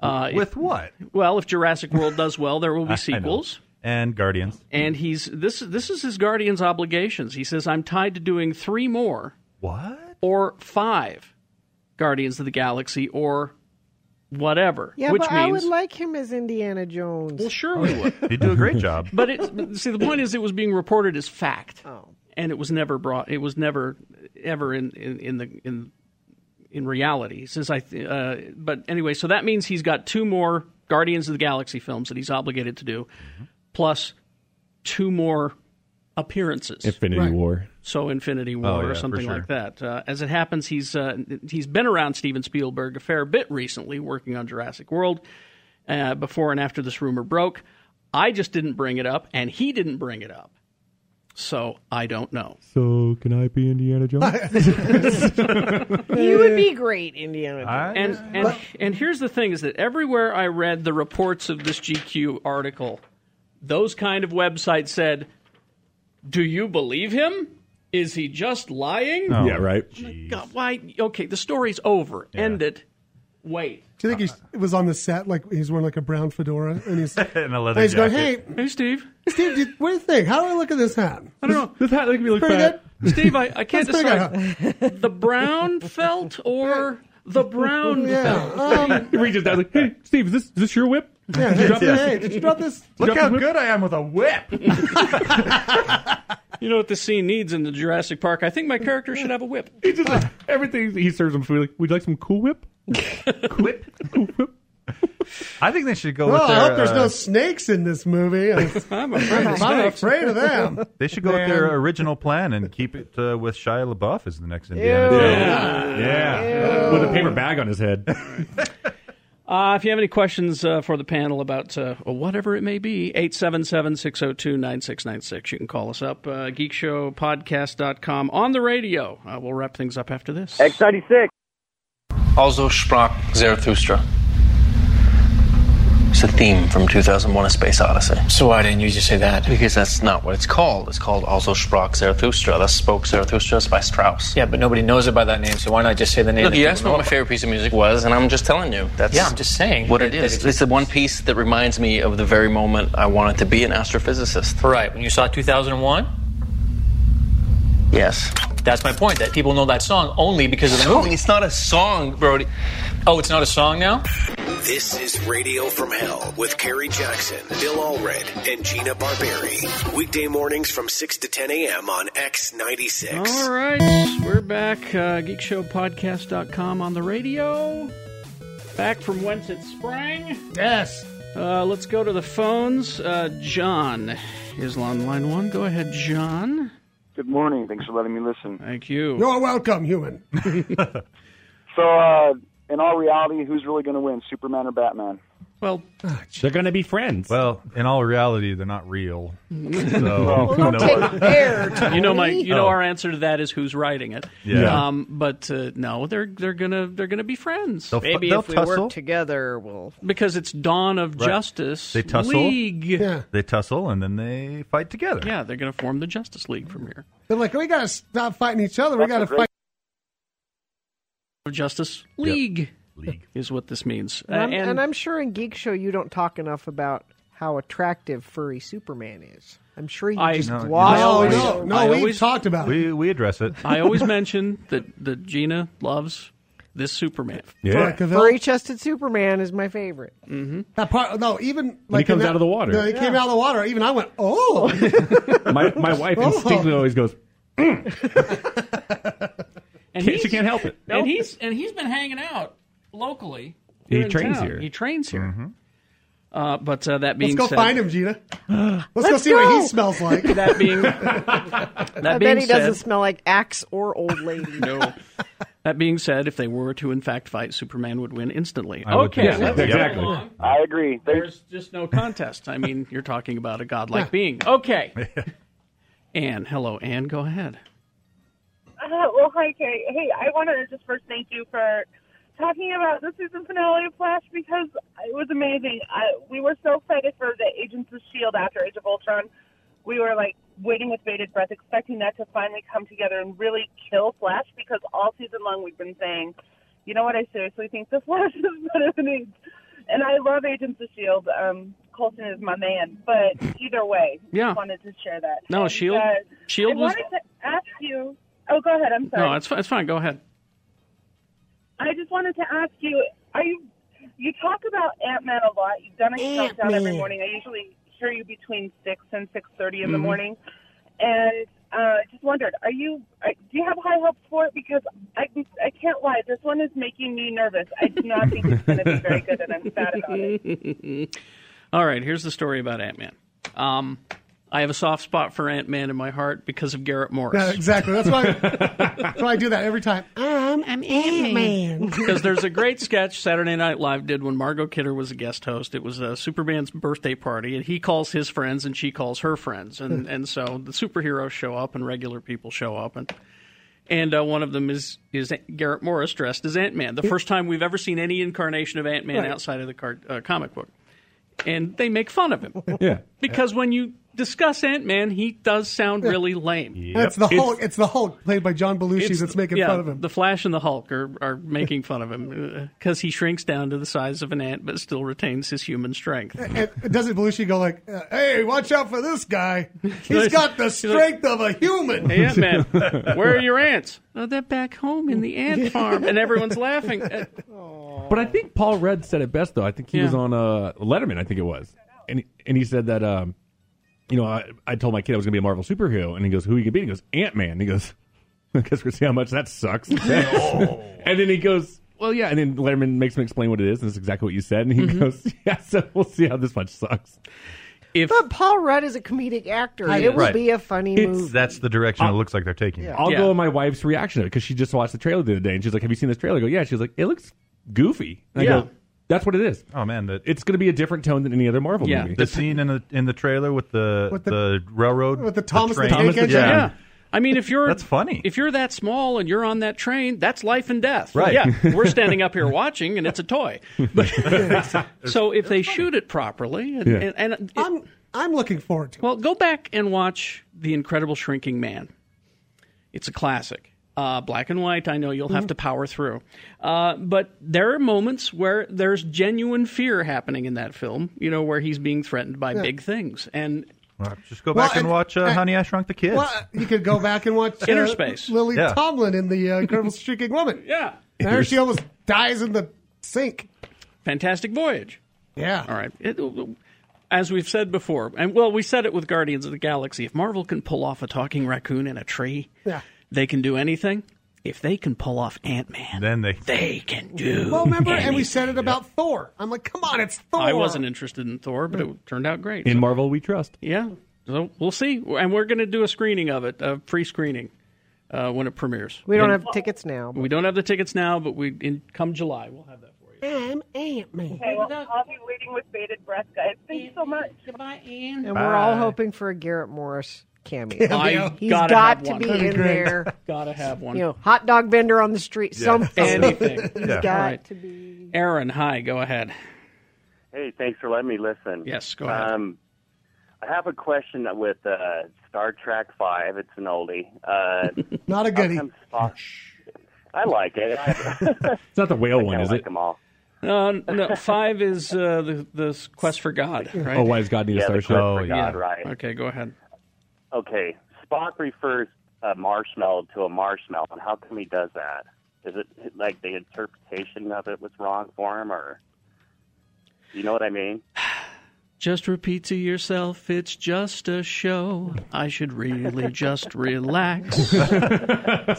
Speaker 2: Uh,
Speaker 21: With
Speaker 2: if-
Speaker 21: what?
Speaker 2: Well, if Jurassic World does well, there will
Speaker 21: I- I
Speaker 2: be
Speaker 21: know.
Speaker 2: sequels
Speaker 21: And Guardians.
Speaker 2: and he's this this is his guardian's obligations. He says I'm tied to doing 3 more.
Speaker 21: What?
Speaker 2: Or 5 Guardians of the Galaxy or whatever,
Speaker 17: Yeah,
Speaker 2: which
Speaker 17: but I
Speaker 2: means
Speaker 17: would like him as Indiana Jones. Oh, Well,
Speaker 2: sure we would.
Speaker 21: You do a great job.
Speaker 2: But it, see the point is it was being reported as fact. And it was never brought it was never ever in in, in the in in reality. Since I th- uh, but anyway, so that means he's got two more Guardians of the Galaxy films that he's obligated to do
Speaker 21: Mm-hmm.
Speaker 2: plus two more appearances.
Speaker 11: Infinity War.
Speaker 2: So Infinity War
Speaker 11: Oh, yeah,
Speaker 2: or
Speaker 11: for
Speaker 2: something
Speaker 11: sure.
Speaker 2: like that. Uh, as it happens, he's uh, he's been around Steven Spielberg a fair bit recently, working on Jurassic World. Uh, before and after this rumor broke, I just didn't bring it up, and he didn't bring it up. So I don't know.
Speaker 11: So can I be Indiana Jones?
Speaker 17: you would be great, Indiana.
Speaker 11: I-
Speaker 2: And and and here's the thing: is that everywhere I read the reports of this GQ article, those kind of websites said, "Do you believe him? Is he just lying?"
Speaker 11: Yeah, right.
Speaker 2: Oh God, why? Okay, the story's over. End it. Wait.
Speaker 13: Do you think he's-
Speaker 9: Uh,
Speaker 13: he was on the set like he's wearing like a brown fedora and he's
Speaker 9: and a
Speaker 13: and he's going, hey,
Speaker 2: hey, Steve,
Speaker 13: Steve, did, what do you think? How do I look at this hat?
Speaker 2: I don't know.
Speaker 11: This hat looking
Speaker 13: look
Speaker 2: Pretty
Speaker 13: fat.
Speaker 2: good. Steve, I, I can't
Speaker 13: Let's figure
Speaker 2: decide. The brown felt or the brown felt?
Speaker 9: um,
Speaker 11: he reaches down like, hey, Steve, is this, is this your whip?
Speaker 13: Yeah,
Speaker 11: Did you
Speaker 13: hey,
Speaker 11: drop
Speaker 13: Steve,
Speaker 11: this?
Speaker 13: hey, did you drop this?
Speaker 11: Look
Speaker 13: drop
Speaker 11: how
Speaker 13: this-
Speaker 9: good I am with a whip.
Speaker 2: You know what the scene needs in the Jurassic Park? I think my character should have a whip.
Speaker 11: He just like, everything he serves them food. Like, would you like some Cool Whip?
Speaker 9: I think they should go
Speaker 13: Well,
Speaker 9: with their.
Speaker 13: Oh, I hope there's
Speaker 9: uh,
Speaker 13: no snakes in this movie. I'm,
Speaker 2: I'm
Speaker 13: I'm afraid of them.
Speaker 9: They should go with
Speaker 13: Man.
Speaker 11: um,
Speaker 9: their original plan and keep it uh, with Shia LaBeouf as the next
Speaker 11: Yeah.
Speaker 9: Indiana Jones.
Speaker 11: With a paper bag on his head.
Speaker 2: Uh, if you have any questions uh, for the panel about uh, whatever it may be, 877 602 9696. You can call us up, uh, geekshowpodcast.com on the radio. Uh, we'll wrap things up after this.
Speaker 22: X96.
Speaker 8: Also sprach Zarathustra. It's a theme from 2001 A Space Odyssey. So why didn't you just say that? Because that's not what it's called. It's called Also sprach Zarathustra. Thus spoke Zarathustra is by Strauss. Yeah, but nobody knows it by that name, so why not just say the
Speaker 23: name
Speaker 8: Look,
Speaker 23: that
Speaker 8: you
Speaker 23: people
Speaker 8: asked
Speaker 23: know
Speaker 8: me what my
Speaker 23: about?
Speaker 8: favorite piece of music was, and I'm just telling you. That's
Speaker 23: Yeah, I'm just saying
Speaker 8: What
Speaker 23: that-
Speaker 8: it is.
Speaker 23: that it's-
Speaker 8: It's the one piece that reminds me of the very moment I wanted to be an astrophysicist. Right. When you saw 2001? Yes. That's my point, that people know that song only because of the movie. It's not a song, Brody. Oh, it's not a song now?
Speaker 20: This is Radio from Hell with Carrie Jackson, Bill Allred, and Gina Barberi. Weekday mornings from 6 to 10 a.m. on X96.
Speaker 2: All right, we're back. Uh, geekshowpodcast.com on the radio. Back from whence it sprang.
Speaker 13: Yes.
Speaker 2: Uh, let's go to the phones. Uh, John is on line one. Go ahead, John.
Speaker 22: Good morning. Thanks for letting me listen.
Speaker 2: Thank you.
Speaker 13: You're welcome, human.
Speaker 22: So, uh, in all reality, who's really going to win, Superman or Batman?
Speaker 2: Well,
Speaker 9: They're going to be friends. Well, in all reality, they're not real. So,
Speaker 2: Well,
Speaker 9: no.
Speaker 2: You know my, you know
Speaker 9: Oh.
Speaker 2: our answer to that is who's writing it.
Speaker 9: Yeah.
Speaker 2: Um, but uh, no, they're they're gonna they're gonna be friends.
Speaker 9: They'll fu- Maybe they'll if we work tussle.
Speaker 2: together, we'll because it's Dawn of
Speaker 9: Right.
Speaker 2: Justice.
Speaker 9: They tussle.
Speaker 2: League. Yeah.
Speaker 9: They tussle and then they fight together.
Speaker 2: Yeah, they're gonna form the Justice League from here.
Speaker 13: They're like, we gotta stop fighting each other. We gotta fight.
Speaker 2: Of Justice League. League is what this means.
Speaker 17: And I'm,
Speaker 2: Uh,
Speaker 17: and,
Speaker 2: and-
Speaker 17: I'm sure in Geek Show you don't talk enough about how attractive furry Superman is. I'm sure you
Speaker 2: I-
Speaker 17: just
Speaker 2: No,
Speaker 17: gloss
Speaker 2: no,
Speaker 17: over
Speaker 2: no,
Speaker 17: it.
Speaker 2: no, I we always- talked about it.
Speaker 9: We we address it.
Speaker 2: I always mention that that Gina loves this Superman.
Speaker 17: Furry chested Superman is my favorite.
Speaker 2: Mm-hmm.
Speaker 13: That part, no, even like
Speaker 11: he
Speaker 13: in
Speaker 11: comes
Speaker 13: that-
Speaker 11: out of the water.
Speaker 13: Yeah, he came out of the water. Even I went, oh,
Speaker 11: my, my wife
Speaker 13: Oh.
Speaker 11: instinctively always goes, "Mm."
Speaker 2: And
Speaker 11: Can't-
Speaker 2: he's-
Speaker 11: she can't help it.
Speaker 2: And he's and he's been hanging out locally.
Speaker 11: He
Speaker 2: in
Speaker 11: trains
Speaker 2: town.
Speaker 11: here.
Speaker 2: He trains here. Uh, but uh, that
Speaker 13: let's
Speaker 2: being
Speaker 13: go
Speaker 2: said,
Speaker 13: find him, Gina. Let's, go
Speaker 17: Let's
Speaker 13: see what
Speaker 17: go.
Speaker 13: he smells like.
Speaker 2: that being
Speaker 17: I
Speaker 2: that being
Speaker 17: bet he
Speaker 2: said,
Speaker 17: doesn't smell like axe or old lady.
Speaker 2: no. That being said, if they were to in fact fight, Superman would win instantly.
Speaker 11: I would
Speaker 2: okay,
Speaker 11: think so.
Speaker 2: let's move
Speaker 11: Exactly.
Speaker 2: along.
Speaker 22: I agree.
Speaker 2: There's just no contest. I mean, you're talking about a godlike being. Okay. Anne, hello, Anne. Go ahead.
Speaker 24: Uh, well, hi, Kay. Hey, I wanted to just first thank you for talking about the season finale of Flash because it was amazing. I, we were so excited for the Agents of S.H.I.E.L.D. E after Age of Ultron. We were like waiting with bated breath, expecting that to finally come together and really kill Flash because all season long we've been saying, you know what, I seriously think the Flash is better than Agents. And I love Agents of S.H.I.E.L.D. Um, Colson is my man, but either way,
Speaker 2: Yeah.
Speaker 24: just wanted to share that.
Speaker 2: No,
Speaker 24: And,
Speaker 2: S.H.I.E.L.D.
Speaker 24: uh,
Speaker 2: S.H.I.E.L.D.
Speaker 24: I
Speaker 2: was.
Speaker 24: wanted to ask you. Oh, go ahead. I'm sorry.
Speaker 2: No, it's, fi- it's fine. Go ahead.
Speaker 24: I just wanted to ask you. Are you you talk about Ant Man a lot? You've done a countdown every
Speaker 25: Ant-Man.
Speaker 24: morning. I usually hear you between six and six thirty in the
Speaker 2: Mm-hmm.
Speaker 25: Mhm.
Speaker 24: morning. And uh, I just wondered, are you? Are, do you have high hopes for it? Because I I can't lie. This one is making me nervous. I do not think it's going to be very good, and I'm sad about it.
Speaker 2: All right, here's the story about Ant Man. Um, I have a soft spot for Ant Man in my heart because of Garrett Morris.
Speaker 6: Yeah, exactly. That's why. that's why I do that every time. Um, I'm Ant Man.
Speaker 2: Because there's a great sketch Saturday Night Live did when Margot Kidder was a guest host. It was uh, Superman's birthday party, and he calls his friends and she calls her friends, and and so the superheroes show up and regular people show up, and and uh, one of them is is Garrett Morris dressed as Ant Man. The first time we've ever seen any incarnation of Ant Man
Speaker 11: Right.
Speaker 2: outside of the card, uh, comic book, and they make fun of him.
Speaker 11: Yeah.
Speaker 2: because when you discuss Ant Man, he does sound really lame.
Speaker 6: That's the Hulk. It's, the Hulk played by John Belushi that's making
Speaker 2: yeah,
Speaker 6: fun of him.
Speaker 2: The Flash and the Hulk are, are making fun of him because he shrinks down to the size of an ant but still retains his human strength.
Speaker 6: And doesn't Belushi go like, uh, "Hey, watch out for this guy. He's got the strength of a human."
Speaker 2: Hey, Ant Man, where are your ants? Oh, they're back home in the ant farm, and everyone's laughing. Uh,
Speaker 11: But I think Paul Rudd said it best though. I think he
Speaker 2: Yeah.
Speaker 11: was on uh, Letterman. I think it was, and he, and he said that um, you know I, I told my kid I was going to be a Marvel superhero, and he goes, "Who are you going to be?" And he goes, "Ant Man." He goes, "I guess we're see how much that sucks." and then he goes, "Well, yeah." And then Letterman makes him explain what it is, and it's exactly what you said. And he
Speaker 2: Mhm.
Speaker 11: goes, "Yeah, so we'll see how this much sucks."
Speaker 2: If
Speaker 17: But Paul Rudd is a comedic actor.
Speaker 11: He
Speaker 17: It
Speaker 11: is.
Speaker 17: will
Speaker 11: Right.
Speaker 17: be a funny movie.
Speaker 11: that's the direction it looks
Speaker 9: like they're taking.
Speaker 17: Yeah.
Speaker 11: I'll
Speaker 17: Yeah.
Speaker 11: go on my wife's reaction to it because she just watched the trailer the other day, and she's like, "Have you seen this trailer?" I go, "Yeah." She's like, "It looks goofy." And I
Speaker 9: Yeah.
Speaker 11: go, "That's what it is."
Speaker 9: Oh man, the,
Speaker 11: it's going to be a different tone than any other Marvel movie.
Speaker 9: The scene in the in the trailer with the
Speaker 11: With
Speaker 9: the, railroad train.
Speaker 2: yeah. I mean, if you're
Speaker 9: That's funny.
Speaker 2: If you're that small and you're on that train, that's life and death.
Speaker 9: Right.
Speaker 2: Yeah, we're standing up here watching, and it's a toy. But so if they shoot it properly, and,
Speaker 6: Yeah.
Speaker 2: and, and
Speaker 6: I'm I'm looking forward to.
Speaker 2: Well, go back and watch The Incredible Shrinking Man. It's a classic. Uh, black and white, I know you'll
Speaker 6: Mm-hmm.
Speaker 2: have to power through. Uh, but there are moments where there's genuine fear happening in that film, you know, where he's being threatened by
Speaker 6: Yeah.
Speaker 2: big things. And
Speaker 9: Well, just go
Speaker 6: Well,
Speaker 9: back and,
Speaker 6: and-
Speaker 9: watch uh,
Speaker 6: and-
Speaker 9: Honey I Shrunk the Kids.
Speaker 6: Well, uh, you could go back and watch uh,
Speaker 2: Inner Space.
Speaker 6: Lily
Speaker 9: Yeah.
Speaker 6: Tomlin in the uh, Incredible Streaking Woman.
Speaker 2: Yeah,
Speaker 6: there she almost dies in the sink.
Speaker 2: Fantastic Voyage.
Speaker 6: Yeah.
Speaker 2: All right. It- as we've said before, and well, we said it with Guardians of the Galaxy. If Marvel can pull off a talking raccoon in a tree,
Speaker 6: Yeah.
Speaker 2: they can do anything. If they can pull off Ant Man,
Speaker 9: then they
Speaker 2: they can do.
Speaker 6: Well, remember, and we
Speaker 2: anything.
Speaker 6: said it about Thor. I'm like, come on, it's Thor.
Speaker 2: I wasn't interested in Thor, but
Speaker 17: Mm.
Speaker 2: it turned out great.
Speaker 11: In Marvel, we trust.
Speaker 2: Yeah. So we'll see, and we're going to do a screening of it, a free screening, uh, when it premieres.
Speaker 17: We don't
Speaker 2: And
Speaker 17: have tickets now.
Speaker 2: we don't have the tickets now, but we in come July we'll have that.
Speaker 17: I'm Ant Man.
Speaker 24: Okay, well, I'll be waiting with bated breath, guys. Thank you so much.
Speaker 2: Goodbye, Anne.
Speaker 17: And we're all hoping for a Garrett Morris cameo.
Speaker 2: I
Speaker 17: He's
Speaker 2: gotta
Speaker 17: got
Speaker 2: have
Speaker 17: to
Speaker 2: one.
Speaker 17: be
Speaker 2: That'd be
Speaker 17: in
Speaker 2: great.
Speaker 17: there.
Speaker 2: Gotta have one.
Speaker 17: You know, hot dog vendor on the street,
Speaker 2: Yeah.
Speaker 17: something.
Speaker 2: Anything.
Speaker 17: He's
Speaker 2: Yeah.
Speaker 17: got
Speaker 2: All right.
Speaker 17: to be.
Speaker 2: Aaron, hi. Go ahead.
Speaker 10: Hey, thanks for letting me listen.
Speaker 2: Yes, go ahead.
Speaker 10: Um, I have a question with uh, Star Trek Five. It's an oldie. Uh,
Speaker 6: Not a goodie.
Speaker 10: I like it.
Speaker 11: It's not the whale one, is it?
Speaker 2: Uh, no, five is uh, the the quest for God, right? Oh,
Speaker 11: Oh, why does God need a
Speaker 10: Yeah, the
Speaker 11: starship?
Speaker 10: quest for God, right.
Speaker 2: Okay, go ahead.
Speaker 10: okay, Spock refers a marshmallow to a marshmallow, and how come he does that? Is it like the interpretation of it was wrong for him, or you know what I mean?
Speaker 2: Just repeat to yourself, it's just a show. I should really just relax.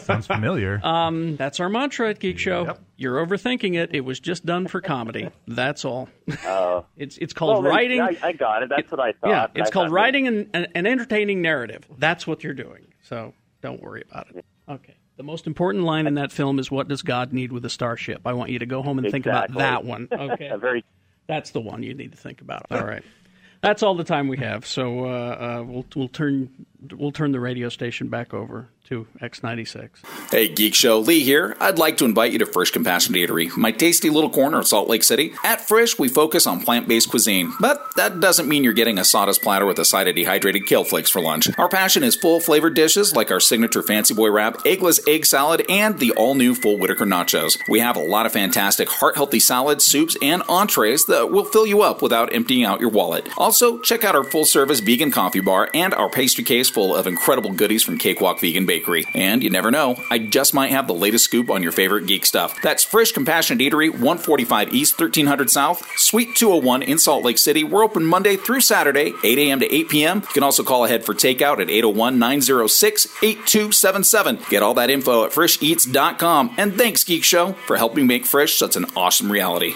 Speaker 9: Sounds familiar.
Speaker 2: Um, that's our mantra at Geek Show. You're overthinking it. It was just done for comedy. That's all.
Speaker 10: Oh,
Speaker 2: it's it's called
Speaker 10: Well,
Speaker 2: writing.
Speaker 10: I, I got it. That's what I thought.
Speaker 2: yeah,
Speaker 10: I
Speaker 2: it's called
Speaker 10: thought-
Speaker 2: writing an, an, an entertaining narrative. That's what you're doing. So don't worry about it. Okay. The most important line in that film is, "What does God need with a starship?" I want you to go home and think about
Speaker 10: Exactly.
Speaker 2: that one. Okay.
Speaker 10: A very
Speaker 2: That's the one you need to think about. All right. That's all the time we have. So uh, uh, we'll we'll turn we'll turn the radio station back over to X96.
Speaker 7: Hey, Geek Show, Lee here. I'd like to invite you to Fresh Compassion Eatery, my tasty little corner of Salt Lake City. At Fresh, we focus on plant based cuisine, but that doesn't mean you're getting a sawdust platter with a side of dehydrated kale flakes for lunch. Our passion is full flavored dishes like our signature Fancy Boy Wrap, eggless egg salad, and the all new Full Whitaker Nachos. We have a lot of fantastic heart healthy salads, soups, and entrees that will fill you up without emptying out your wallet. Also, check out our full service vegan coffee bar and our pastry case full of incredible goodies from Cakewalk Vegan Bakery. And you never know, I just might have the latest scoop on your favorite geek stuff. That's Fresh Compassionate Eatery, 145 East, 1300 South, Suite 201 in Salt Lake City. We're open Monday through Saturday, 8 a.m. to 8 p.m. You can also call ahead for takeout at 801 906 8277. Get all that info at fresheats.com. And thanks, Geek Show, for helping make Fresh such an awesome reality.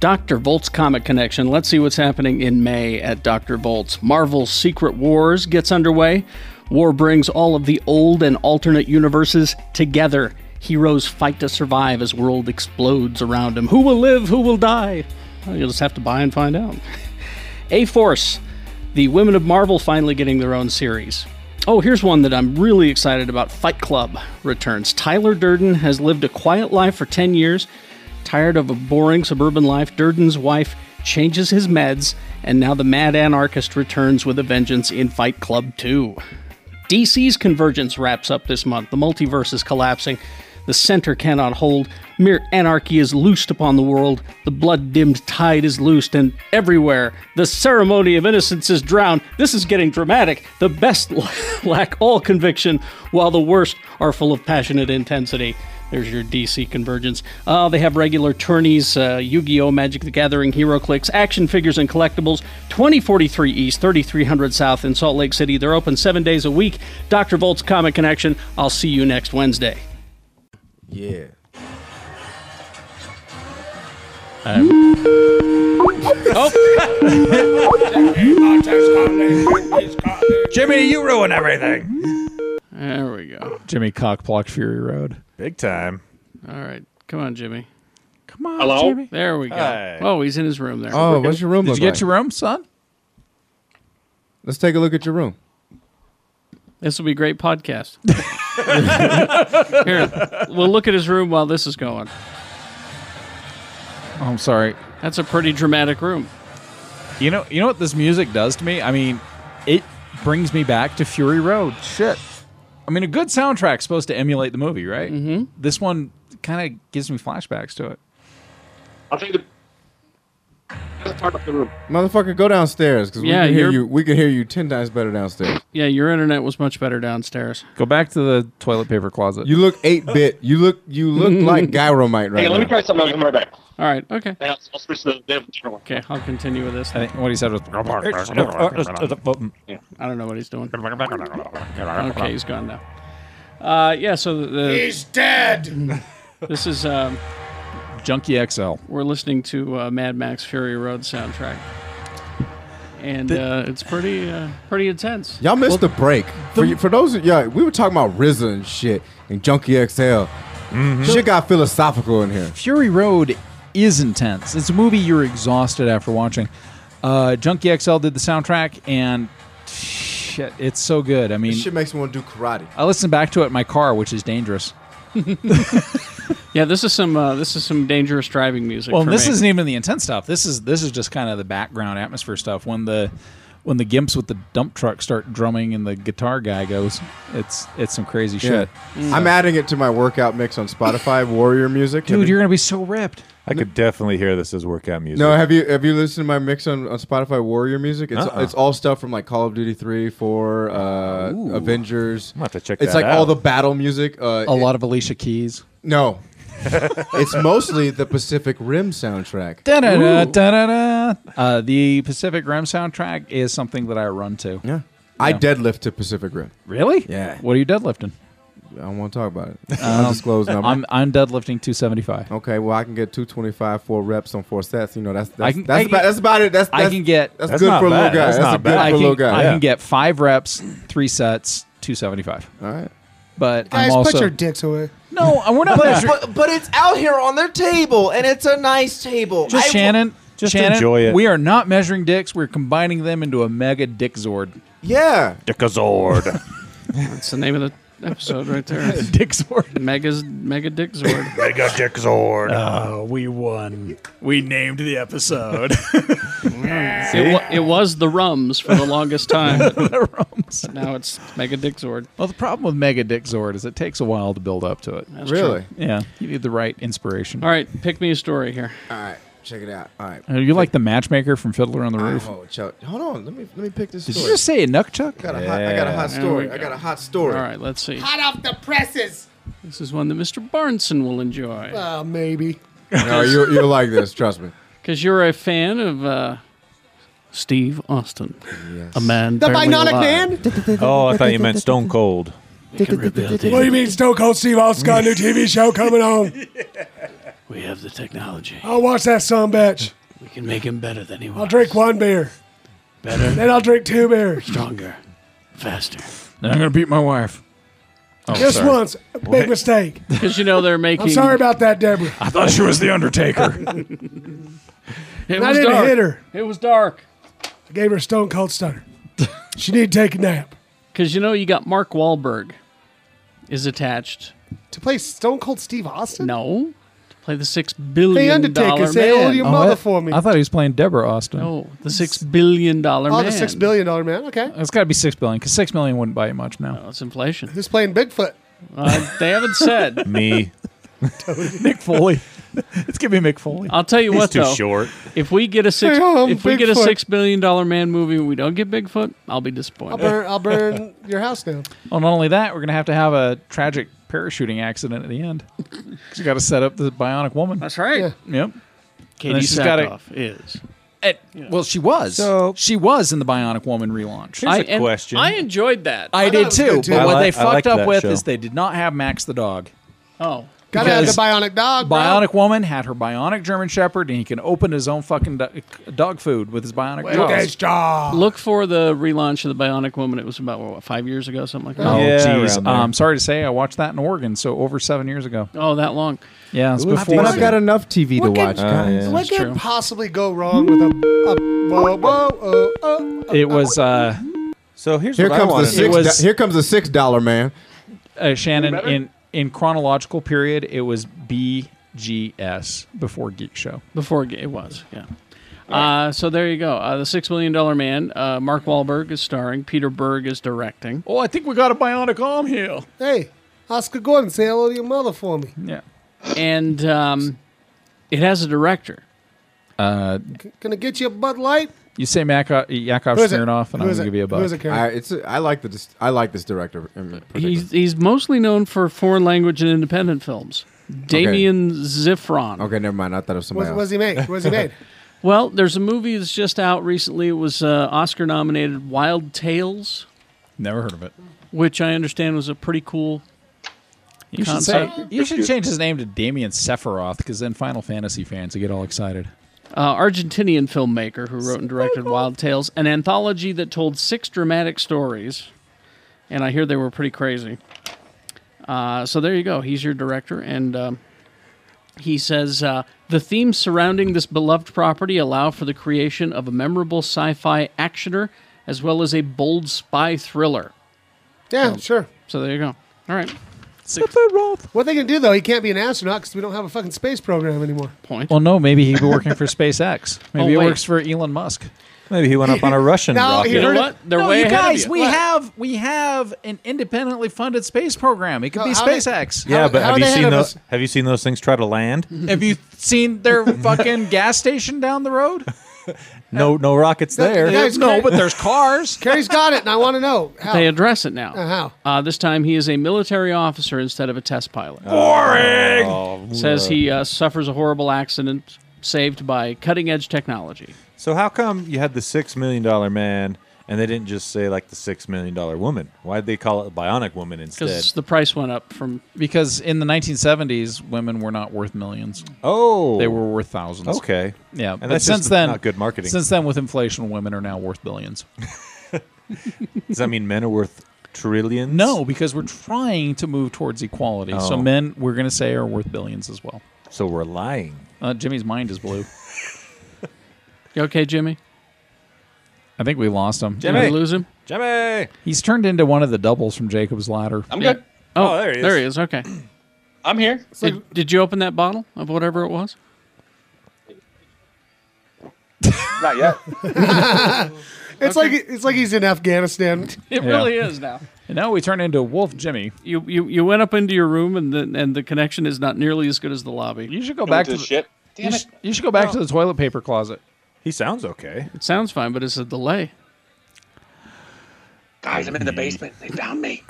Speaker 2: Dr. Volt's Comic Connection. Let's see what's happening in May at Dr. Volt's. Marvel's Secret Wars gets underway. War brings all of the old and alternate universes together. Heroes fight to survive as world explodes around them. Who will live? Who will die? Well, you'll just have to buy and find out. A Force, the Women of Marvel finally getting their own series. Oh, here's one that I'm really excited about Fight Club returns. Tyler Durden has lived a quiet life for 10 years. Tired of a boring suburban life, Durden's wife changes his meds, and now the mad anarchist returns with a vengeance in Fight Club 2. DC's convergence wraps up this month. The multiverse is collapsing. The center cannot hold. Mere anarchy is loosed upon the world. The blood dimmed tide is loosed, and everywhere the ceremony of innocence is drowned. This is getting dramatic. The best lack all conviction, while the worst are full of passionate intensity. There's your DC convergence. Uh, they have regular tourneys, uh, Yu-Gi-Oh, Magic the Gathering, Hero Clicks, action figures and collectibles. 2043 East, 3300 South in Salt Lake City. They're open seven days a week. Dr. Volt's Comic Connection. I'll see you next Wednesday.
Speaker 3: Yeah.
Speaker 7: Oh. Jimmy, you ruin everything.
Speaker 2: There we go.
Speaker 7: Jimmy cock blocked Fury Road. Big time.
Speaker 2: All right. Come on, Jimmy. Come
Speaker 7: on, Hello? Jimmy.
Speaker 2: There we go.
Speaker 7: Hi.
Speaker 2: Oh, he's in his room there.
Speaker 3: Oh, what's your room
Speaker 7: Did
Speaker 3: look
Speaker 7: you get
Speaker 3: like?
Speaker 7: your room, son?
Speaker 3: Let's take a look at your room.
Speaker 2: This will be a great podcast. Here, we'll look at his room while this is going.
Speaker 7: Oh, I'm sorry.
Speaker 2: That's a pretty dramatic room.
Speaker 7: You know, you know what this music does to me? I mean, it brings me back to Fury Road. Shit. I mean, a good soundtrack's supposed to emulate the movie, right? Mm-hmm. This one kind of gives me flashbacks to it.
Speaker 12: I'll take the best part of the room.
Speaker 3: Motherfucker, go downstairs because
Speaker 2: Yeah,
Speaker 3: we can hear
Speaker 2: you're-
Speaker 3: you. We can hear you ten times better downstairs.
Speaker 2: Yeah, your internet was much better downstairs.
Speaker 7: Go back to the toilet paper closet.
Speaker 3: You look eight bit. You look. You look like Gyromite right
Speaker 12: hey, let me try something. I'll come right back.
Speaker 2: All right. Okay.
Speaker 12: I'll, I'll switch to the they have a different one. uh,
Speaker 2: Okay, I'll continue with this.
Speaker 7: I think what he said was.
Speaker 2: Yeah, I don't know what he's doing. Okay, he's gone now. Uh, yeah, so the
Speaker 14: He's dead.
Speaker 2: This is um,
Speaker 7: Junkie XL.
Speaker 2: we're listening to uh, Mad Max Fury Road soundtrack, and uh, it's pretty uh, pretty intense.
Speaker 3: Y'all missed the break. for, you- for those, of- yeah, we were talking about RZA and shit and Junkie XL.
Speaker 26: Mm-hmm.
Speaker 3: Shit got philosophical in here.
Speaker 7: Fury Road is intense. It's a movie you're exhausted after watching. Uh, Junkie XL did the soundtrack, and shit, it's so good. I mean,
Speaker 3: This shit makes me want to do karate.
Speaker 7: I listened back to it in my car, which is dangerous.
Speaker 2: Yeah, this is some uh, this is some dangerous driving music.
Speaker 7: Well,
Speaker 2: for
Speaker 7: this
Speaker 2: me.
Speaker 7: isn't even the intense stuff. This is this is just kind of the background atmosphere stuff. When the when the gimps with the dump truck start drumming and the guitar guy goes, it's it's some crazy
Speaker 3: Yeah.
Speaker 7: shit.
Speaker 3: I'm adding it to my workout mix on Spotify. Warrior music,
Speaker 7: Dude, you're gonna be so ripped.
Speaker 26: I could definitely hear this as workout music.
Speaker 3: No, have you have you listened to my mix on, on Spotify Warrior music? It's
Speaker 26: Uh-uh.
Speaker 3: it's all stuff from like Call of Duty 3, 4, uh,
Speaker 26: Ooh.
Speaker 3: Avengers.
Speaker 26: I'm gonna have to check
Speaker 3: It's
Speaker 26: that
Speaker 3: like all
Speaker 26: out.
Speaker 3: the battle music. Uh,
Speaker 7: A lot of Alicia Keys.
Speaker 3: No. it's mostly the Pacific Rim soundtrack.
Speaker 7: Da-da-da, da-da-da. Uh, the Pacific Rim soundtrack is something that I run to. Yeah.
Speaker 3: I deadlift to Pacific Rim.
Speaker 7: Really?
Speaker 3: Yeah.
Speaker 7: What are you deadlifting?
Speaker 3: I don't want to talk about it.
Speaker 7: Um,
Speaker 3: Undisclosed number.
Speaker 7: I'm, I'm deadlifting 275.
Speaker 3: okay, well, I can get 225, four reps on four sets. You know, that's
Speaker 7: I
Speaker 3: that's,
Speaker 7: can-
Speaker 3: that's,
Speaker 7: I can-
Speaker 3: about, that's about it. That's,
Speaker 7: I
Speaker 3: that's-
Speaker 7: can get.
Speaker 3: That's, good for a little guy. That's, a good
Speaker 7: I
Speaker 3: for a
Speaker 7: can,
Speaker 3: little guy.
Speaker 7: I can get five reps, three sets, 275.
Speaker 3: All right.
Speaker 7: But
Speaker 6: Guys,
Speaker 7: I'm also.
Speaker 6: put your dicks away.
Speaker 7: no, I- we're not
Speaker 24: But,
Speaker 7: measuring-
Speaker 24: but, but it's out here on their table, and it's a nice table.
Speaker 7: Just
Speaker 24: I-
Speaker 7: Shannon.
Speaker 24: Just
Speaker 7: Shannon,
Speaker 24: enjoy it.
Speaker 7: We are not measuring dicks. We're combining them into a mega dick zord.
Speaker 3: Yeah.
Speaker 7: Dickazord.
Speaker 2: That's the name of the episode right there.
Speaker 7: Dickzord.
Speaker 2: Mega's Mega Dickzord.
Speaker 1: Mega Dickzord.
Speaker 2: Oh,
Speaker 1: we won. We named the episode.
Speaker 2: It, wa- it was the Rums for the longest time. the Rums. Now it's Mega Dickzord.
Speaker 7: Well, the problem with Mega Dick Zord is it takes a while to build up to it.
Speaker 2: That's true. Really?
Speaker 7: Yeah. You need the right inspiration.
Speaker 2: All right, pick me a story here.
Speaker 3: All right, check it out. All right.
Speaker 7: Uh, you like the matchmaker from Fiddler on the Roof?
Speaker 3: Oh, Chuck. Hold on. Let me let me pick this
Speaker 7: Did
Speaker 3: story.
Speaker 7: you just say a Nuckchuck?
Speaker 3: I got a hot, I got a hot
Speaker 2: There
Speaker 3: story.
Speaker 2: we
Speaker 3: I
Speaker 2: go.
Speaker 3: got a hot story.
Speaker 2: All right, let's see.
Speaker 1: Hot off the presses.
Speaker 2: This is one that Mr. Barnson will enjoy.
Speaker 6: Uh, maybe.
Speaker 3: No, you you'll like this. Trust me.
Speaker 2: Because you're a fan of uh, Steve Austin, a man.
Speaker 6: The
Speaker 2: barely
Speaker 6: Bionic
Speaker 2: alive.
Speaker 6: Man?
Speaker 26: Oh, I thought you meant Stone Cold.
Speaker 2: We can rebuild
Speaker 1: What do you
Speaker 2: him.
Speaker 1: mean, Stone Cold Steve Austin got a new TV show coming on?
Speaker 2: We We have the technology.
Speaker 10: I'll watch that son bitch.
Speaker 2: We can make him better than he was.
Speaker 10: I'll drink one beer.
Speaker 2: Better.
Speaker 10: Then I'll drink two beers.
Speaker 2: Stronger. Faster.
Speaker 7: I'm gonna beat my wife.
Speaker 2: Oh,
Speaker 3: Oh,
Speaker 10: Just once. Big mistake.
Speaker 2: Because you know they're making.
Speaker 10: I'm sorry about that, Deborah.
Speaker 7: I thought she was the Undertaker.
Speaker 2: It
Speaker 10: And I
Speaker 2: was
Speaker 10: didn't
Speaker 2: dark.
Speaker 10: hit her.
Speaker 2: It was dark.
Speaker 10: I gave her a stone cold stunner. she needed to take a nap.
Speaker 2: Because you know you got Mark Wahlberg is attached.
Speaker 6: To play Stone Cold Steve Austin?
Speaker 2: No. To play the six billion dollar man. Oh,
Speaker 7: I, Oh, I thought he was playing Deborah Austin.
Speaker 2: No, the six billion dollar
Speaker 6: Oh,
Speaker 2: man.
Speaker 6: the six billion dollar man. Okay.
Speaker 7: It's got to be six billion because six million wouldn't buy you much now.
Speaker 2: it's inflation.
Speaker 6: Who's playing Bigfoot?
Speaker 2: Uh, they haven't said.
Speaker 7: Me. Nick Foley. it's gonna be Mick Foley.
Speaker 2: I'll tell you
Speaker 7: He's
Speaker 2: what,
Speaker 7: too
Speaker 2: though,
Speaker 7: short.
Speaker 2: If we get a six,
Speaker 6: Hey, I'm
Speaker 2: if we get a
Speaker 6: Bigfoot.
Speaker 2: six billion dollar man movie, and we don't get Bigfoot, I'll be disappointed.
Speaker 6: I'll burn, I'll burn your house
Speaker 7: Well,
Speaker 6: down.
Speaker 7: Oh, not only that, we're gonna have to have a tragic parachuting accident at the end. 'Cause You got to set up the bionic woman. That's
Speaker 2: right.
Speaker 7: Yep.
Speaker 2: Katie
Speaker 7: she's gotta-
Speaker 2: Sackhoff is.
Speaker 7: Eh, Well, she was. So she was in the Bionic Woman relaunch.
Speaker 2: I- and I enjoyed that.
Speaker 7: I, did too. But
Speaker 2: I
Speaker 7: what
Speaker 2: like-
Speaker 7: they
Speaker 2: I
Speaker 7: fucked
Speaker 2: liked
Speaker 7: up
Speaker 2: that
Speaker 7: with
Speaker 2: show.
Speaker 7: is they did not have Max the dog.
Speaker 2: Oh,
Speaker 6: Gotta have the
Speaker 7: Because
Speaker 6: bionic dog. bro.
Speaker 7: Bionic Woman had her bionic German Shepherd, and he can open his own fucking do- dog food with his bionic
Speaker 6: Well,
Speaker 7: jaws.
Speaker 6: that's jaw.
Speaker 2: Look for the relaunch of the Bionic Woman. It was about what, five years ago, something like that.
Speaker 7: Oh, geez.
Speaker 26: around there.
Speaker 7: Um, sorry to say, I watched that in Oregon, so over seven years ago.
Speaker 2: Oh, that long.
Speaker 7: Yeah, it's
Speaker 2: Ooh,
Speaker 7: before.
Speaker 2: but I've got
Speaker 3: enough TV
Speaker 7: to
Speaker 3: watch,
Speaker 6: Oh,
Speaker 7: guys.
Speaker 6: What could possibly go wrong with a, a whoa, whoa, oh, oh.
Speaker 7: It was. Uh,
Speaker 3: so
Speaker 7: here's
Speaker 3: here
Speaker 7: what I
Speaker 3: comes the
Speaker 7: wanted to
Speaker 3: six.
Speaker 7: know. It was-
Speaker 3: do- here comes the six dollar man.
Speaker 7: uh, Shannon,
Speaker 3: better?
Speaker 7: in in chronological period, it was BGS before Geek Show.
Speaker 2: Before it was, yeah. Uh, so there you go. Uh, the Six Million Dollar Man. Uh, Mark Wahlberg is starring. Peter Berg is directing.
Speaker 7: Oh, I think we got a bionic arm here.
Speaker 6: Hey, Oscar Gordon, say hello to your mother for me.
Speaker 7: Yeah.
Speaker 2: And um, it has a director.
Speaker 7: Uh,
Speaker 6: Gonna get you a Bud Light.
Speaker 7: you say Mako- Yakov
Speaker 6: Who is it?
Speaker 7: Smirnoff, and
Speaker 6: Who
Speaker 7: I'm
Speaker 6: is
Speaker 7: gonna
Speaker 6: it?
Speaker 7: give you a
Speaker 6: Who
Speaker 7: buck.
Speaker 6: is it, Karen?
Speaker 3: I, it's I like the dis- I like this director. Um, in particular.
Speaker 2: He's he's mostly known for foreign language and independent films. Damien Zifron.
Speaker 3: Okay, never mind. I thought it was somebody
Speaker 6: What
Speaker 3: else.
Speaker 6: was he made? Was he made?
Speaker 2: Well, there's a movie that's just out recently. It was uh, Oscar nominated, Wild Tales,
Speaker 7: Never heard of it.
Speaker 2: which I understand was a pretty cool.
Speaker 7: You should, say,
Speaker 2: concept.
Speaker 7: you should change his name to Damien Sephiroth because then Final Fantasy fans will get all excited.
Speaker 2: uh, Argentinian filmmaker who wrote and directed Wild Tales, an anthology that told six dramatic stories, and I hear they were pretty crazy. Uh, so there you go. He's your director, and um, he says uh, the themes surrounding this beloved property allow for the creation of a memorable sci-fi actioner as well as a bold spy thriller.
Speaker 6: Yeah, sure.
Speaker 2: So there you go. All right.
Speaker 6: What they gonna do though? He can't be an astronaut because we don't have a fucking space program anymore.
Speaker 2: Point.
Speaker 7: Well, no, maybe he'd be working for SpaceX. Maybe
Speaker 6: Oh,
Speaker 7: he
Speaker 6: wait.
Speaker 7: works for Elon Musk.
Speaker 26: Maybe he went up on a Russian
Speaker 7: No,
Speaker 26: rocket.
Speaker 7: you know
Speaker 2: what? They're
Speaker 7: no,
Speaker 2: way
Speaker 7: you
Speaker 2: ahead of
Speaker 7: guys,
Speaker 2: you.
Speaker 7: we
Speaker 2: What?
Speaker 7: have we have an independently funded space program. It could be
Speaker 6: how they-
Speaker 7: SpaceX.
Speaker 26: Yeah, but have you seen those? Have you seen those things try to land?
Speaker 7: Have you seen their fucking gas station down the road?
Speaker 26: No, no rockets there.
Speaker 7: no, but there's cars.
Speaker 6: Carrie's got it, and I want to know how.
Speaker 2: They address it now.
Speaker 6: Uh, how?
Speaker 2: Uh, this time he is a military officer instead of a test pilot.
Speaker 7: Oh, Boring.
Speaker 6: Oh,
Speaker 2: Says he uh, suffers a horrible accident saved by cutting edge technology.
Speaker 26: So how come you had the six million dollar man and they didn't just say like the six million dollar woman? Why did they call it a bionic woman instead?
Speaker 2: Because the price went up from.
Speaker 7: Because in the 1970s, women were not worth millions.
Speaker 26: Oh,
Speaker 7: They were worth thousands.
Speaker 26: Okay,
Speaker 7: Yeah,
Speaker 26: and
Speaker 7: but
Speaker 26: that's
Speaker 7: since
Speaker 26: just
Speaker 7: then,
Speaker 26: not good marketing.
Speaker 7: Since then, with inflation, women are now worth billions.
Speaker 26: Does that mean men are worth trillions?
Speaker 7: No, because we're trying to move towards equality. So
Speaker 26: Oh.
Speaker 7: men, we're going to say, are worth billions as well.
Speaker 26: So we're lying.
Speaker 7: Uh, Jimmy's mind is blue.
Speaker 2: You okay, Jimmy?
Speaker 7: I think we lost him.
Speaker 2: Did we lose him?
Speaker 26: Jimmy.
Speaker 7: He's turned into one of the doubles from Jacob's Ladder.
Speaker 2: I'm
Speaker 7: Yeah.
Speaker 2: good. Oh, there he is. There he is. Okay.
Speaker 12: I'm here.
Speaker 2: Did, did you open that bottle of whatever it was?
Speaker 12: Not yet.
Speaker 6: it's like it's like he's in Afghanistan.
Speaker 2: It really is now.
Speaker 7: And now we turn into Wolf Jimmy.
Speaker 2: You you, you went up into your room and the, and the connection is not nearly as good as the lobby.
Speaker 7: You should go back to the You, sh- you should go back to the toilet paper closet.
Speaker 26: He sounds okay.
Speaker 2: It sounds fine, but it's a delay.
Speaker 14: Guys, I'm in
Speaker 2: Mm.
Speaker 14: the basement. They found me.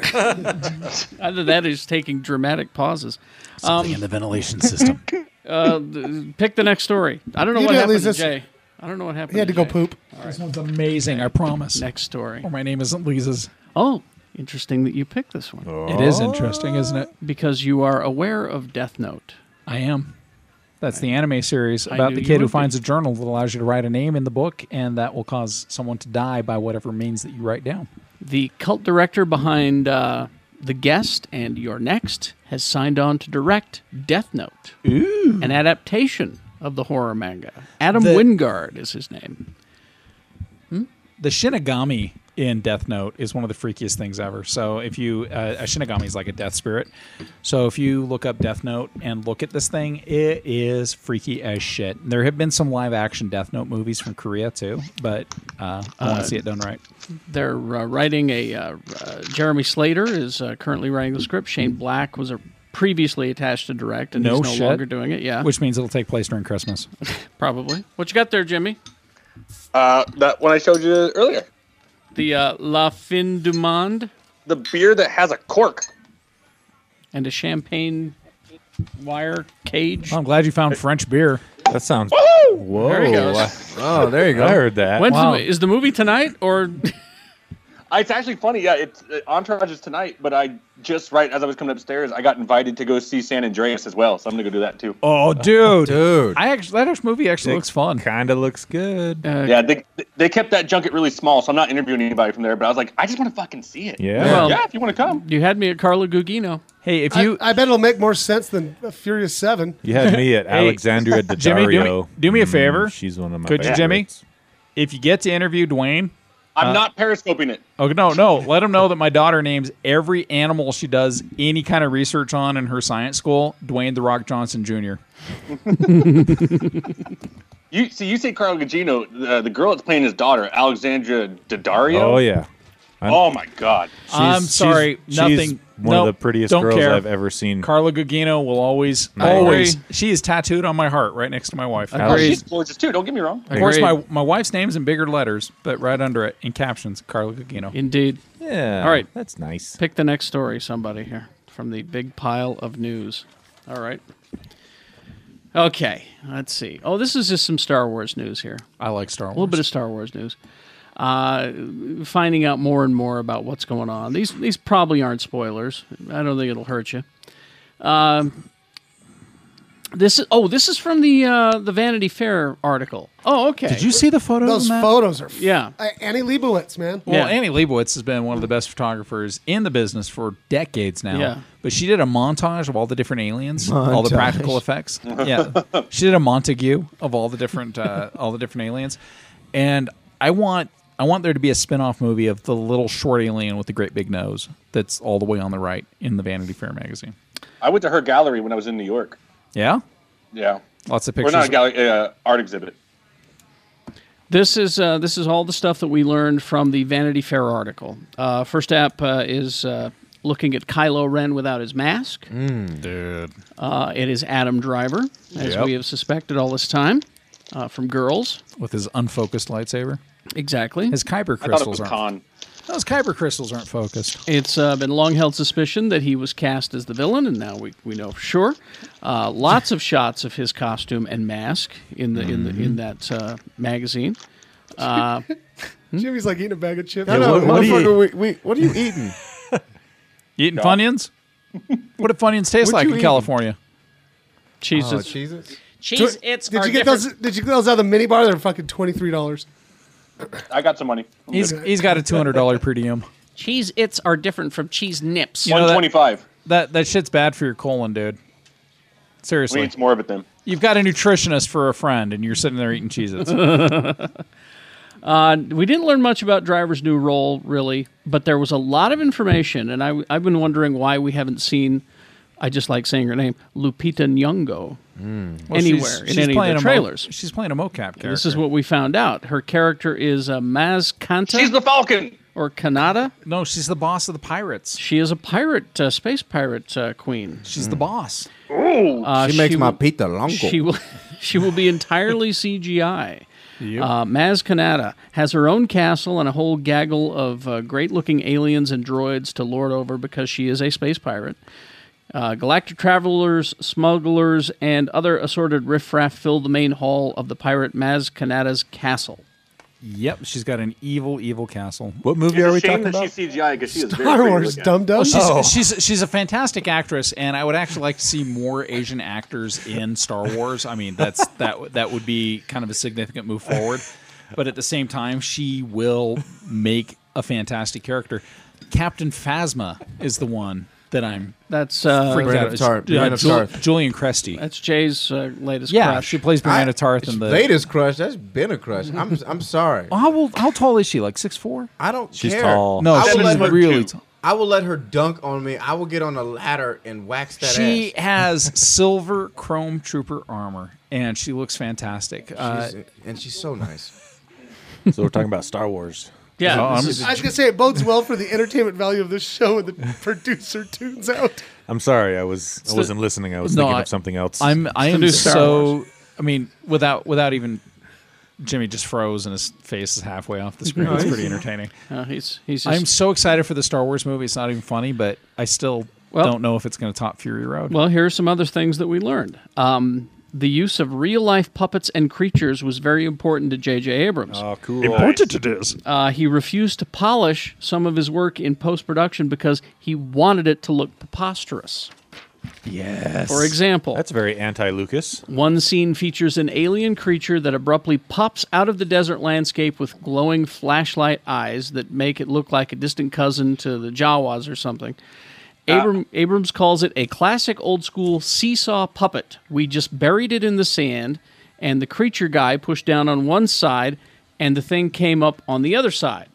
Speaker 2: Either that is taking dramatic pauses. Something
Speaker 7: in the ventilation system.
Speaker 2: uh, th- pick the next story. I don't know
Speaker 6: You
Speaker 2: what
Speaker 6: did at
Speaker 2: happened
Speaker 6: least
Speaker 2: to
Speaker 6: this-
Speaker 2: Jay. I don't know what happened.
Speaker 6: He had to go
Speaker 2: Jay.
Speaker 6: poop.
Speaker 7: This one's amazing. I promise.
Speaker 2: Next story.
Speaker 7: Or Oh, my name isn't Lisa's.
Speaker 2: Oh, interesting that you picked this one.
Speaker 7: It is interesting, isn't it?
Speaker 2: Because you are aware of Death Note.
Speaker 7: I am. That's the anime series
Speaker 2: I
Speaker 7: about
Speaker 2: knew
Speaker 7: the
Speaker 2: you
Speaker 7: kid who
Speaker 2: would be.
Speaker 7: finds a journal that allows you to write a name in the book, and that will cause someone to die by whatever means that you write down.
Speaker 2: The cult director behind uh, The Guest and Your Next has signed on to direct Death Note, an adaptation of the horror manga. Adam
Speaker 7: The-
Speaker 2: Wingard is his name.
Speaker 7: The Shinigami in Death Note is one of the freakiest things ever. So if you uh, a Shinigami is like a death spirit. So if you look up Death Note and look at this thing, it is freaky as shit. There have been some live action Death Note movies from Korea too, but uh, I
Speaker 2: Uh,
Speaker 7: want to see it done right.
Speaker 2: They're uh, writing a. Uh, uh, Jeremy Slater is uh, currently writing the script. Shane Black was a previously attached to direct, and
Speaker 7: no
Speaker 2: he's no
Speaker 7: shit.
Speaker 2: longer doing it. Yeah,
Speaker 7: which means it'll take place during Christmas.
Speaker 2: probably. What you got there, Jimmy?
Speaker 16: Uh, that one I showed you earlier.
Speaker 2: The uh, La Fin du Monde.
Speaker 16: The beer that has a cork.
Speaker 2: And a champagne wire cage.
Speaker 7: Oh, I'm glad you found French beer.
Speaker 26: That sounds.
Speaker 2: Whoa! There he goes.
Speaker 26: Oh, there you go. I heard that.
Speaker 2: When's
Speaker 26: Wow.
Speaker 2: the, is the movie tonight or
Speaker 16: Uh, It's actually funny. Yeah, it's uh, Entourage is tonight, but I just right as I was coming upstairs, I got invited to go see San Andreas as well, so I'm gonna go do that too.
Speaker 7: Oh, dude,
Speaker 26: dude!
Speaker 7: I actually that movie actually looks fun. Uh,
Speaker 26: Kind of looks good.
Speaker 16: yeah, they they kept that junket really small, so I'm not interviewing anybody from there. But I was like, I just want to fucking see it.
Speaker 7: Yeah. Well-
Speaker 16: yeah, if you want to come.
Speaker 2: you had me at Carlo Gugino?
Speaker 7: Hey, if
Speaker 6: you, I, I bet it'll make more sense than Furious Seven.
Speaker 26: You had me at Alexandria Daddario.
Speaker 7: Jimmy, do me, do me a
Speaker 26: Mm,
Speaker 7: favor.
Speaker 26: she's one of my.
Speaker 7: Could you, Jimmy? If you get to interview Dwayne,
Speaker 16: I'm
Speaker 7: uh,
Speaker 16: not periscoping it.
Speaker 7: Oh no, no! Let him know that my daughter names every animal she does any kind of research on in her science school. Dwayne the Rock Johnson Jr.
Speaker 16: You see, you say Carl Gugino, uh, the, the girl that's playing his daughter, Alexandra Daddario.
Speaker 26: Oh yeah. I'm-
Speaker 16: oh my god.
Speaker 26: She's- she's- she's one
Speaker 7: Nope,
Speaker 26: of the prettiest
Speaker 7: don't
Speaker 26: girls
Speaker 7: care.
Speaker 26: I've ever seen.
Speaker 7: Carla Gugino will always,
Speaker 26: Nice.
Speaker 7: always. She is tattooed on my heart, right next to my wife.
Speaker 16: Oh, she's gorgeous too. Don't get me wrong.
Speaker 7: Of course, my, my wife's name's in bigger letters, but right under it in captions, Carla Gugino.
Speaker 2: Indeed.
Speaker 26: Yeah.
Speaker 2: All right.
Speaker 26: That's nice.
Speaker 2: Pick the next story, somebody here, from the big pile of news. All right. Okay, let's see. Oh, this is just some Star Wars news here.
Speaker 7: I like Star Wars.
Speaker 2: A little bit of Star Wars news. Uh, finding out more and more about what's going on. These these probably aren't spoilers. I don't think it'll hurt you. Um, this is, oh, this is from the uh, the Vanity Fair article. Oh, okay.
Speaker 7: Did you see the photos?
Speaker 6: Those
Speaker 7: on that?
Speaker 6: photos are.
Speaker 2: Yeah.
Speaker 6: Uh, Annie Leibovitz, man.
Speaker 7: Well, Annie Leibovitz has been one of the best photographers in the business for decades now.
Speaker 6: Yeah.
Speaker 7: But she did a montage of all the different aliens, all the
Speaker 6: Montage.
Speaker 7: practical effects. Yeah. she did a Montague of all the different uh, all the different aliens. And I want I want there to be a spin-off movie of the little short alien with the great big nose that's all the way on the right in the Vanity Fair magazine.
Speaker 16: I went to her gallery when I was in New York.
Speaker 7: Yeah?
Speaker 16: Yeah.
Speaker 7: Lots of
Speaker 16: Or
Speaker 7: pictures.
Speaker 16: not a gallery, uh, art exhibit.
Speaker 2: This is uh, this is all the stuff that we learned from the Vanity Fair article. Uh, first app uh, is uh, looking at Kylo Ren without his mask.
Speaker 3: Hmm.
Speaker 7: dude.
Speaker 2: Uh, it is Adam Driver, as
Speaker 7: Yep.
Speaker 2: we have suspected all this time, uh, from Girls.
Speaker 7: With his unfocused lightsaber.
Speaker 2: Exactly.
Speaker 7: His Kyber
Speaker 2: I thought it
Speaker 7: crystals
Speaker 2: was
Speaker 7: aren't.
Speaker 2: Khan.
Speaker 7: Those Kyber crystals aren't focused.
Speaker 2: It's uh, been long held suspicion that he was cast as the villain, and now we, we know for sure. Uh, lots of shots of his costume and mask in the in the
Speaker 7: Mm-hmm.
Speaker 2: in that uh, magazine. Uh,
Speaker 6: Jimmy's like eating a bag of chips.
Speaker 2: Yeah, No, no, what- what are you-
Speaker 3: motherfucker, we- we- what are you eating?
Speaker 7: You eating
Speaker 3: No.
Speaker 7: Funyuns? what do Funyuns taste
Speaker 3: What
Speaker 7: like
Speaker 3: you
Speaker 7: in
Speaker 3: eating?
Speaker 7: California?
Speaker 2: Cheeses.
Speaker 3: Oh, Cheez-Its?
Speaker 6: Cheese,
Speaker 2: it's
Speaker 6: did you get those? Did you get those out of the mini bar? They're fucking twenty three dollars.
Speaker 16: I got some money.
Speaker 7: He's he's got a two hundred dollar per diem.
Speaker 2: Cheese its are different from cheese nips.
Speaker 7: You know that- That that shit's bad for your colon, dude. Seriously,
Speaker 16: We need some more of it then.
Speaker 7: You've got a nutritionist for a friend, and you're sitting there eating cheeses.
Speaker 2: Uh, we didn't learn much about Driver's new role, really, but there was a lot of information, and I, I've been wondering why we haven't seen. I just like saying her name, Lupita Nyong'o, anywhere
Speaker 7: Hmm. she's,
Speaker 2: in
Speaker 7: she's
Speaker 2: any of
Speaker 7: playing
Speaker 2: the
Speaker 7: a mo-
Speaker 2: trailers.
Speaker 7: she's playing a mocap character.
Speaker 2: This is what we found out. Her character is uh, Maz Kanta. She's
Speaker 16: the Falcon.
Speaker 2: Or Kanata.
Speaker 7: No, she's the boss of the pirates.
Speaker 2: She is a pirate, uh, space pirate uh, queen.
Speaker 7: She's the boss.
Speaker 3: Ooh. She makes my pita longo.
Speaker 2: Uh, She will, she will be entirely CGI. Uh, Maz Kanata has her own castle and a whole gaggle of uh, great-looking aliens and droids to lord over because she is a space pirate. Uh, galactic travelers, smugglers, and other assorted riffraff fill the main hall of the pirate Maz Kanata's castle.
Speaker 7: Yep, she's got an evil, evil castle.
Speaker 26: What movie
Speaker 16: It's a shame that she's CGI because she is very pretty looking.
Speaker 7: Oh, she's,
Speaker 16: Oh.
Speaker 7: she's she's a fantastic actress, and I would actually like to see more Asian actors in Star Wars. I mean, that's that w- that would be kind of a significant move forward. But at the same time, she will make a fantastic character. Captain Phasma is the one that I'm.
Speaker 2: That's uh,
Speaker 7: freaked out. It's, uh, Jul- Julian Cresty.
Speaker 2: That's Jay's uh, latest.
Speaker 7: Yeah,
Speaker 2: crush.
Speaker 7: she plays Brianna Tarth in the
Speaker 3: Latest crush. That's been a crush. I'm I'm sorry.
Speaker 7: How old, How tall is she? Like six four?
Speaker 3: I don't
Speaker 7: She's
Speaker 3: care.
Speaker 7: tall. No,
Speaker 3: I will
Speaker 7: she's
Speaker 3: let her-
Speaker 7: really tall.
Speaker 3: I will let her dunk on me. I will get on a ladder and wax that
Speaker 7: she
Speaker 3: ass.
Speaker 7: has silver chrome trooper armor, and she looks fantastic. uh,
Speaker 3: She's- and she's so nice.
Speaker 26: So we're talking about Star Wars.
Speaker 7: Yeah,
Speaker 26: So
Speaker 7: this
Speaker 26: I'm,
Speaker 7: is-
Speaker 6: I was gonna say it bodes well for the entertainment value of this show when the producer tunes out.
Speaker 26: I'm sorry, I was I
Speaker 7: the-
Speaker 26: wasn't listening. I was
Speaker 7: No,
Speaker 26: thinking
Speaker 7: I-
Speaker 26: of something else.
Speaker 7: I'm
Speaker 26: It's
Speaker 7: I
Speaker 26: the
Speaker 7: am
Speaker 26: new Star
Speaker 7: so I mean without without even Jimmy just froze and his face is halfway off the screen.
Speaker 2: No,
Speaker 7: it's
Speaker 2: he's-
Speaker 7: pretty entertaining.
Speaker 2: No, he's- he's
Speaker 7: I'm
Speaker 2: just-
Speaker 7: so excited for the Star Wars movie. It's not even funny, but I still
Speaker 2: Well-
Speaker 7: don't know if it's going to top Fury Road.
Speaker 2: Well, here are some other things that we learned. Um, the use of real life puppets and creatures was very important to J.J. Abrams.
Speaker 26: Oh, cool.
Speaker 7: Important it is.
Speaker 2: Uh, he refused to polish some of his work in post production because he wanted it to look preposterous.
Speaker 7: Yes.
Speaker 2: For example,
Speaker 26: that's very anti-Lucas.
Speaker 2: One scene features an alien creature that abruptly pops out of the desert landscape with glowing flashlight eyes that make it look like a distant cousin to the Jawas or something.
Speaker 26: Uh,
Speaker 2: Abram, Abrams calls it a classic old school seesaw puppet. We just buried it in the sand, and the creature guy pushed down on one side, and the thing came up on the other side.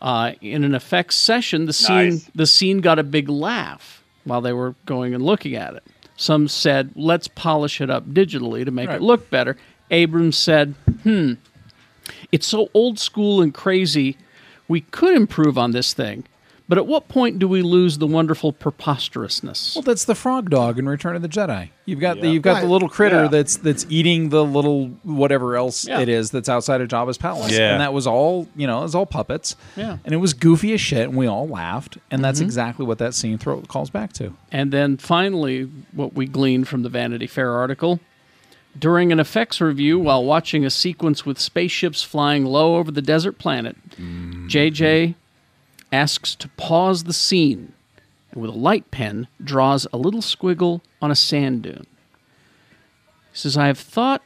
Speaker 2: Uh, in an effects session, the scene
Speaker 18: Nice.
Speaker 2: the scene got a big laugh while they were going and looking at it. Some said, "Let's polish it up digitally to make
Speaker 18: Right.
Speaker 2: it look better." Abrams said, "Hmm, it's so old school and crazy. We could improve on this thing, but at what point do we lose the wonderful preposterousness?"
Speaker 7: Well, that's the frog dog in Return of the Jedi. You've got the
Speaker 2: Yeah.
Speaker 7: you've got the
Speaker 2: Right.
Speaker 7: little critter
Speaker 2: Yeah.
Speaker 7: that's that's eating the little whatever else
Speaker 2: Yeah.
Speaker 7: it is that's outside of Jabba's palace.
Speaker 2: Yeah.
Speaker 7: And that was all you know. It was all puppets.
Speaker 2: Yeah.
Speaker 7: And it was goofy as shit, and we all laughed. And that's
Speaker 2: Mhm.
Speaker 7: exactly what that scene throw, calls back to.
Speaker 2: And then finally, what we gleaned from the Vanity Fair article. During an effects review while watching a sequence with spaceships flying low over the desert planet, JJ asks to pause the scene and with a light pen draws a little squiggle on a sand dune. He says, I have thought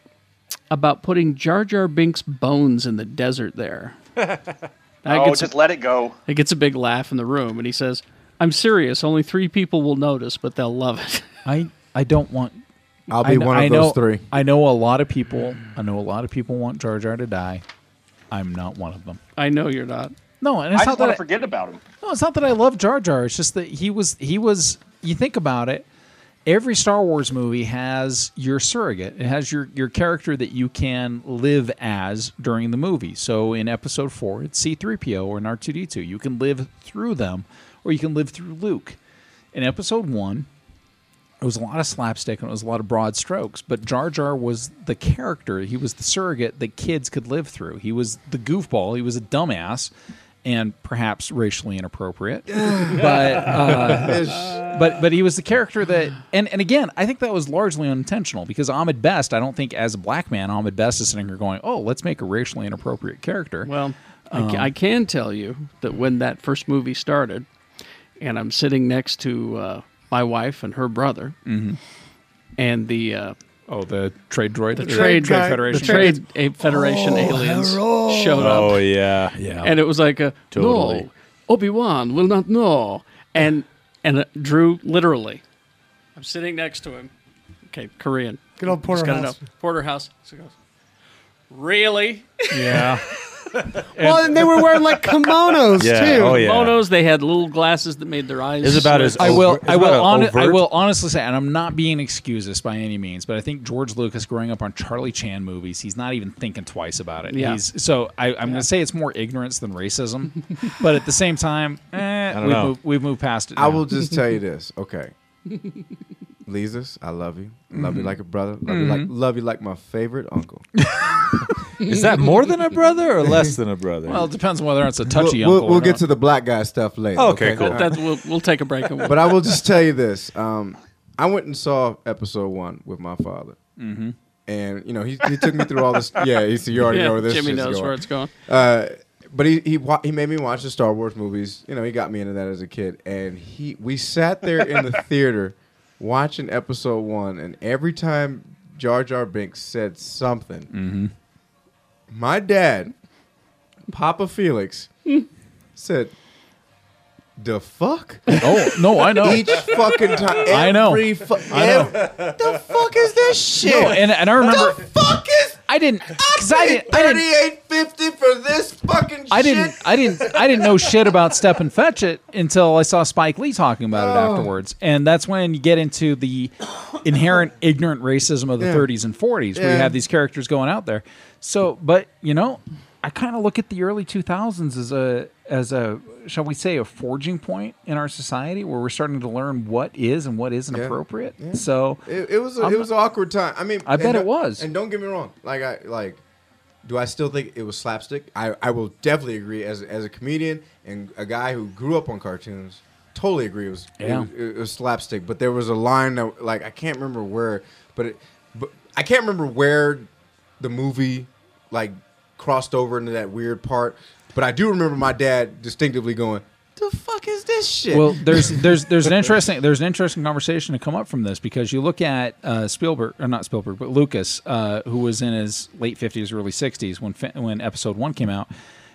Speaker 2: about putting Jar Jar Binks' bones in the desert there. That
Speaker 16: oh,
Speaker 2: gets-
Speaker 16: just let it go.
Speaker 2: It gets a big laugh in the room, and he says, I'm serious. Only three people will notice, but theyll love it.
Speaker 7: I I don't want.
Speaker 3: I'll be
Speaker 7: I kn-
Speaker 3: one of
Speaker 7: I
Speaker 3: those
Speaker 7: know-
Speaker 3: three.
Speaker 7: I know a lot of people. I know a lot of people want Jar Jar to die. I'm not one of them.
Speaker 2: I know you're not.
Speaker 7: No, and
Speaker 16: I
Speaker 7: it's
Speaker 16: just
Speaker 7: not
Speaker 16: want
Speaker 7: that
Speaker 16: to forget about him.
Speaker 7: No, it's not that I love Jar Jar. It's just that he was he was. You think about it. Every Star Wars movie has your surrogate. It has your your character that you can live as during the movie. So in Episode Four, it's C three PO or an R two D two. You can live through them, or you can live through Luke. In Episode One, it was a lot of slapstick and it was a lot of broad strokes. But Jar Jar was the character. He was the surrogate that kids could live through. He was the goofball. He was a dumbass, and perhaps racially inappropriate. but uh, but but he was the character that. And and again, I think that was largely unintentional because Ahmed Best. I don't think as a black man, Ahmed Best is sitting here going, "Oh, let's make a racially inappropriate character." Um,
Speaker 2: Well, I ca- I can tell you that when that first movie started, and I'm sitting next to uh, my wife and her brother, and the uh,
Speaker 7: Mm-hmm. oh the trade droid,
Speaker 2: the
Speaker 7: the
Speaker 2: trade,
Speaker 7: Trade
Speaker 2: the
Speaker 7: Federation.
Speaker 2: trade a- Federation
Speaker 7: Oh,
Speaker 2: aliens
Speaker 7: hello.
Speaker 2: showed up.
Speaker 26: Oh, yeah. Yeah.
Speaker 2: and it was like a
Speaker 26: Totally.
Speaker 2: no, Obi Wan will not know, and and uh, Drew literally. I'm sitting next to him. Okay, Korean.
Speaker 6: Good old
Speaker 2: Just gotta
Speaker 6: Porterhouse.
Speaker 2: know. Porterhouse. So he goes, Really?
Speaker 7: Yeah.
Speaker 6: well, and they were wearing like kimonos too.
Speaker 2: Kimonos. They had little glasses that made their eyes.
Speaker 7: I will. I will. hon- I will honestly say, and I'm not being excusist by any means, but I think George Lucas, growing up on Charlie Chan movies, he's not even thinking twice about it.
Speaker 2: Yeah.
Speaker 7: He's, so I, I'm going to say it's more ignorance than racism, but at the same time, eh,
Speaker 3: don't
Speaker 7: we've,
Speaker 3: know.
Speaker 7: moved, we've moved past it.
Speaker 3: I
Speaker 7: now.
Speaker 3: will just tell you this. Okay. Lizus, I love you. Love you
Speaker 7: Mhm.
Speaker 3: like a brother. Love you like
Speaker 7: Mhm.
Speaker 3: love you like my favorite uncle.
Speaker 26: Is that more than a brother or less than a brother?
Speaker 7: Well, it depends on whether it's a touchy uncle
Speaker 3: We'll, we'll,
Speaker 7: or
Speaker 3: we'll get
Speaker 7: not.
Speaker 3: to the black guy stuff later.
Speaker 7: Okay,
Speaker 3: Okay,
Speaker 7: cool.
Speaker 3: All
Speaker 2: That- we'll- we'll take a break and we'll-
Speaker 3: but I will just tell you this. Um, I went and saw episode one with my father.
Speaker 7: Mhm.
Speaker 3: and you know he, he took me through all this. Yeah, he said you already
Speaker 2: Mm-hmm. Yeah,
Speaker 3: know where this.
Speaker 2: Jimmy
Speaker 3: shit's
Speaker 2: knows
Speaker 3: going.
Speaker 2: where it's going.
Speaker 3: Uh, but he he wa- he made me watch the Star Wars movies. You know, he got me into that as a kid, and he we sat there in the theater watching Episode One, and every time Jar Jar Binks said something,
Speaker 2: Mm-hmm.
Speaker 3: my dad, Papa Felix, said. The fuck?
Speaker 7: Oh no, I know.
Speaker 3: Each fucking time.
Speaker 7: I know.
Speaker 3: every fu-
Speaker 7: I know.
Speaker 3: ev- the fuck is this shit?
Speaker 7: No, and, and I remember
Speaker 3: The fuck is?
Speaker 7: I didn't. Cause I didn't. I didn't.
Speaker 3: Thirty-eight fifty for this fucking
Speaker 7: I
Speaker 3: shit.
Speaker 7: didn't. I didn't. I didn't know shit about step and fetch it until I saw Spike Lee talking about
Speaker 3: Oh.
Speaker 7: it afterwards, and that's when you get into the inherent ignorant racism of the
Speaker 3: Yeah.
Speaker 7: 30s and 40s, where
Speaker 3: Yeah.
Speaker 7: you have these characters going out there. So, but you know, I kind of look at the early 2000s as a as a shall we say a forging point in our society where we're starting to learn what is and what isn't
Speaker 3: Yeah.
Speaker 7: appropriate.
Speaker 3: Yeah.
Speaker 7: So
Speaker 3: It, it was a,
Speaker 7: I'm-
Speaker 3: it was an awkward time. I mean,
Speaker 7: I
Speaker 3: and
Speaker 7: bet it
Speaker 3: don't-
Speaker 7: was.
Speaker 3: And don't get me wrong. Like I like, do I still think it was slapstick? I, I will definitely agree as as a comedian and a guy who grew up on cartoons. Totally agree. It was
Speaker 7: Yeah.
Speaker 3: it, was, it was slapstick, but there was a line that like I can't remember where, but it, but I can't remember where the movie like crossed over into that weird part. But I do remember my dad distinctively going, "The fuck is this shit?"
Speaker 7: Well, there's there's there's an interesting there's an interesting conversation to come up from this because you look at uh, Spielberg or not Spielberg but Lucas, uh, who was in his late fifties, early sixties when fa- when Episode One came out,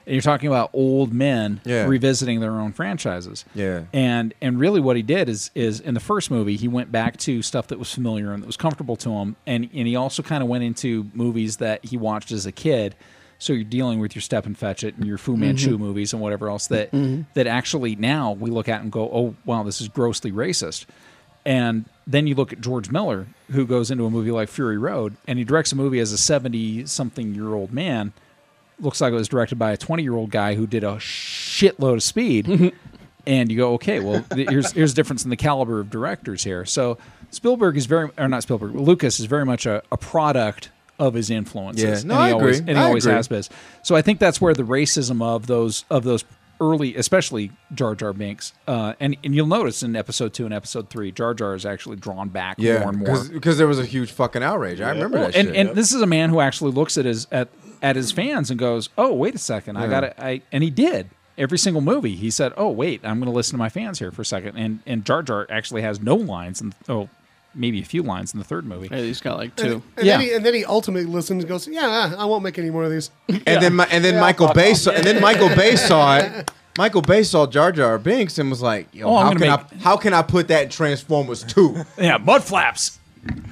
Speaker 7: and you're talking about old men
Speaker 3: Yeah.
Speaker 7: revisiting their own franchises.
Speaker 3: yeah.
Speaker 7: And and really, what he did is is in the first movie, he went back to stuff that was familiar and that was comfortable to him, and and he also kind of went into movies that he watched as a kid. So you're dealing with your Step and Fetch It and your Fu Manchu
Speaker 2: Mhm.
Speaker 3: Mm-hmm.
Speaker 7: movies and whatever else that
Speaker 6: Mm-hmm.
Speaker 2: Mhm.
Speaker 7: that actually now we look at and go, oh wow, this is grossly racist. And then you look at George Miller, who goes into a movie like Fury Road, and he directs a movie as a seventy-something-year-old man. Looks like it was directed by a twenty-year-old guy who did a shitload of speed. and you go, okay, well, th- here's here's a difference in the caliber of directors here. So Spielberg is very, or not Spielberg, Lucas is very much a, a product of his influences.
Speaker 3: Yeah.
Speaker 7: And
Speaker 3: No,
Speaker 7: he
Speaker 3: I
Speaker 7: always,
Speaker 3: agree.
Speaker 7: And he
Speaker 3: I
Speaker 7: always
Speaker 3: agree.
Speaker 7: has been. So I think that's where the racism of those of those early, especially Jar Jar Binks, uh, and and you'll notice in episode two and episode three, Jar Jar is actually drawn back
Speaker 3: Yeah,
Speaker 7: more and more.
Speaker 3: because there was a huge fucking outrage. I remember
Speaker 7: Well,
Speaker 3: that.
Speaker 7: and
Speaker 3: shit.
Speaker 7: and this is a man who actually looks at his at at his fans and goes, "Oh, wait a second, I
Speaker 3: Yeah.
Speaker 7: got to I and he did. Every single movie, he said, "Oh, wait, I'm going to listen to my fans here for a second. And and Jar Jar actually has no lines, and oh, maybe a few lines in the third movie.
Speaker 2: Yeah, he's got like
Speaker 7: two.
Speaker 6: And,
Speaker 7: yeah,
Speaker 6: then he, and then he ultimately listens and goes, "Yeah, I won't make any more of these."
Speaker 3: And then my, and then
Speaker 6: Yeah.
Speaker 3: Michael Bay saw, and then Michael Bay saw it. Michael Bay saw Jar Jar Binks and was like, "Yo,
Speaker 6: Oh, I'm
Speaker 3: how can
Speaker 6: gonna
Speaker 3: I how can I put that in Transformers 2?
Speaker 7: yeah, mud flaps.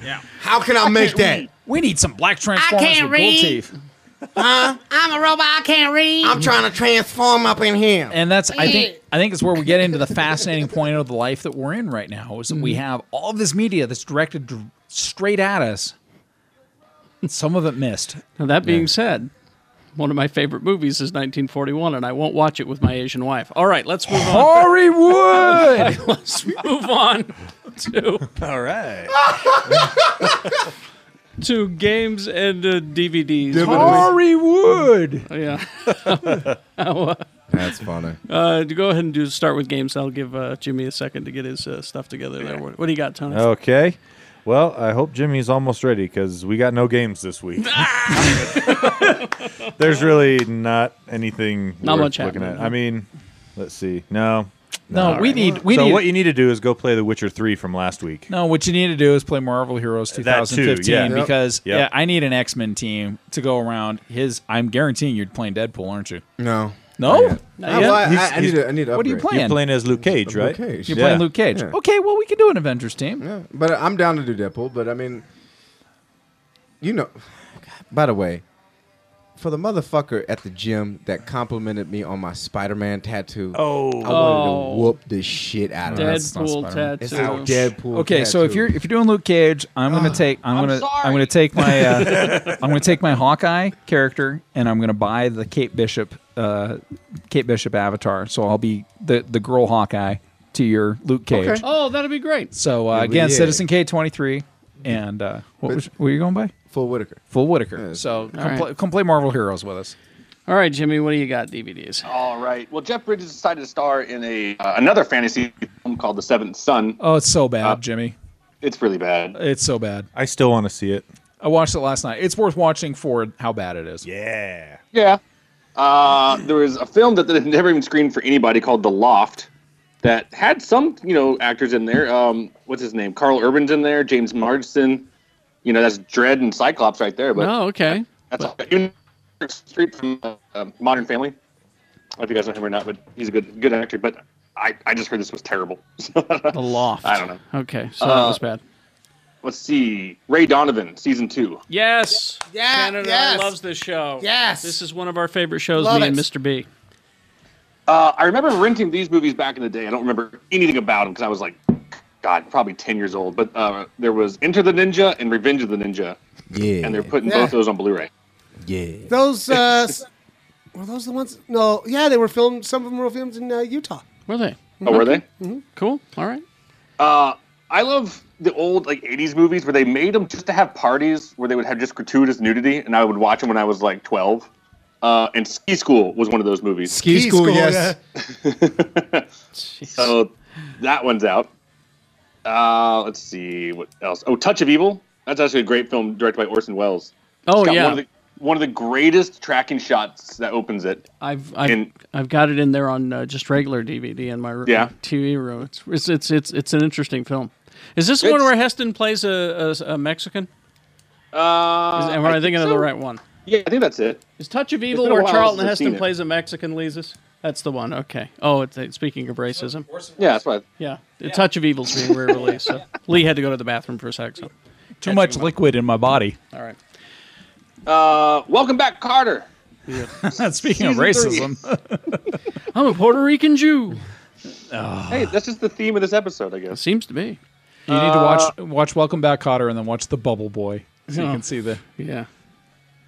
Speaker 3: Yeah, how can I, make that?
Speaker 7: We need some black I
Speaker 3: Transformers
Speaker 7: can't with gold read. teeth.
Speaker 3: huh? I'm a robot. I can't read. I'm trying to transform up in here.
Speaker 7: And that's I think I think it's where we get into the fascinating point of the life that we're in right now is that we
Speaker 3: Mhm.
Speaker 7: have all of this media that's directed dr- straight at us. Some of it missed.
Speaker 2: Now, that being said, one of my favorite movies is 1941, and I won't watch it with my Asian wife. All right, let's move on.
Speaker 7: Hollywood!
Speaker 2: let's move on to.
Speaker 7: All right.
Speaker 2: to games and uh, DVDs.
Speaker 7: Hollywood!
Speaker 2: Yeah.
Speaker 3: That's funny.
Speaker 2: Uh, to go ahead and do start with games. I'll give uh, Jimmy a second to get his uh, stuff together. There. What, what do you got, Tony?
Speaker 26: Okay. Well, I hope Jimmy's almost ready because we got no games this week. There's really not anything
Speaker 2: Not
Speaker 26: worth
Speaker 2: much
Speaker 26: looking
Speaker 2: happening,
Speaker 26: at. I mean, let's see. No.
Speaker 7: No, we need- we
Speaker 26: so
Speaker 7: need-
Speaker 26: what you need to do is go play The Witcher 3 from last week.
Speaker 7: No, what you need to do is play Marvel Heroes
Speaker 26: That too,
Speaker 7: 2015
Speaker 26: yeah. Yep.
Speaker 7: because
Speaker 26: Yep.
Speaker 7: yeah, I need an X Men team to go around his. I'm guaranteeing you're playing Deadpool, aren't you?
Speaker 3: No,
Speaker 7: Oh, no.
Speaker 3: Not yet. Not yet. Ah, I- I- I need to- I need to
Speaker 7: What are you
Speaker 3: upgrade.
Speaker 7: playing?
Speaker 3: You're playing as Luke Cage,
Speaker 7: You're
Speaker 3: right? Cage.
Speaker 7: You're playing
Speaker 3: Yeah.
Speaker 7: Luke Cage.
Speaker 3: Yeah.
Speaker 7: Okay, well we can do an Avengers team.
Speaker 3: Yeah, but I'm down to do Deadpool. But I mean, you know. By the way, for the motherfucker at the gym that complimented me on my Spider-Man tattoo,
Speaker 7: Oh.
Speaker 3: I wanted
Speaker 7: Oh.
Speaker 3: to whoop the shit out of him. It's a Deadpool.
Speaker 7: Okay, so if
Speaker 3: tattoo.
Speaker 7: you're if you're doing Luke Cage, I'm
Speaker 2: Uh,
Speaker 7: gonna take I'm, gonna I'm gonna take my uh, I'm gonna take my Hawkeye character and I'm gonna buy the Kate Bishop uh, Kate Bishop avatar. So I'll be the the girl Hawkeye to your Luke Cage.
Speaker 2: Oh, that'd be great.
Speaker 7: So uh,
Speaker 2: Yeah,
Speaker 7: again,
Speaker 2: yeah.
Speaker 7: Citizen K twenty three, and uh, what was, what were you going by?
Speaker 3: Full Whitaker.
Speaker 7: Full Whitaker. So come,
Speaker 2: All right.
Speaker 7: play, come play Marvel Heroes with us.
Speaker 2: All right, Jimmy, what do you got? DVDs.
Speaker 16: All right. Well, Jeff Bridges decided to star in a uh, another fantasy film called The Seventh Son.
Speaker 3: Uh,
Speaker 7: Oh, it's so bad, Jimmy.
Speaker 16: It's really bad.
Speaker 7: It's so bad.
Speaker 26: I still want to see it.
Speaker 7: I watched it last night. It's worth watching for how bad it is.
Speaker 11: Yeah. Yeah. Uh, there was a film that, that had never even screened for anybody called The Loft that had some, you know, actors in there. Um, what's his name? Carl Urban's in there. James Marsden. You know, that's Dread and Cyclops right there. But
Speaker 2: oh, okay.
Speaker 11: that's even Streep from uh, Modern Family. I don't know if you guys know him or not, but he's a good good actor. But I, I just heard this was terrible. the
Speaker 2: Loft.
Speaker 11: I don't know.
Speaker 2: Okay, so that was
Speaker 11: Uh,
Speaker 2: bad.
Speaker 11: Let's see. Ray Donovan, season two.
Speaker 2: Yes.
Speaker 6: Yeah.
Speaker 2: Canada
Speaker 6: yes.
Speaker 2: loves this show.
Speaker 6: Yes.
Speaker 2: This is one of our favorite shows,
Speaker 11: Love
Speaker 2: me and
Speaker 11: it.
Speaker 2: Mr. B.
Speaker 11: Uh, I remember renting these movies back in the day. I don't remember anything about them because I was like, God, probably 10 years old. But uh, there was Enter the Ninja and Revenge of the Ninja.
Speaker 3: Yeah.
Speaker 11: And they're putting
Speaker 6: Yeah.
Speaker 11: both those on Blu ray.
Speaker 3: Yeah.
Speaker 6: Those uh, s- were those the ones? No, yeah, they were filmed. Some of them were filmed in uh, Utah.
Speaker 2: Were they?
Speaker 11: Oh, were
Speaker 3: Mm-hmm.
Speaker 11: they?
Speaker 6: Mhm.
Speaker 2: Cool. All right.
Speaker 11: Uh, I love the old like 80s movies where they made them just to have parties where they would have just gratuitous nudity. And I would watch them when I was like 12. Uh, and Ski School was one of those movies.
Speaker 3: Ski Ski School, School, yes.
Speaker 11: so that one's out. Uh, let's see what else. Oh, Touch of Evil. That's actually a great film directed by Orson Welles. It's
Speaker 2: Oh,
Speaker 11: got
Speaker 2: yeah.
Speaker 11: One of, the, one of the greatest tracking shots that opens it.
Speaker 2: I've I've,
Speaker 11: And-
Speaker 2: I've got it in there on uh, just regular DVD in my r-
Speaker 11: Yeah.
Speaker 2: TV room. It's, it's it's it's it's an interesting film. Is this the one
Speaker 11: It's-
Speaker 2: where Heston plays a, a, a Mexican?
Speaker 11: Uh,
Speaker 2: Is- am I, thinking of the
Speaker 11: so.
Speaker 2: right one?
Speaker 11: Yeah, I think that's it.
Speaker 2: Is Touch of
Speaker 11: It's
Speaker 2: Evil
Speaker 11: been a
Speaker 2: where
Speaker 11: while
Speaker 2: Charlton
Speaker 11: since I've
Speaker 2: Heston
Speaker 11: seen it.
Speaker 2: plays a Mexican, Leesus? That's the one. Okay. Oh, it's, uh, speaking of racism.
Speaker 11: Yeah, that's right.
Speaker 2: Yeah. The Touch of Evil's being re-released. So Lee had to go to the bathroom for a sec. So.
Speaker 7: Too much liquid in my body.
Speaker 2: All right.
Speaker 11: Uh, welcome back, Carter.
Speaker 7: Speaking of
Speaker 11: Season
Speaker 7: racism,
Speaker 2: I'm a Puerto Rican Jew.
Speaker 11: Hey, that's just the theme of this episode, I guess. Uh,
Speaker 2: Seems to be.
Speaker 7: you need to watch watch Welcome Back, Cotter, and then watch The Bubble Boy, so
Speaker 2: Oh.
Speaker 7: you can see the
Speaker 2: Uh, yeah.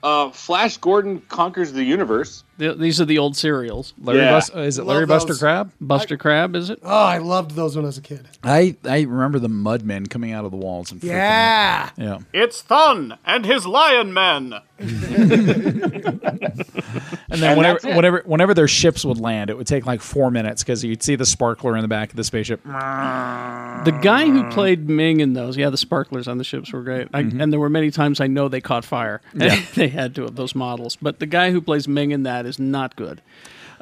Speaker 11: Uh, Flash Gordon conquers the universe.
Speaker 2: Th- these are the old serials.
Speaker 7: Larry Yeah. Bus- uh, is it Love Larry Buster those. Crab?
Speaker 2: Buster Crab, is it?
Speaker 6: Oh, I loved those when I was a kid.
Speaker 7: I I remember the Mudmen coming out of the walls and freaking out.
Speaker 15: Yeah.
Speaker 7: yeah.
Speaker 15: It's Thun and his lion men.
Speaker 7: And then whenever, whenever whenever their ships would land, it would take like four minutes because you'd see the sparkler in the back of the spaceship.
Speaker 2: The guy who played Ming in those, yeah, the sparklers on the ships were great. I, And there were many times I know they caught fire.
Speaker 7: Mm-hmm. Yeah.
Speaker 2: they had to of those models. But the guy who plays Ming in that is not good.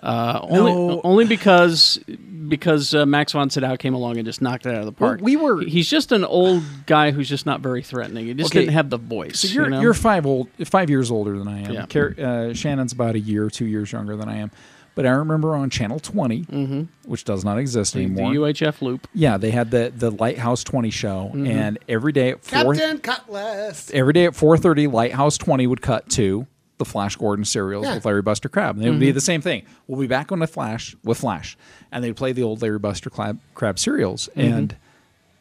Speaker 2: Uh, only,
Speaker 7: No.
Speaker 2: only because because uh, Max von Sydow came along and just knocked it out of the park.
Speaker 7: we were-
Speaker 2: He's just an old guy who's just not very threatening. He just
Speaker 7: Okay.
Speaker 2: didn't have the voice.
Speaker 7: So you're
Speaker 2: you know?
Speaker 7: you're five old five years older than I am.
Speaker 2: Yeah.
Speaker 7: Car- uh, Shannon's about a year, two years younger than I am. But I remember on Channel 20,
Speaker 2: Mm-hmm.
Speaker 7: which does not exist
Speaker 2: the, the
Speaker 7: anymore.
Speaker 2: UHF loop.
Speaker 7: yeah, they had the the Lighthouse 20 show,
Speaker 2: Mhm.
Speaker 7: and every day at four
Speaker 6: Captain Cutlass.
Speaker 7: every day at 4:30, Lighthouse 20 would cut to the Flash Gordon serials
Speaker 6: Yeah.
Speaker 7: with Larry Buster Crab, and it would be
Speaker 2: Mm-hmm.
Speaker 6: Mhm.
Speaker 7: the same thing. We'll be back on the Flash with Flash, and they'd play the old Larry Buster Crab, Crab serials,
Speaker 2: Mm-hmm.
Speaker 7: and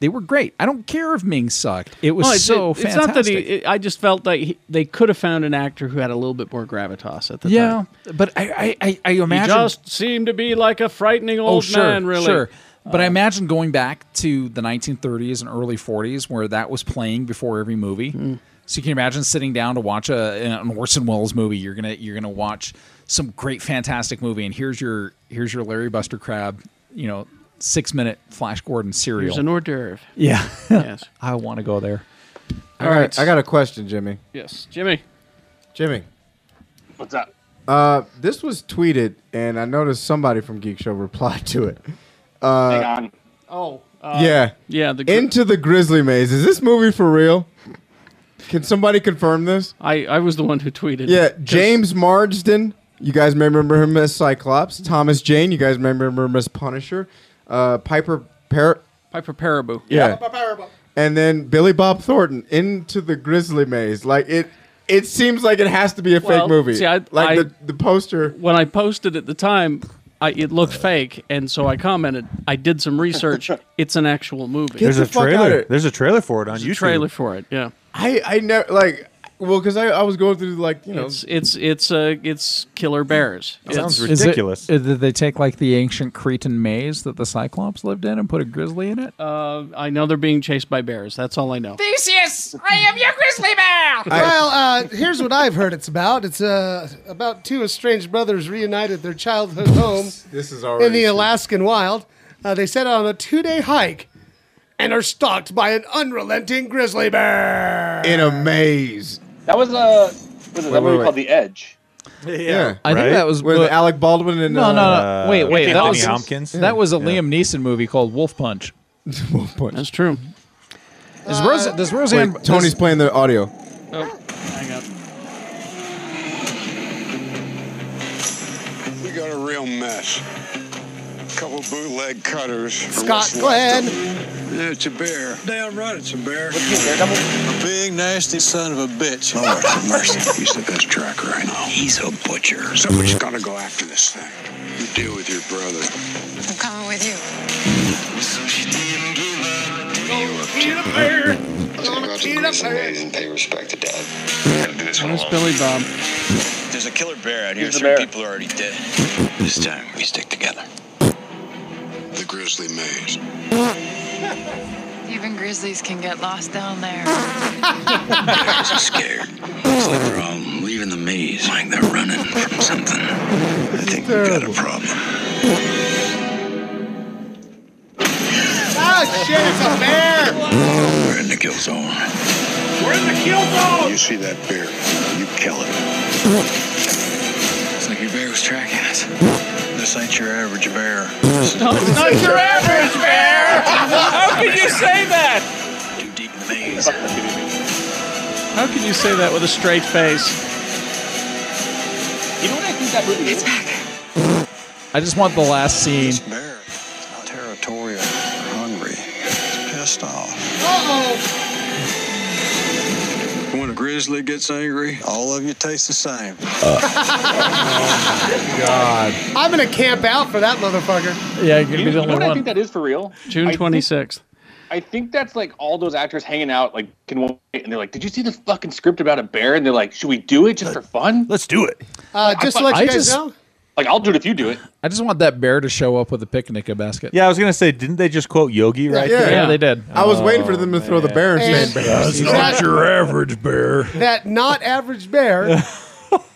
Speaker 7: they were great. I don't care if Ming sucked; it was
Speaker 2: No, it's-
Speaker 7: so
Speaker 2: Oh, it's
Speaker 7: fantastic.
Speaker 2: not that he. It, I just felt like he, they could have found an actor who had a little bit more gravitas at the time.
Speaker 7: yeah, but I I, I, I imagine
Speaker 2: He just seemed to be like a frightening old
Speaker 7: oh, sure,
Speaker 2: man, really. Uh,
Speaker 7: Sure. But I imagine going back to the 1930s and early 40s where that was playing before every movie.
Speaker 2: Hmm.
Speaker 7: So you can imagine sitting down to watch a, an Orson Welles movie. You're gonna you're gonna watch some great, fantastic movie, and here's your here's your Larry Buster Crab, you know, six minute Flash Gordon serial.
Speaker 2: Here's an hors d'oeuvre.
Speaker 7: Yeah.
Speaker 2: Yes.
Speaker 7: I want to go there.
Speaker 3: All right. I got a question, Jimmy.
Speaker 2: Yes, Jimmy.
Speaker 3: Jimmy.
Speaker 11: What's up?
Speaker 3: Uh, this was tweeted, and I noticed somebody from Geek Show replied to it. Uh,
Speaker 11: Hang on.
Speaker 2: Oh.
Speaker 3: yeah.
Speaker 2: Yeah. The
Speaker 3: Into the Grizzly Maze. Is this movie for real? Can somebody confirm this?
Speaker 2: I, I was the one who tweeted.
Speaker 3: Yeah,
Speaker 2: 'Cause-
Speaker 3: James Marsden. You guys may remember him as Cyclops. Thomas Jane. You guys may remember him as Punisher. Uh, Piper Par.
Speaker 2: Piper Parabo.
Speaker 3: Yeah. And then Billy Bob Thornton into the Grizzly Maze. Like it. It seems like it has to be a
Speaker 2: Well,
Speaker 3: fake movie.
Speaker 2: see, I-
Speaker 3: like
Speaker 2: I-
Speaker 3: the, the poster.
Speaker 2: When I posted at the time, I, it looked fake, and so I commented. I did some research. it's an actual movie.
Speaker 3: Get There's the a fuck trailer. outta-
Speaker 9: There's a trailer for it on
Speaker 2: a
Speaker 9: YouTube.
Speaker 2: trailer for it. Yeah.
Speaker 3: I I never like. Well, because I, I was going through like you know.
Speaker 2: It's it's it's uh it's killer bears. It's-
Speaker 7: Is it- uh, did they take like the ancient Cretan maze that the Cyclops lived in and put a grizzly in it?
Speaker 2: Uh, I know they're being chased by bears. That's all I know.
Speaker 15: Theseus, I am your grizzly bear.
Speaker 6: well, uh, here's what I've heard it's about. It's uh, about two estranged brothers reunited their childhood home
Speaker 3: This is
Speaker 6: in the Alaskan wild. Uh, they set out on a two day hike
Speaker 19: and are stalked by an unrelenting grizzly bear.
Speaker 3: in a maze.
Speaker 27: That was uh, was it
Speaker 3: Wait,
Speaker 27: that
Speaker 3: wait,
Speaker 27: movie
Speaker 3: wait.
Speaker 27: called The Edge?
Speaker 3: Yeah,
Speaker 7: I think that was
Speaker 3: with
Speaker 7: what-
Speaker 3: Alec Baldwin and
Speaker 7: no, no,
Speaker 3: uh,
Speaker 7: no. Wait, wait. That was That was a Liam Neeson movie called Wolf Punch.
Speaker 3: Wolf Punch.
Speaker 2: That's true.
Speaker 7: Is Rosa, does Roseanne?
Speaker 3: Wait, Tony's
Speaker 7: does-
Speaker 3: playing the audio.
Speaker 2: Oh, hang up.
Speaker 17: We got a real mess. Couple bootleg cutters. for
Speaker 19: Scott
Speaker 17: what's left
Speaker 19: Glenn.
Speaker 17: of- Yeah, it's a bear. Damn right, it's a bear. A big nasty son of a bitch. Lord have mercy. He's the best tracker I know. He's a butcher. Somebody's gotta go after this thing. You deal with your brother.
Speaker 28: I'm coming with you.
Speaker 17: So she didn't give up.
Speaker 8: and pay respect to dad.
Speaker 2: That's Billy Bob.
Speaker 8: There's a killer bear out here.
Speaker 17: He's the
Speaker 8: Three
Speaker 17: bear.
Speaker 8: people are already dead. This time we stick together.
Speaker 17: The grizzly maze.
Speaker 28: Even grizzlies can get lost down there.
Speaker 17: I'm so scared. Looks like they're all leaving the maze. Like they're running from something. I think we've got a problem.
Speaker 6: Ah,
Speaker 19: Oh shit! It's a bear.
Speaker 17: We're in the kill zone. We're in the kill zone! You see that bear, you kill it. It's like your bear was tracking us. This ain't your average bear.
Speaker 19: It's not your average bear.
Speaker 17: How
Speaker 2: can you say
Speaker 17: that?
Speaker 2: How can you say that with a straight face?
Speaker 17: You know what I think that movie is?
Speaker 7: I just want the last scene.
Speaker 17: Territorial, hungry, pissed off.
Speaker 19: Uh
Speaker 17: When a grizzly gets angry, all of you taste the same.
Speaker 19: oh.
Speaker 17: God.
Speaker 6: I'm gonna camp out for that motherfucker.
Speaker 7: Yeah,
Speaker 17: You know, you know what I
Speaker 6: one.
Speaker 17: think that is for real?
Speaker 2: June
Speaker 17: I think-
Speaker 2: twenty sixth.
Speaker 17: I think that's like all those actors hanging out, like in one night, and they're like, "Did you see the fucking script about a bear?" And they're like, "Should we do it just for fun? Let's do it."
Speaker 6: Uh, just to let you
Speaker 7: I
Speaker 6: guys
Speaker 7: just-
Speaker 6: know,
Speaker 17: Like, I'll do it if you do it.
Speaker 7: I just want that bear to show up with a picnic basket.
Speaker 9: Yeah, I was gonna say, didn't they just quote Yogi right
Speaker 7: Yeah.
Speaker 9: there?
Speaker 7: Yeah, they did.
Speaker 3: I was waiting for them to throw the bear in
Speaker 6: And-
Speaker 3: That's
Speaker 6: not your
Speaker 3: average bear.
Speaker 6: that not average bear.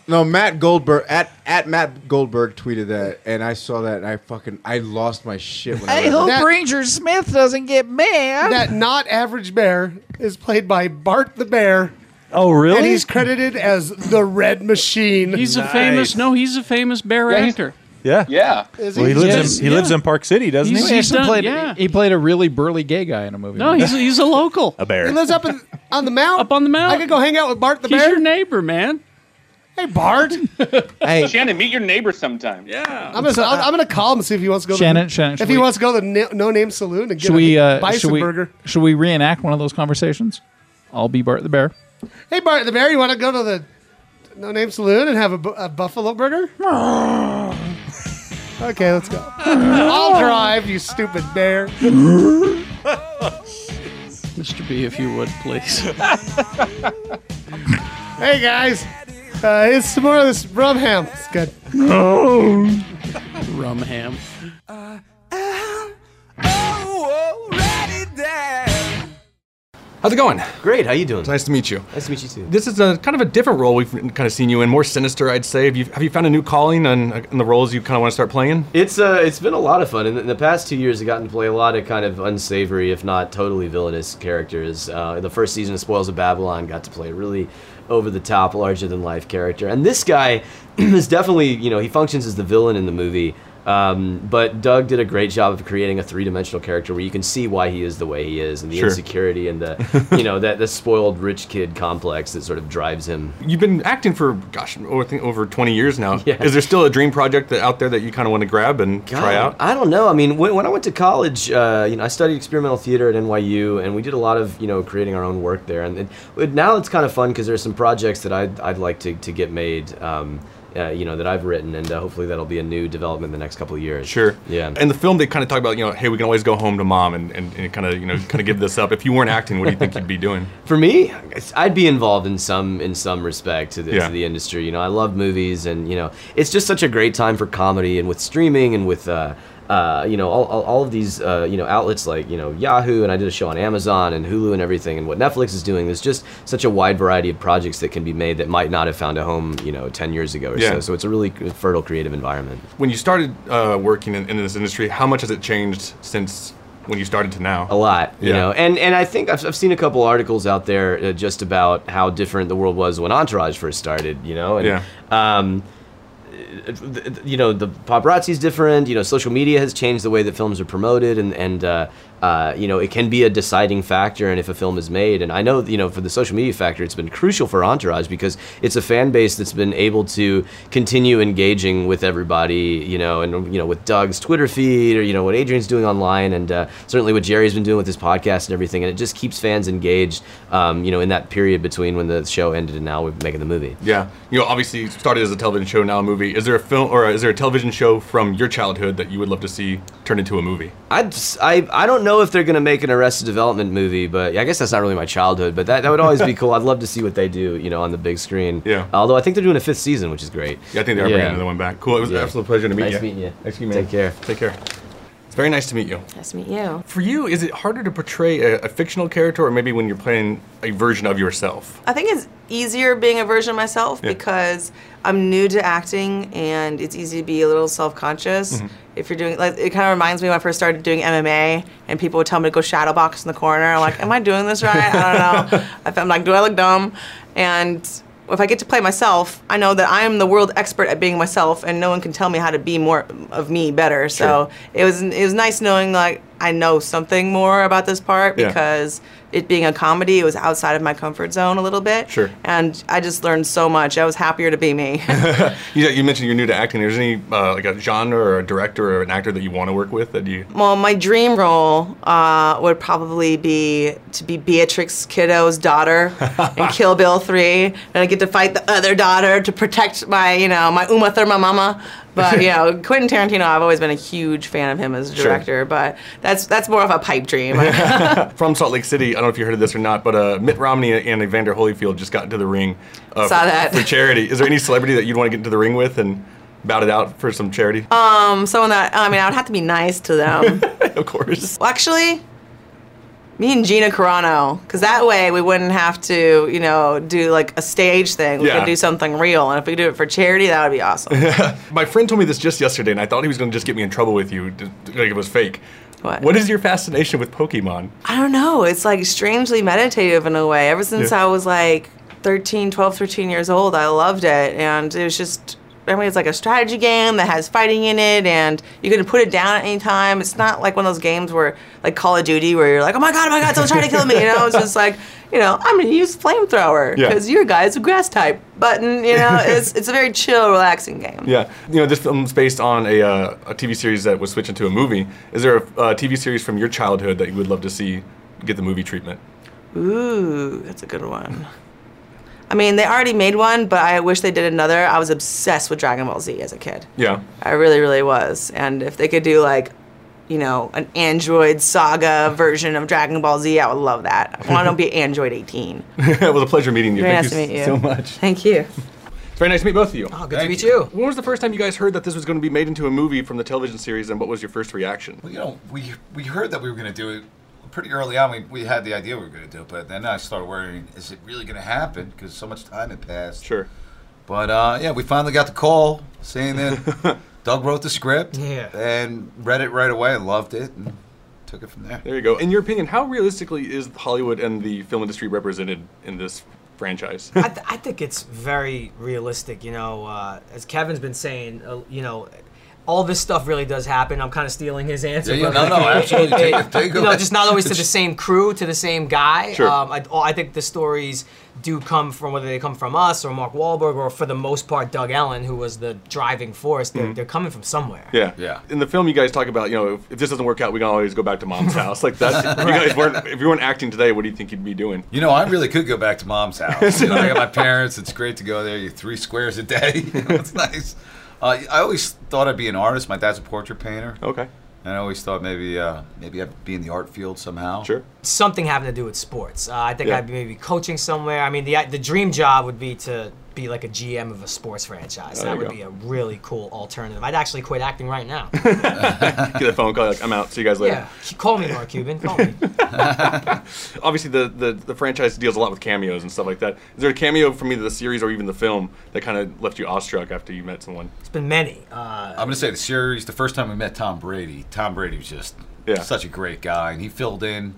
Speaker 3: No, Matt Goldberg at at Matt Goldberg tweeted that, and I saw that, and I fucking I lost my shit. When I read that.
Speaker 7: Ranger Smith doesn't get mad.
Speaker 6: That not average bear is played by Bart the Bear.
Speaker 9: Oh, really?
Speaker 6: And he's credited as the Red Machine.
Speaker 2: He's a famous. No, he's a famous bear
Speaker 6: Yeah, he's-
Speaker 2: actor.
Speaker 9: Yeah.
Speaker 17: Yeah.
Speaker 6: Is
Speaker 9: well, he
Speaker 7: he?
Speaker 9: lives
Speaker 7: Yes.
Speaker 9: in he lives
Speaker 7: Yeah.
Speaker 9: in Park City, doesn't
Speaker 7: He's-
Speaker 9: he?
Speaker 7: he's done-
Speaker 9: played-
Speaker 7: yeah. He played a really burly gay guy in a movie.
Speaker 2: No, he's he's a local.
Speaker 9: a bear.
Speaker 6: He lives up in, on the mount. Up
Speaker 2: on the mount.
Speaker 6: I could go hang out with Bart the
Speaker 2: He's
Speaker 6: Bear.
Speaker 2: your neighbor, man.
Speaker 6: Hey, Bart.
Speaker 17: Hey, Shannon, meet your neighbor sometime. Yeah.
Speaker 6: I'm gonna I'm gonna call him and see if he wants to go.
Speaker 7: Shannon,
Speaker 6: to,
Speaker 7: Shannon,
Speaker 6: if
Speaker 7: should
Speaker 6: he
Speaker 7: we-
Speaker 6: wants to go to the Na- No Name Saloon and get
Speaker 7: Should we?
Speaker 6: a
Speaker 7: Uh,
Speaker 6: bison
Speaker 7: should we?
Speaker 6: burger.
Speaker 7: Should we reenact one of those conversations? I'll be Bart the Bear.
Speaker 6: Hey, Bart the Bear, you want to go to the No Name Saloon and have a, bu- a buffalo burger? okay, let's go. I'll drive, you stupid bear.
Speaker 2: Mr. B, if you would please.
Speaker 6: Hey, guys. Uh, here's some more of this rum ham. It's good.
Speaker 2: Rum ham.
Speaker 11: How's it going? Great. How you doing? It's nice to meet you. Nice to meet you too. This is a kind of a different role we've kind of seen you in, more sinister, I'd say. Have you have you found a new calling on, on the roles you kind of want to start playing?
Speaker 25: It's uh, it's been a lot of fun. In the, in the past two years, I've gotten to play a lot of kind of unsavory, if not totally villainous characters. Uh, the first season of Spoils of Babylon got to play a really over the top, larger than life character, and this guy is definitely you know he functions as the villain in the movie. Um, but Doug did a great job of creating a three-dimensional character where you can see why he is the way he is, and the
Speaker 11: Sure.
Speaker 25: insecurity, and the you know that the spoiled rich kid complex that sort of drives him.
Speaker 11: You've been acting for gosh, over, I think over 20 years now. Is there still a dream project that, out there that you kind of want to grab and try
Speaker 25: God,
Speaker 11: out?
Speaker 25: I don't know. I mean, when, when I went to college, uh, you know, I studied experimental theater at NYU, and we did a lot of you know creating our own work there. And, and now it's kind of fun because there's some projects that I'd, I'd like to, to get made. Um, uh, you know that I've written, and uh, hopefully that'll be a new development in the next couple of years.
Speaker 11: Sure.
Speaker 25: Yeah.
Speaker 11: In the film, they kind of talk about you know, hey, we can always go home to mom and, and, and kind of you know kind of give this up. If you weren't acting, what do you think you'd be doing?
Speaker 25: For me, it's- I'd be involved in some in some respect to the,
Speaker 11: Yeah.
Speaker 25: to the industry. You know, I love movies, and you know, it's just such a great time for comedy, and with streaming, and with uh, uh, you know all, all, all of these uh, you know outlets like you know Yahoo, and I did a show on Amazon and Hulu and everything, and what Netflix is doing. There's just such a wide variety of projects that can be made that might not have found a home, you know, ten years ago or
Speaker 11: Yeah.
Speaker 25: so. So it's a really fertile creative environment.
Speaker 11: When you started uh, working in, in this industry, how much has it changed since when you started to now.
Speaker 25: A lot, you
Speaker 11: Yeah.
Speaker 25: know. And and I think I've, I've seen a couple articles out there uh, just about how different the world was when Entourage first started, you know. And,
Speaker 11: Yeah.
Speaker 25: Um, th- th- you know the paparazzi's different. You know, social media has changed the way that films are promoted, and and uh, uh, you know it can be a deciding factor in if a film is made. And I know you know for the social media factor, it's been crucial for Entourage because it's a fan base that's been able to continue engaging with everybody. You know, and you know with Doug's Twitter feed, or you know what Adrian's doing online, and uh, certainly what Jerry's been doing with his podcast and everything. And it just keeps fans engaged. Um, you know, in that period between when the show ended and now we're making the movie.
Speaker 11: Yeah, you know, obviously started as a television show, now a movie. Is there a film or is there a television show from your childhood that you would love to see turned into a movie?
Speaker 25: I'd, I I don't know if they're gonna make an Arrested Development movie, but yeah, I guess that's not really my childhood. But that, that would always be cool. I'd love to see what they do, you know, on the big screen. Yeah. Although I think they're doing a fifth season, which is great.
Speaker 11: Yeah, I think they are bringing another one back. Cool. It was an absolute pleasure to meet
Speaker 25: nice
Speaker 11: you.
Speaker 25: Meeting you.
Speaker 11: Nice meeting you.
Speaker 25: Take care.
Speaker 11: Take care. It's very nice to meet you.
Speaker 29: Nice to meet you.
Speaker 11: For you, is it harder to portray a, a fictional character, or maybe when you're playing a version of yourself?
Speaker 22: I think it's easier being a version of myself
Speaker 11: Yeah.
Speaker 22: because I'm new to acting and it's easy to be a little self conscious.
Speaker 7: Mm-hmm.
Speaker 11: Mhm.
Speaker 22: If you're doing, like, it kind of reminds me when I first started doing MMA and people would tell me to go shadow box in the corner. I'm like, am I doing this right? I don't know. I fe- I'm like, do I look dumb? And if I get to play myself, I know that I am the world expert at being myself and no one can tell me how to be more of me better. So it was, it was nice knowing, like, I know something more about this part
Speaker 24: Yeah.
Speaker 22: because it being a comedy, it was outside of my comfort zone a little bit.
Speaker 11: Sure.
Speaker 22: And I just learned so much. I was happier to be me.
Speaker 11: You, you mentioned you're new to acting. Is there any uh, like a genre or a director or an actor that you want to work with that you?
Speaker 22: well, my dream role uh, would probably be to be Beatrix Kiddo's daughter in Kill Bill 3. And I get to fight the other daughter to protect my, you know, my Uma Thurma mama. But, you know, Quentin Tarantino, I've always been a huge fan of him as a
Speaker 11: Sure.
Speaker 22: director. But that's that's more of a pipe dream.
Speaker 11: From Salt Lake City, I don't know if you heard of this or not, but uh, Mitt Romney and Evander Holyfield just got into the ring uh,
Speaker 22: Saw
Speaker 11: for-
Speaker 22: that.
Speaker 11: for charity. Is there any celebrity that you'd want to get into the ring with and bout it out for some charity?
Speaker 22: Um, someone that I mean, I would have to be nice to them.
Speaker 11: of course.
Speaker 22: Well, actually, me and Gina Carano, because that way we wouldn't have to, you know, do like a stage thing. We
Speaker 11: Yeah.
Speaker 22: could do something real, and if we do it for charity, that would be awesome.
Speaker 11: My friend told me this just yesterday, and I thought he was going to just get me in trouble with you, d- d- like it was fake. What? What is your fascination with Pokemon?
Speaker 22: I don't know. It's like strangely meditative in a way. Ever since
Speaker 11: Yeah.
Speaker 22: I was like 13, 12, 13 years old, I loved it. And it was just, I mean, it's like a strategy game that has fighting in it, and you can put it down at any time. It's not like one of those games where, like Call of Duty, where you're like, oh my God, oh my God, someone's trying to kill me. You know, it's just like, you know, I'm going to use flamethrower
Speaker 11: Yeah.
Speaker 22: because your guy's a grass type button. You know, it's, it's a very chill, relaxing game.
Speaker 11: Yeah, you know, this film's based on a, uh, a TV series that was switched into a movie. Is there a, uh TV series from your childhood that you would love to see get the movie treatment?
Speaker 22: Ooh, that's a good one. I mean, they already made one, but I wish they did another. I was obsessed with Dragon Ball Z as a kid.
Speaker 11: Yeah.
Speaker 22: I really, really was. And if they could do like, you know, an Android saga version of Dragon Ball Z, I would love that. I want to be Android 18.
Speaker 11: it was a pleasure meeting you. Thank
Speaker 22: Very nice to meet you.
Speaker 11: so much.
Speaker 22: Thank you.
Speaker 11: It's very nice to meet both of you.
Speaker 22: good to
Speaker 11: Thank
Speaker 22: meet
Speaker 11: you. When was the first time you guys heard that this was going to be made into a movie from the television series, and what was your first reaction?
Speaker 8: Well, you know, we we heard that we were going to do it pretty early on. We, we had the idea we were going to do it, but then I started worrying: is it really going to happen? Because so much time had passed.
Speaker 11: Sure.
Speaker 8: But uh, yeah, we finally got the call saying that Doug wrote the script.
Speaker 11: Yeah.
Speaker 8: And read it right away and loved it and took it from there.
Speaker 11: There you go. In your opinion, how realistically is Hollywood and the film industry represented in this franchise?
Speaker 23: I, th- I think it's very realistic. You know, uh, as Kevin's been saying, uh, you know, all this stuff really does happen. I'm kind of stealing his answer.
Speaker 8: Yeah, yeah,
Speaker 23: but-
Speaker 8: no, no, absolutely. Take it- take it
Speaker 23: you know,
Speaker 8: away.
Speaker 23: just not always to the same crew, to the same guy.
Speaker 8: Sure.
Speaker 23: Um, I, oh, I think the stories do come from whether they come from us or Mark Wahlberg or for the most part Doug Ellen, who was the driving force. They're,
Speaker 8: Mm-hmm.
Speaker 11: Mhm.
Speaker 23: they're coming from somewhere.
Speaker 11: Yeah. Yeah. In the film, you guys talk about, you know, if, if this doesn't work out, we can always go back to mom's house. Like that's if you guys weren't if you weren't acting today, what do you think you'd be doing?
Speaker 8: You know, I really could go back to mom's house. You know, I got my parents. It's great to go there. You three squares a day. You know, it's nice. Uh, I always thought I'd be an artist. My dad's a portrait painter.
Speaker 11: Okay.
Speaker 8: And I always thought maybe uh, maybe I'd be in the art field somehow.
Speaker 11: Sure.
Speaker 23: Something having to do with sports. Uh, I think
Speaker 8: Yeah.
Speaker 23: I'd be maybe coaching somewhere. I mean, the the dream job would be to be like a GM of a sports franchise.
Speaker 11: There
Speaker 23: that
Speaker 11: you
Speaker 23: would
Speaker 11: go.
Speaker 23: be a really cool alternative. I'd actually quit acting right now.
Speaker 11: Get a phone call, like, I'm out, see you guys later.
Speaker 23: yeah, call me Mark Cuban. Call me.
Speaker 11: Obviously the, the the franchise deals a lot with cameos and stuff like that. Is there a cameo from either the series or even the film that kind of left you awestruck after you met someone?
Speaker 23: It's been many. Uh,
Speaker 8: I'm gonna say the series. The first time we met Tom Brady, Tom Brady was just Yeah. Such a great guy. And he filled in.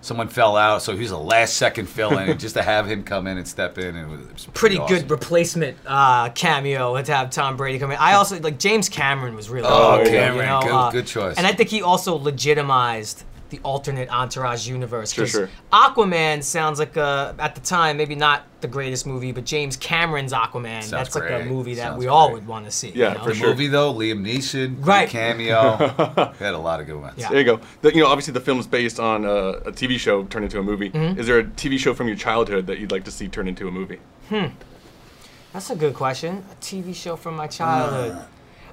Speaker 8: Someone fell out, so he was a last second fill in. and just to have him come in and step in, and it was it was
Speaker 23: Pretty
Speaker 8: awesome.
Speaker 23: good replacement uh, cameo to have Tom Brady come in. I also like James Cameron was really
Speaker 8: Oh,
Speaker 23: good, you
Speaker 8: Cameron,
Speaker 23: know,
Speaker 8: good-
Speaker 23: uh,
Speaker 8: good choice.
Speaker 23: And I think he also legitimized the alternate Entourage universe.
Speaker 8: Sure,
Speaker 23: 'cause
Speaker 8: sure.
Speaker 23: Aquaman sounds like a at the time maybe not the greatest movie, but James Cameron's Aquaman
Speaker 8: Sounds
Speaker 23: that's like a
Speaker 8: great.
Speaker 23: movie that
Speaker 8: Sounds
Speaker 23: we all would want to see. you know?
Speaker 8: the movie though, Liam Neeson,
Speaker 23: Right.
Speaker 8: right? Cameo, he had a lot of good ones.
Speaker 11: There you go. The, you know, obviously the film's based on a, a TV show turned into a movie.
Speaker 23: Mhm.
Speaker 11: Is there a TV show from your childhood that you'd like to see turned into a movie?
Speaker 23: Hmm. That's a good question. A TV show from my childhood.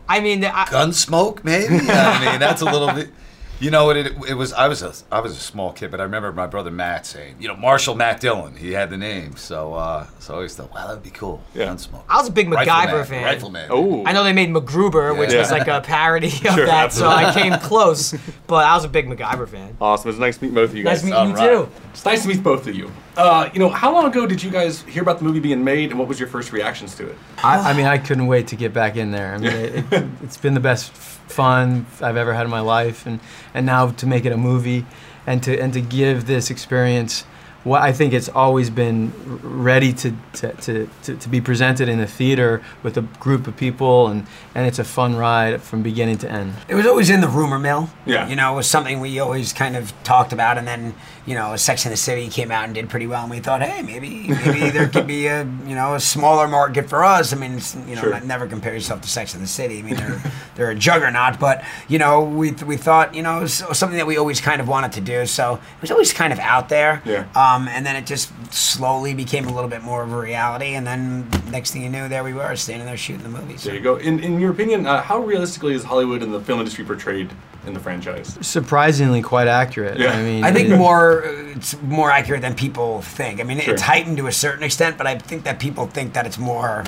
Speaker 23: I mean, I,
Speaker 8: Hmm. Gunsmoke, maybe. Yeah, I mean, that's a little bit. You know what? It, it was. I was a. I was a small kid, but I remember my brother Matt saying, you know, Marshall Matt Dillon. He had the name, so uh, so I always thought, wow, that'd be cool. Yeah. Gunsmoke.
Speaker 23: I was a big MacGyver
Speaker 8: Rifleman,
Speaker 23: fan.
Speaker 8: Rifleman.
Speaker 23: I know they made MacGruber, which
Speaker 11: Yeah.
Speaker 23: was like a parody of
Speaker 11: Sure,
Speaker 23: that, so I
Speaker 11: absolutely.
Speaker 23: came close. But I was a big MacGyver fan.
Speaker 11: Awesome. It's nice to meet both of you
Speaker 23: Nice
Speaker 11: guys.
Speaker 23: to meet you Alright. too.
Speaker 11: It's nice to meet both of you. Uh, you know, how long ago did you guys hear about the movie being made, and what was your first reactions to it?
Speaker 28: I, I mean, I couldn't wait to get back in there. I mean, it, it, it's been the best f- fun I've ever had in my life, and, and now to make it a movie, and to and to give this experience, what I think it's always been r- ready to to, to, to, to be presented in a theater with a group of people, and, and it's a fun ride from beginning to end.
Speaker 15: It was always in the rumor mill.
Speaker 28: Yeah.
Speaker 15: You know, it was something we always kind of talked about. And then, you know, Sex in the City came out and did pretty well. And we thought, hey, maybe maybe there could be a, you know, a smaller market for us. I mean, it's, you know,
Speaker 28: Sure.
Speaker 15: not- never compare yourself to Sex in the City. I mean, they're, they're a juggernaut. But, you know, we, we thought, you know, so, something that we always kind of wanted to do. So it was always kind of out there.
Speaker 11: Yeah.
Speaker 15: Um, and then it just slowly became a little bit more of a reality. And then next thing you knew, there we were, standing there shooting the movie. So
Speaker 11: There you go. In, in your opinion, uh, how realistically is Hollywood and the film industry portrayed in the franchise?
Speaker 28: Surprisingly, quite accurate. I mean,
Speaker 15: think
Speaker 28: it-
Speaker 15: more it's more accurate than people think. I mean,
Speaker 28: Sure.
Speaker 15: it's heightened to a certain extent, but I think that people think that it's more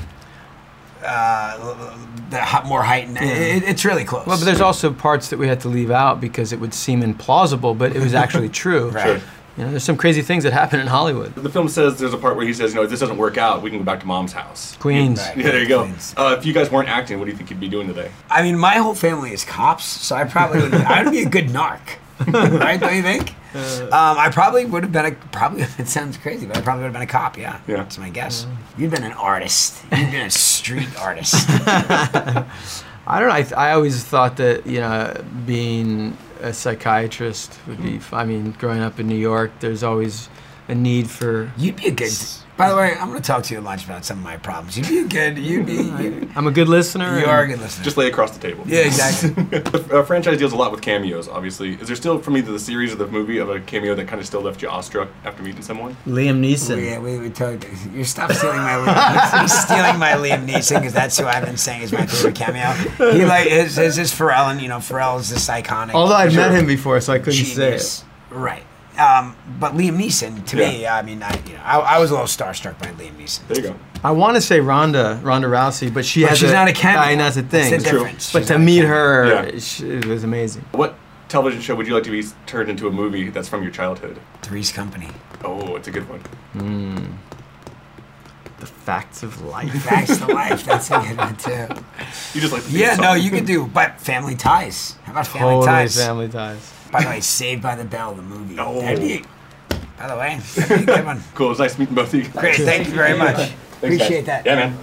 Speaker 15: uh, the hot- more heightened. It, it's really close.
Speaker 28: Well, but there's also parts that we had to leave out because it would seem implausible, but it was actually true.
Speaker 11: Right. Sure.
Speaker 28: You know, there's some crazy things that happen in Hollywood.
Speaker 11: The film says there's a part where he says, you know, if this doesn't work out, we can go back to mom's house.
Speaker 28: Queens.
Speaker 11: Yeah, there you go. Uh, if you guys weren't acting, what do you think you'd be doing today?
Speaker 15: I mean, my whole family is cops, so I probably would, I would be a good narc, right? Don't you think?
Speaker 28: Uh,
Speaker 15: Um, I probably would have been a probably. It sounds crazy, but I probably would have been a cop. Yeah, yeah. that's my guess. You've been an artist. You've been a street artist.
Speaker 28: I don't know. I, th- I always thought that you know being a psychiatrist would be. f- I mean, growing up in New York, there's always a need for.
Speaker 15: You'd be a good. By the way, I'm going to talk to you at lunch about some of my problems. You'd be a good. You'd be. You'd,
Speaker 28: I'm a good listener.
Speaker 15: You
Speaker 28: and-
Speaker 15: are a good listener.
Speaker 11: Just lay across the table.
Speaker 15: Yeah, exactly.
Speaker 11: the uh, franchise deals a lot with cameos, obviously. Is there still, from either the series or the movie, of a cameo that kind of still left you awestruck after meeting someone?
Speaker 28: Liam Neeson.
Speaker 15: Yeah, we, we told you stop stealing my Liam Neeson. You're stealing my Liam Neeson because that's who I've been saying is my favorite cameo. He like his his is Pharrell, and you know Pharrell is this iconic.
Speaker 28: Although I've met him before, so I couldn't
Speaker 15: Genius.
Speaker 28: say
Speaker 15: Right. Um, but Liam Neeson, to
Speaker 28: Yeah.
Speaker 15: me, I mean, I, you know, I, I was a little starstruck by Liam Neeson. There
Speaker 11: you go.
Speaker 28: it. I want to say Ronda, Ronda Rousey, but she
Speaker 15: But
Speaker 28: has
Speaker 15: she's
Speaker 28: a,
Speaker 15: not a cameo.
Speaker 28: I know, that's the
Speaker 15: That's
Speaker 28: thing.
Speaker 15: the True. difference.
Speaker 28: But
Speaker 15: She's
Speaker 28: to
Speaker 15: not a
Speaker 28: meet
Speaker 15: cameo.
Speaker 28: her,
Speaker 11: Yeah.
Speaker 28: sh it was amazing.
Speaker 11: What television show would you like to be turned into a movie that's from your childhood?
Speaker 15: Three's Company.
Speaker 11: Oh, it's a good one.
Speaker 28: Mm. The facts of life.
Speaker 15: Facts to life. That's a good one too.
Speaker 11: You just like the theme
Speaker 15: yeah. No,
Speaker 11: song.
Speaker 15: you could do, but Family Ties. How about Family
Speaker 28: Totally
Speaker 15: Ties?
Speaker 28: Family Ties.
Speaker 15: By the way, Saved by the Bell, the movie. Oh. That'd be, by the way,
Speaker 11: cool. It was nice meeting both of you.
Speaker 15: Great, thank you very much. Appreciate that.
Speaker 11: Yeah, man.